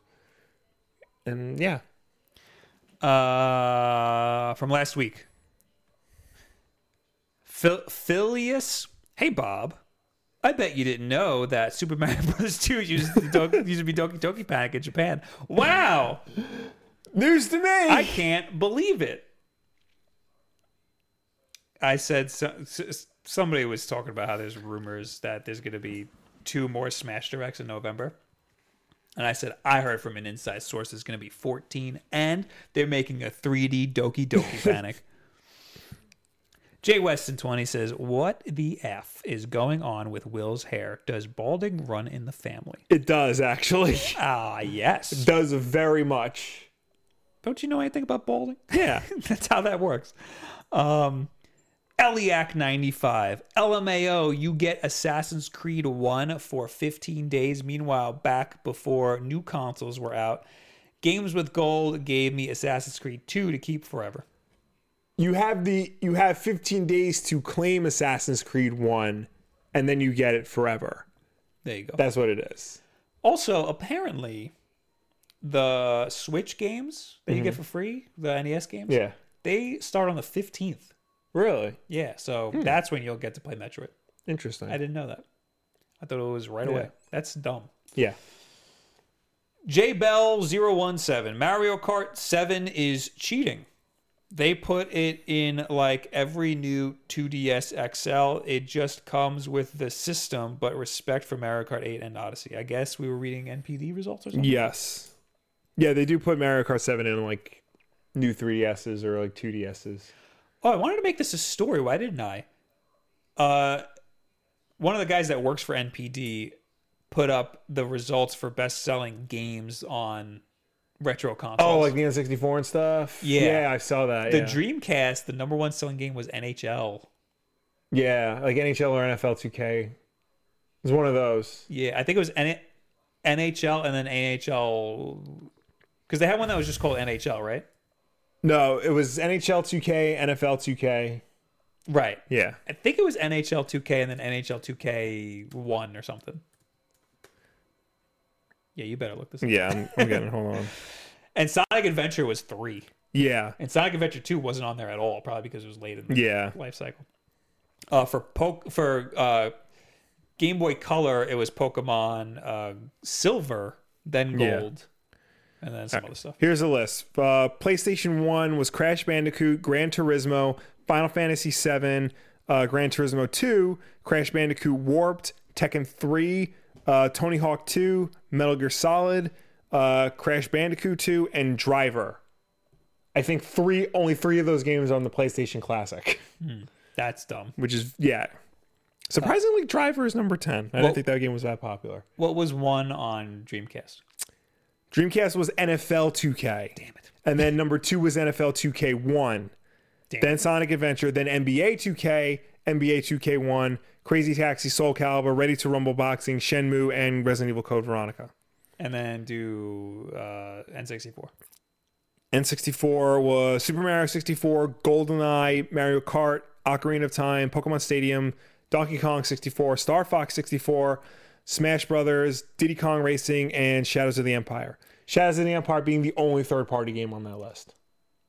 Speaker 1: and yeah,
Speaker 2: Uh, from last week. Phil- Phileas, hey Bob, I bet you didn't know that Super Mario Bros. Two used to, do- used to be Doki Doki Panic in Japan. Wow,
Speaker 1: news to me.
Speaker 2: I can't believe it. I said so, s- somebody was talking about how there's rumors that there's going to be two more Smash Directs in November. And I said, I heard from an inside source it's going to be 14, and they're making a 3D Doki Doki Panic. Jay Weston 20 says, What the F is going on with Will's hair? Does balding run in the family?
Speaker 1: It does actually.
Speaker 2: Ah, yes.
Speaker 1: does very much.
Speaker 2: Don't you know anything about balding?
Speaker 1: Yeah.
Speaker 2: That's how that works. Um, Eliac 95. LMAO, you get Assassin's Creed 1 for 15 days. Meanwhile, back before new consoles were out, Games with Gold gave me Assassin's Creed 2 to keep forever.
Speaker 1: You have the you have 15 days to claim Assassin's Creed 1 and then you get it forever.
Speaker 2: There you go.
Speaker 1: That's what it is.
Speaker 2: also, apparently, the Switch games that you get for free, the NES games,
Speaker 1: Yeah.
Speaker 2: they start on the 15th.
Speaker 1: Really?
Speaker 2: Yeah, so that's when you'll get to play Metroid. I
Speaker 1: Interesting.
Speaker 2: didn't know that. I thought it was right away. That's dumb.
Speaker 1: Yeah.
Speaker 2: J Bell 017. Mario Kart 7 is cheating. They put it in like every new 2DS XL. It just comes with the system, but respect for Mario Kart 8 and Odyssey. I guess we were reading NPD results or something.
Speaker 1: Yes. Yeah, they do put Mario Kart 7 in like new 3DSs or like 2DSs.
Speaker 2: Oh, I wanted to make this a story. Why didn't I? Uh, one of the guys that works for NPD put up the results for best selling games on retro consoles.
Speaker 1: Oh, like the N64 and stuff?
Speaker 2: Yeah.
Speaker 1: Yeah, I saw that.
Speaker 2: the
Speaker 1: yeah.
Speaker 2: Dreamcast, the number one selling game was NHL.
Speaker 1: yeah, like NHL or NFL 2K. It's one of those.
Speaker 2: Yeah, I think it was N- NHL and then AHL because they had one that was just called NHL, right?
Speaker 1: No, it was NHL 2K, NFL 2K.
Speaker 2: Right.
Speaker 1: Yeah.
Speaker 2: I think it was NHL 2K and then NHL 2K1 or something. Yeah, you better look this up.
Speaker 1: Yeah, I'm, I'm getting hold on.
Speaker 2: And Sonic Adventure was three.
Speaker 1: Yeah.
Speaker 2: And Sonic Adventure 2 wasn't on there at all, probably because it was late in the
Speaker 1: Yeah.
Speaker 2: life cycle. Uh, for poke for uh, Game Boy Color, it was Pokemon uh, Silver, then
Speaker 1: Yeah.
Speaker 2: Gold, and then some other stuff.
Speaker 1: Here's a list. Uh, PlayStation 1 was Crash Bandicoot, Gran Turismo, Final Fantasy 7, uh, Gran Turismo 2, Crash Bandicoot Warped, Tekken 3, uh, Tony Hawk 2, Metal Gear Solid, uh, Crash Bandicoot 2, and Driver. I think three, only three of those games are on the PlayStation Classic,
Speaker 2: That's dumb.
Speaker 1: which is, yeah. Surprisingly, Driver is number 10. I didn't
Speaker 2: Well-
Speaker 1: think that game was that popular.
Speaker 2: What was one on Dreamcast?
Speaker 1: Dreamcast was NFL 2K.
Speaker 2: Damn it.
Speaker 1: And then number two was NFL 2K1.
Speaker 2: Damn.
Speaker 1: Then Sonic Adventure, then NBA 2K, NBA 2K1, Crazy Taxi, Soul Calibur, Ready to Rumble Boxing, Shenmue, and Resident Evil Code Veronica.
Speaker 2: And then do uh, N64.
Speaker 1: N64 was Super Mario 64, GoldenEye, Mario Kart, Ocarina of Time, Pokemon Stadium, Donkey Kong 64, Star Fox 64, Smash Brothers, Diddy Kong Racing, and Shadows of the Empire. Shadows of the Empire being the only third party game on that list.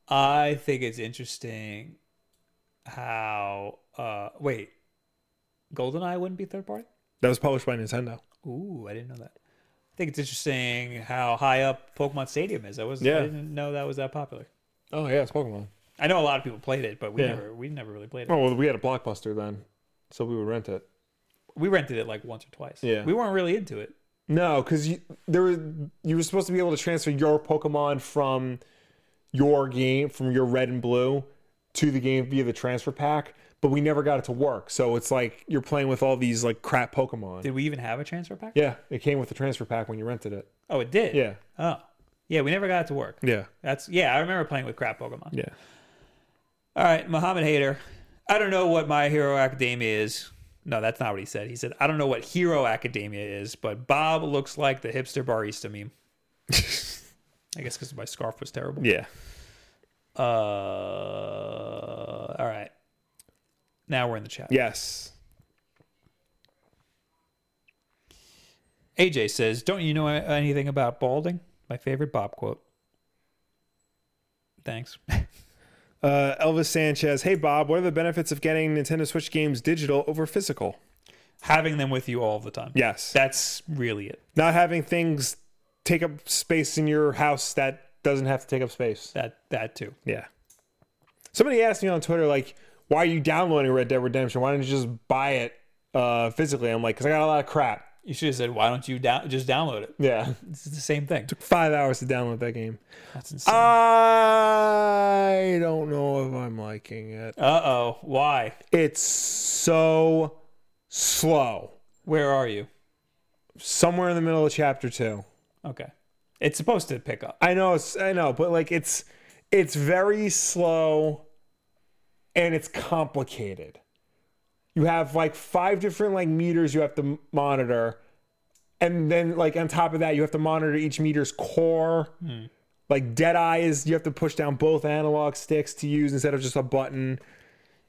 Speaker 2: I think it's interesting how. Uh, wait, GoldenEye wouldn't be third party?
Speaker 1: That was published by Nintendo.
Speaker 2: Ooh, I didn't know that. I think it's interesting how high up Pokemon Stadium is. I was
Speaker 1: Yeah.
Speaker 2: I didn't know that was that popular.
Speaker 1: Oh yeah, it's Pokemon.
Speaker 2: I know a lot of people played it, but we
Speaker 1: Yeah.
Speaker 2: never we never really played it.
Speaker 1: Oh well, we had a blockbuster then, so we would rent it.
Speaker 2: We rented it like once or twice.
Speaker 1: Yeah.
Speaker 2: We weren't really into it.
Speaker 1: No, because you there was you were supposed to be able to transfer your Pokemon from your game from your Red and Blue to the game via the transfer pack, but we never got it to work. So it's like you're playing with all these like crap Pokemon.
Speaker 2: Did we even have a transfer pack?
Speaker 1: yeah, it came with the transfer pack when you rented it.
Speaker 2: Oh, it did.
Speaker 1: Yeah,
Speaker 2: Oh. Yeah, we never got it to work.
Speaker 1: yeah,
Speaker 2: That's yeah, I remember playing with crap Pokemon.
Speaker 1: yeah.
Speaker 2: All right, Muhammad Hader. I don't know what My Hero Academia is. No, that's not what he said. He said, I don't know what Hero Academia is, but Bob looks like the hipster barista meme. I guess because my scarf was terrible.
Speaker 1: Yeah.
Speaker 2: Uh, all right. Now we're in the chat.
Speaker 1: Yes.
Speaker 2: AJ says, "Don't you know anything about balding?" My favorite Bob quote. Thanks.
Speaker 1: Uh, Elvis Sanchez. Hey Bob, what are the benefits of getting Nintendo Switch games digital over physical?
Speaker 2: Having them with you all the time.
Speaker 1: Yes.
Speaker 2: that's really it.
Speaker 1: not having things take up space in your house that doesn't have to take up space.
Speaker 2: That that too.
Speaker 1: Yeah. Somebody asked me on Twitter, like, why are you downloading Red Dead Redemption? Why don't you just buy it uh, physically? I'm like, because I got a lot of crap.
Speaker 2: You should have said, "Why don't you down- just download it?"
Speaker 1: Yeah.
Speaker 2: It's the same thing.
Speaker 1: Five hours to download that game.
Speaker 2: That's insane. Uh
Speaker 1: I don't know if I'm liking it.
Speaker 2: oh. Why?
Speaker 1: It's so slow.
Speaker 2: Where are you?
Speaker 1: Somewhere in the middle of chapter two.
Speaker 2: Okay. It's supposed to pick up.
Speaker 1: I know, it's, I know, but like it's it's very slow and it's complicated. You have like five different like meters you have to m- monitor, and then like on top of that you have to monitor each meter's core. Like dead eye is you have to push down both analog sticks to use instead of just a button.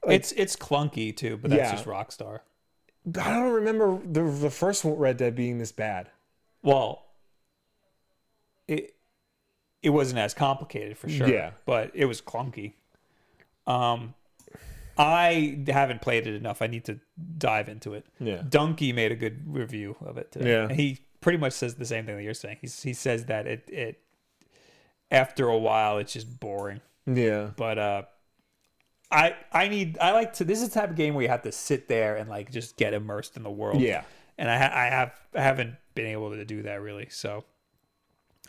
Speaker 2: It's it's clunky too, but that's
Speaker 1: Yeah.
Speaker 2: just Rockstar.
Speaker 1: I don't remember the the first Red Dead being this bad.
Speaker 2: Well, it it wasn't as complicated for sure.
Speaker 1: Yeah.
Speaker 2: but it was clunky. Um, I haven't played it enough. I need to dive into it.
Speaker 1: Yeah.
Speaker 2: Donkey made a good review of it today.
Speaker 1: Yeah.
Speaker 2: and he pretty much says the same thing that you're saying. He's, he says that it it after a while it's just boring.
Speaker 1: Yeah.
Speaker 2: But uh, I I need I like to. This is the type of game where you have to sit there and like just get immersed in the world.
Speaker 1: Yeah.
Speaker 2: and I ha- I have I haven't been able to do that really. So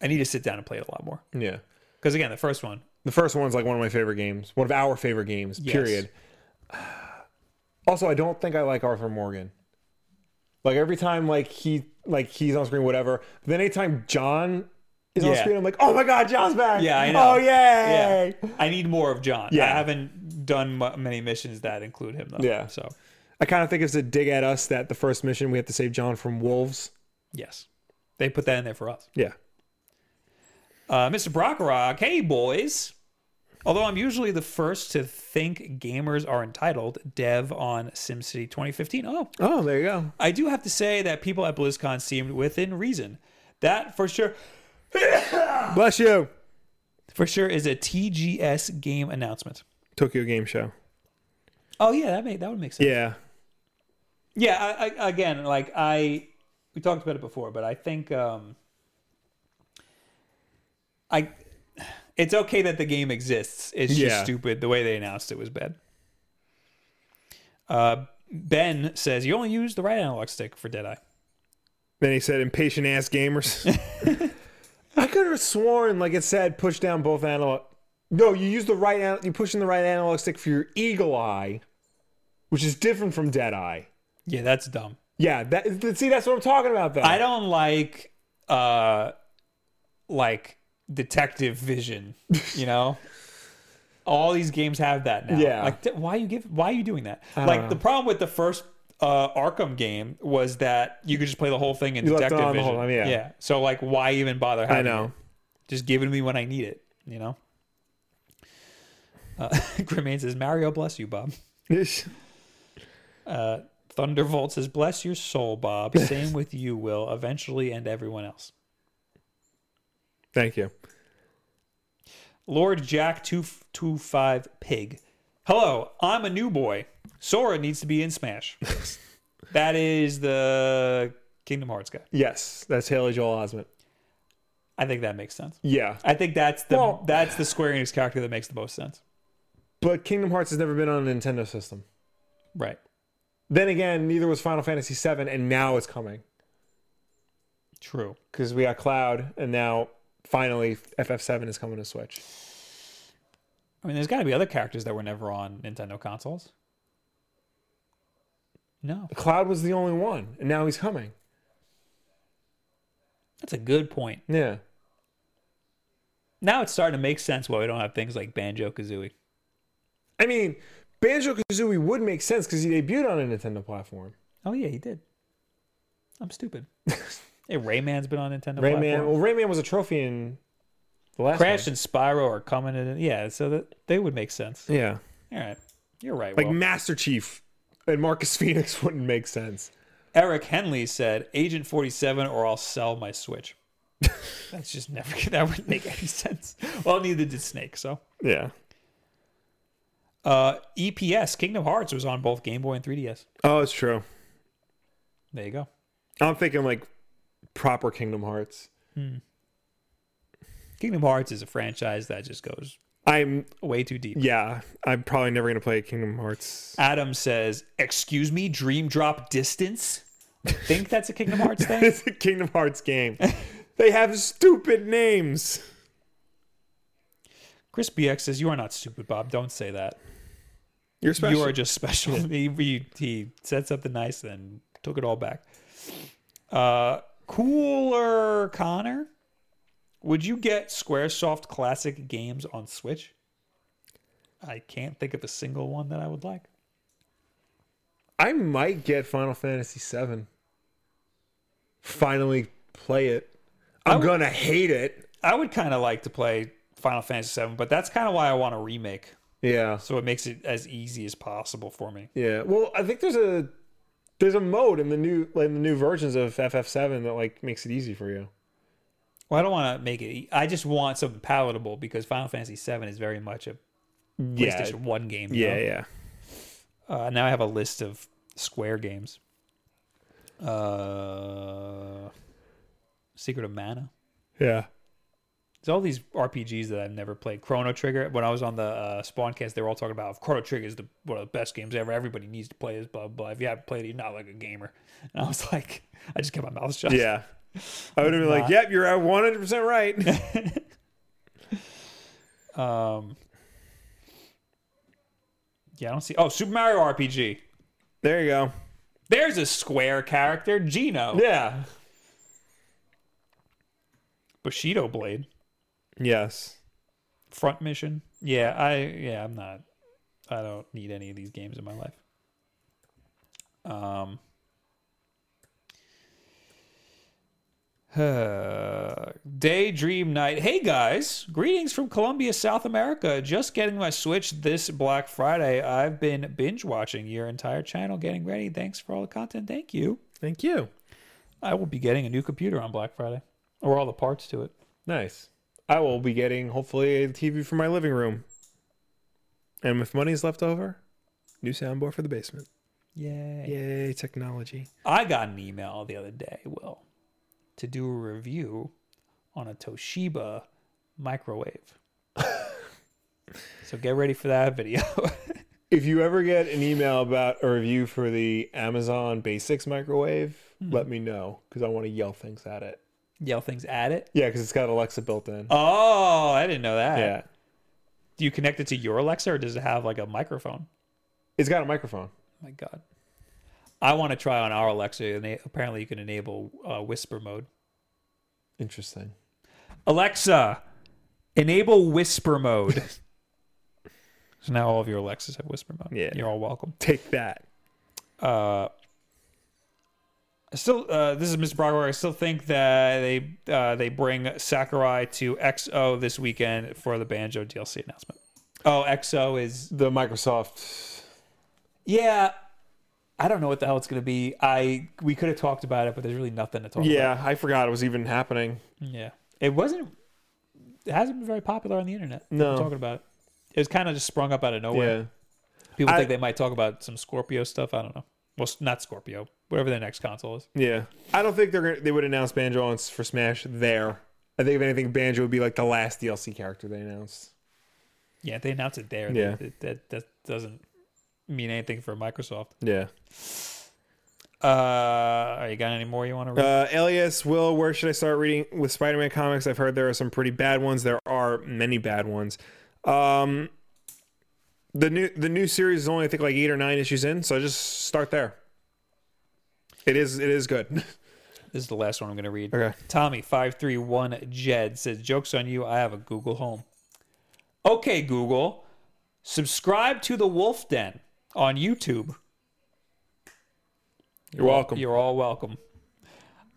Speaker 2: I need to sit down and play it a lot more.
Speaker 1: Yeah.
Speaker 2: Because again, the first one,
Speaker 1: The first one's like one of my favorite games, one of our favorite games, period. Also, I don't think I like Arthur Morgan. Like every time like he like he's on screen, whatever. But then anytime John is on
Speaker 2: Yeah.
Speaker 1: screen, I'm like, oh my god, John's back.
Speaker 2: Yeah, I know.
Speaker 1: Oh yay.
Speaker 2: yeah, I need more of John.
Speaker 1: Yeah.
Speaker 2: I haven't done mu many missions that include him though.
Speaker 1: Yeah.
Speaker 2: so
Speaker 1: I kind of think it's a dig at us that the first mission we have to save John from wolves.
Speaker 2: yes, they put that in there for us.
Speaker 1: Yeah.
Speaker 2: Uh, Mr. Brockrock, hey boys. Although I'm usually the first to think gamers are entitled, dev on SimCity 2015. Oh,
Speaker 1: Oh, there you go.
Speaker 2: I do have to say that people at BlizzCon seemed within reason. That for sure,
Speaker 1: Bless you.
Speaker 2: for sure is a TGS game announcement.
Speaker 1: Tokyo Game Show.
Speaker 2: Oh yeah, that made that would make sense.
Speaker 1: Yeah.
Speaker 2: Yeah, I, I, again, like I, we talked about it before, but I think um, I, it's okay that the game exists. It's just
Speaker 1: Yeah.
Speaker 2: stupid. The way they announced it was bad. Uh, ben says you only use the right analog stick for Deadeye.
Speaker 1: Then he said, "Impatient ass gamers." I could have sworn, like it said, push down both analog. No, you use the right. An- you push in the right analog stick for your eagle eye, which is different from dead eye.
Speaker 2: Yeah, that's dumb.
Speaker 1: Yeah, that see, that's what I'm talking about, though.
Speaker 2: I don't like, uh, like detective vision. You know, all these games have that now.
Speaker 1: Yeah.
Speaker 2: Like, th- why you give? Why are you doing that?
Speaker 1: don't
Speaker 2: like
Speaker 1: know.
Speaker 2: the problem with the first uh, Arkham game was that you could just play the whole thing in
Speaker 1: You left it
Speaker 2: detective
Speaker 1: on the
Speaker 2: vision.
Speaker 1: whole time, yeah.
Speaker 2: Yeah. So like, why even bother?
Speaker 1: I
Speaker 2: Having
Speaker 1: know.
Speaker 2: It? Just give it to me when I need it. You know. Uh, Grimane says, "Mario, bless you, Bob." Uh, Thunderbolt says, "Bless your soul, Bob. Same with you, Will. Eventually, and everyone else."
Speaker 1: Thank you.
Speaker 2: Lord Jack two two five pig. Hello, I'm a new boy. Sora needs to be in Smash. that is the Kingdom Hearts guy.
Speaker 1: Yes, that's Haley Joel Osment.
Speaker 2: I think that makes sense.
Speaker 1: Yeah,
Speaker 2: I think that's the
Speaker 1: Well-
Speaker 2: that's the Square Enix character that makes the most sense.
Speaker 1: but Kingdom Hearts has never been on a Nintendo system.
Speaker 2: Right.
Speaker 1: Then again, neither was Final Fantasy VII, and now it's coming
Speaker 2: True.
Speaker 1: because we got Cloud, and now finally FF7 is coming to Switch.
Speaker 2: I mean, there's got to be other characters that were never on Nintendo consoles. No,
Speaker 1: Cloud was the only one, and now he's coming.
Speaker 2: that's a good point.
Speaker 1: Yeah.
Speaker 2: Now it's starting to make sense why we don't have things like Banjo Kazooie.
Speaker 1: I mean, Banjo Kazooie would make sense because he debuted on a Nintendo platform.
Speaker 2: Oh yeah, he did. I'm stupid. hey, Rayman's been on Nintendo.
Speaker 1: Rayman,
Speaker 2: platforms.
Speaker 1: well, Rayman was a trophy in the last
Speaker 2: Crash and Spyro are coming in. Yeah, so that they would make sense.
Speaker 1: one. Yeah,
Speaker 2: All right, you're right.
Speaker 1: like
Speaker 2: Will.
Speaker 1: Master Chief and Marcus Phoenix wouldn't make sense.
Speaker 2: Eric Henley said, "Agent 47, or I'll sell my Switch." That's just never. That wouldn't make any sense. Well, neither did Snake. So,
Speaker 1: Yeah.
Speaker 2: uh, EPS Kingdom Hearts was on both Game Boy and 3DS.
Speaker 1: Oh, it's true.
Speaker 2: There you go.
Speaker 1: I'm thinking like proper Kingdom Hearts.
Speaker 2: Kingdom Hearts is a franchise that just goes
Speaker 1: I'm
Speaker 2: way too deep.
Speaker 1: yeah. I'm probably never gonna play Kingdom Hearts.
Speaker 2: Adam says, "Excuse me, Dream Drop Distance." I think that's a Kingdom Hearts thing.
Speaker 1: It's a Kingdom Hearts game. they have stupid names.
Speaker 2: Chris BX says, "You are not stupid, Bob. Don't say that."
Speaker 1: You're special.
Speaker 2: You are just special. he, he, he said something nice and took it all back. Uh, Cooler Connor, would you get Squaresoft Classic games on Switch? I can't think of a single one that I would like.
Speaker 1: I might get Final Fantasy VII. Finally play it. I'm
Speaker 2: would-
Speaker 1: gonna hate it.
Speaker 2: I would kind of like to play Final Fantasy VII, but that's kind of why I want a remake,
Speaker 1: Yeah,
Speaker 2: so it makes it as easy as possible for me.
Speaker 1: yeah. Well, I think there's a there's a mode in the new like in the new versions of FF7 that like makes it easy for you.
Speaker 2: Well, I don't want to make it. e- I just want something palatable because Final Fantasy VII is very much a PlayStation One game. you know?
Speaker 1: yeah, yeah.
Speaker 2: Uh, now I have a list of Square games. Uh, Secret of Mana.
Speaker 1: Yeah.
Speaker 2: There's all these RPGs that I've never played. Chrono Trigger. When I was on the uh, Spawncast, they were all talking about "Oh, Chrono Trigger is the, one of the best games ever. Everybody needs to play this. Blah blah. blah. If you haven't played it, you're not like a gamer. And I was like, I just kept my mouth shut.
Speaker 1: Yeah. I would have been like, yep, you're 100% right.
Speaker 2: Um, yeah, I don't see. Oh, Super Mario RPG.
Speaker 1: there you go.
Speaker 2: There's a Square character, Gino.
Speaker 1: Yeah.
Speaker 2: Bushido Blade.
Speaker 1: Yes.
Speaker 2: Front Mission. Yeah, I yeah, I'm not. I don't need any of these games in my life. Um. Uh, daydream night. Hey guys, greetings from Colombia, South America. Just getting my Switch this Black Friday. I've been binge watching your entire channel, getting ready. Thanks for all the content. Thank you.
Speaker 1: Thank you.
Speaker 2: I will be getting a new computer on Black Friday, or all the parts to it.
Speaker 1: Nice. I will be getting, hopefully, a TV for my living room. And if money is left over, new soundboard for the basement.
Speaker 2: Yay!
Speaker 1: Yay, technology.
Speaker 2: I got an email the other day, Will, to do a review on a Toshiba microwave. so get ready for that video.
Speaker 1: If you ever get an email about a review for the Amazon Basics microwave, let me know because I want to yell things at it.
Speaker 2: Yell things at it.
Speaker 1: Yeah, because it's got Alexa built in.
Speaker 2: Oh, I didn't know that.
Speaker 1: yeah.
Speaker 2: Do you connect it to your Alexa or does it have like a microphone?
Speaker 1: It's got a microphone.
Speaker 2: Oh my God. I want to try on our Alexa. and they- Apparently, you can enable uh, whisper mode.
Speaker 1: Interesting.
Speaker 2: Alexa, enable whisper mode. so now all of your Alexas have whisper mode.
Speaker 1: Yeah.
Speaker 2: You're all welcome.
Speaker 1: Take that.
Speaker 2: uh, I still, uh, this is Mr. Brockberg. I still think that they uh, they bring Sakurai to XO this weekend for the Banjo DLC announcement. Oh, XO is
Speaker 1: The Microsoft.
Speaker 2: yeah. I don't know what the hell it's going to be. I we could have talked about it, but there's really nothing to talk
Speaker 1: Yeah, I forgot it was even happening.
Speaker 2: about. Yeah, it wasn't. It hasn't been very popular on the internet.
Speaker 1: No.
Speaker 2: People talking about it. It was kind of just sprung up out of nowhere.
Speaker 1: Yeah.
Speaker 2: People
Speaker 1: I-
Speaker 2: think they might talk about some Scorpio stuff. I don't know. Well, s- not Scorpio. Whatever their next console is.
Speaker 1: Yeah. I don't think they're gonna, they would announce Banjo on, for Smash there. I think if anything, Banjo would be like the last DLC character they announced.
Speaker 2: Yeah, they announced it there.
Speaker 1: Yeah.
Speaker 2: That, that, that, that doesn't mean anything for Microsoft.
Speaker 1: Yeah.
Speaker 2: Uh, are you got any more you want to read?
Speaker 1: Uh, Elias, Will, where should I start reading with Spider Man comics? I've heard there are some pretty bad ones. There are many bad ones. Um, the new the new series is only I think like eight or nine issues in, so just start there. It is it is good.
Speaker 2: this is the last one I'm going to read.
Speaker 1: Okay.
Speaker 2: Tommy five three one Jed says, "Jokes on you. I have a Google Home." Okay, Google, subscribe to the Wolf Den on YouTube.
Speaker 1: You're welcome.
Speaker 2: You're all welcome.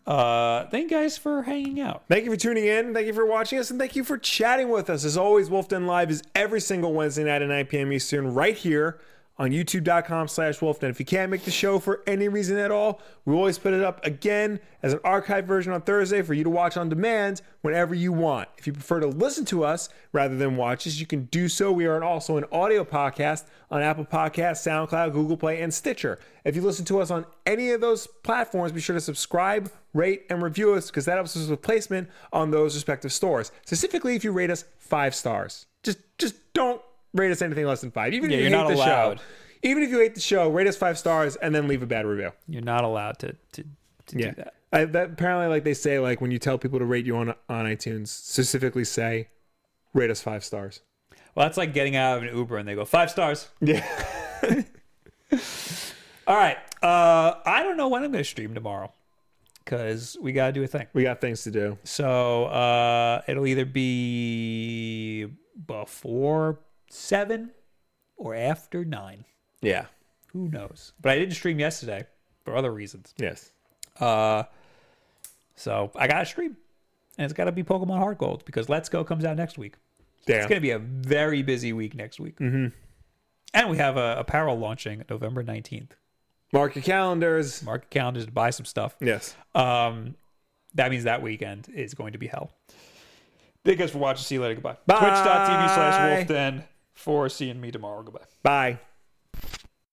Speaker 2: Uh, thank you guys for hanging out.
Speaker 1: Thank you for tuning in. Thank you for watching us, and thank you for chatting with us. As always, Wolf Den Live is every single Wednesday night at 9 p.m. Eastern, right here on youtube.com slash wolfden. If you can't make the show for any reason at all, we always put it up again as an archived version on Thursday for you to watch on demand whenever you want. If you prefer to listen to us rather than watch us, you can do so. We are also an audio podcast on Apple Podcasts, SoundCloud, Google Play, and Stitcher. If you listen to us on any of those platforms, be sure to subscribe, rate, and review us because that helps us with placement on those respective stores. Specifically, if you rate us five stars, just just don't rate us anything less than five. Even
Speaker 2: Yeah,
Speaker 1: if you
Speaker 2: you're
Speaker 1: hate
Speaker 2: not
Speaker 1: the
Speaker 2: allowed.
Speaker 1: show, even if you hate the show, rate us five stars and then leave a bad review.
Speaker 2: You're not allowed to to, to do that.
Speaker 1: I, that apparently, like they say, like when you tell people to rate you on on iTunes, specifically say, rate us five stars.
Speaker 2: Well, that's like getting out of an Uber and they go five stars.
Speaker 1: Yeah.
Speaker 2: All right. Uh, I don't know when I'm going to stream tomorrow because we got to do a thing.
Speaker 1: We got things to do.
Speaker 2: So uh, it'll either be before seven or after nine.
Speaker 1: Yeah.
Speaker 2: Who knows? But I didn't stream yesterday for other reasons.
Speaker 1: Yes.
Speaker 2: Uh, so I got to stream. And it's got to be Pokemon Heart Gold because Let's Go comes out next week.
Speaker 1: Damn.
Speaker 2: It's going to be a very busy week next week. Mm-hmm. And we have a apparel launching November 19th.
Speaker 1: Mark your calendars.
Speaker 2: Mark your calendars to buy some stuff.
Speaker 1: Yes.
Speaker 2: Um, that means that weekend is going to be hell. Thank you guys for watching. See you later. Goodbye.
Speaker 1: Bye.
Speaker 2: Twitch.tv slash wolfden for seeing me tomorrow. Goodbye.
Speaker 1: Bye.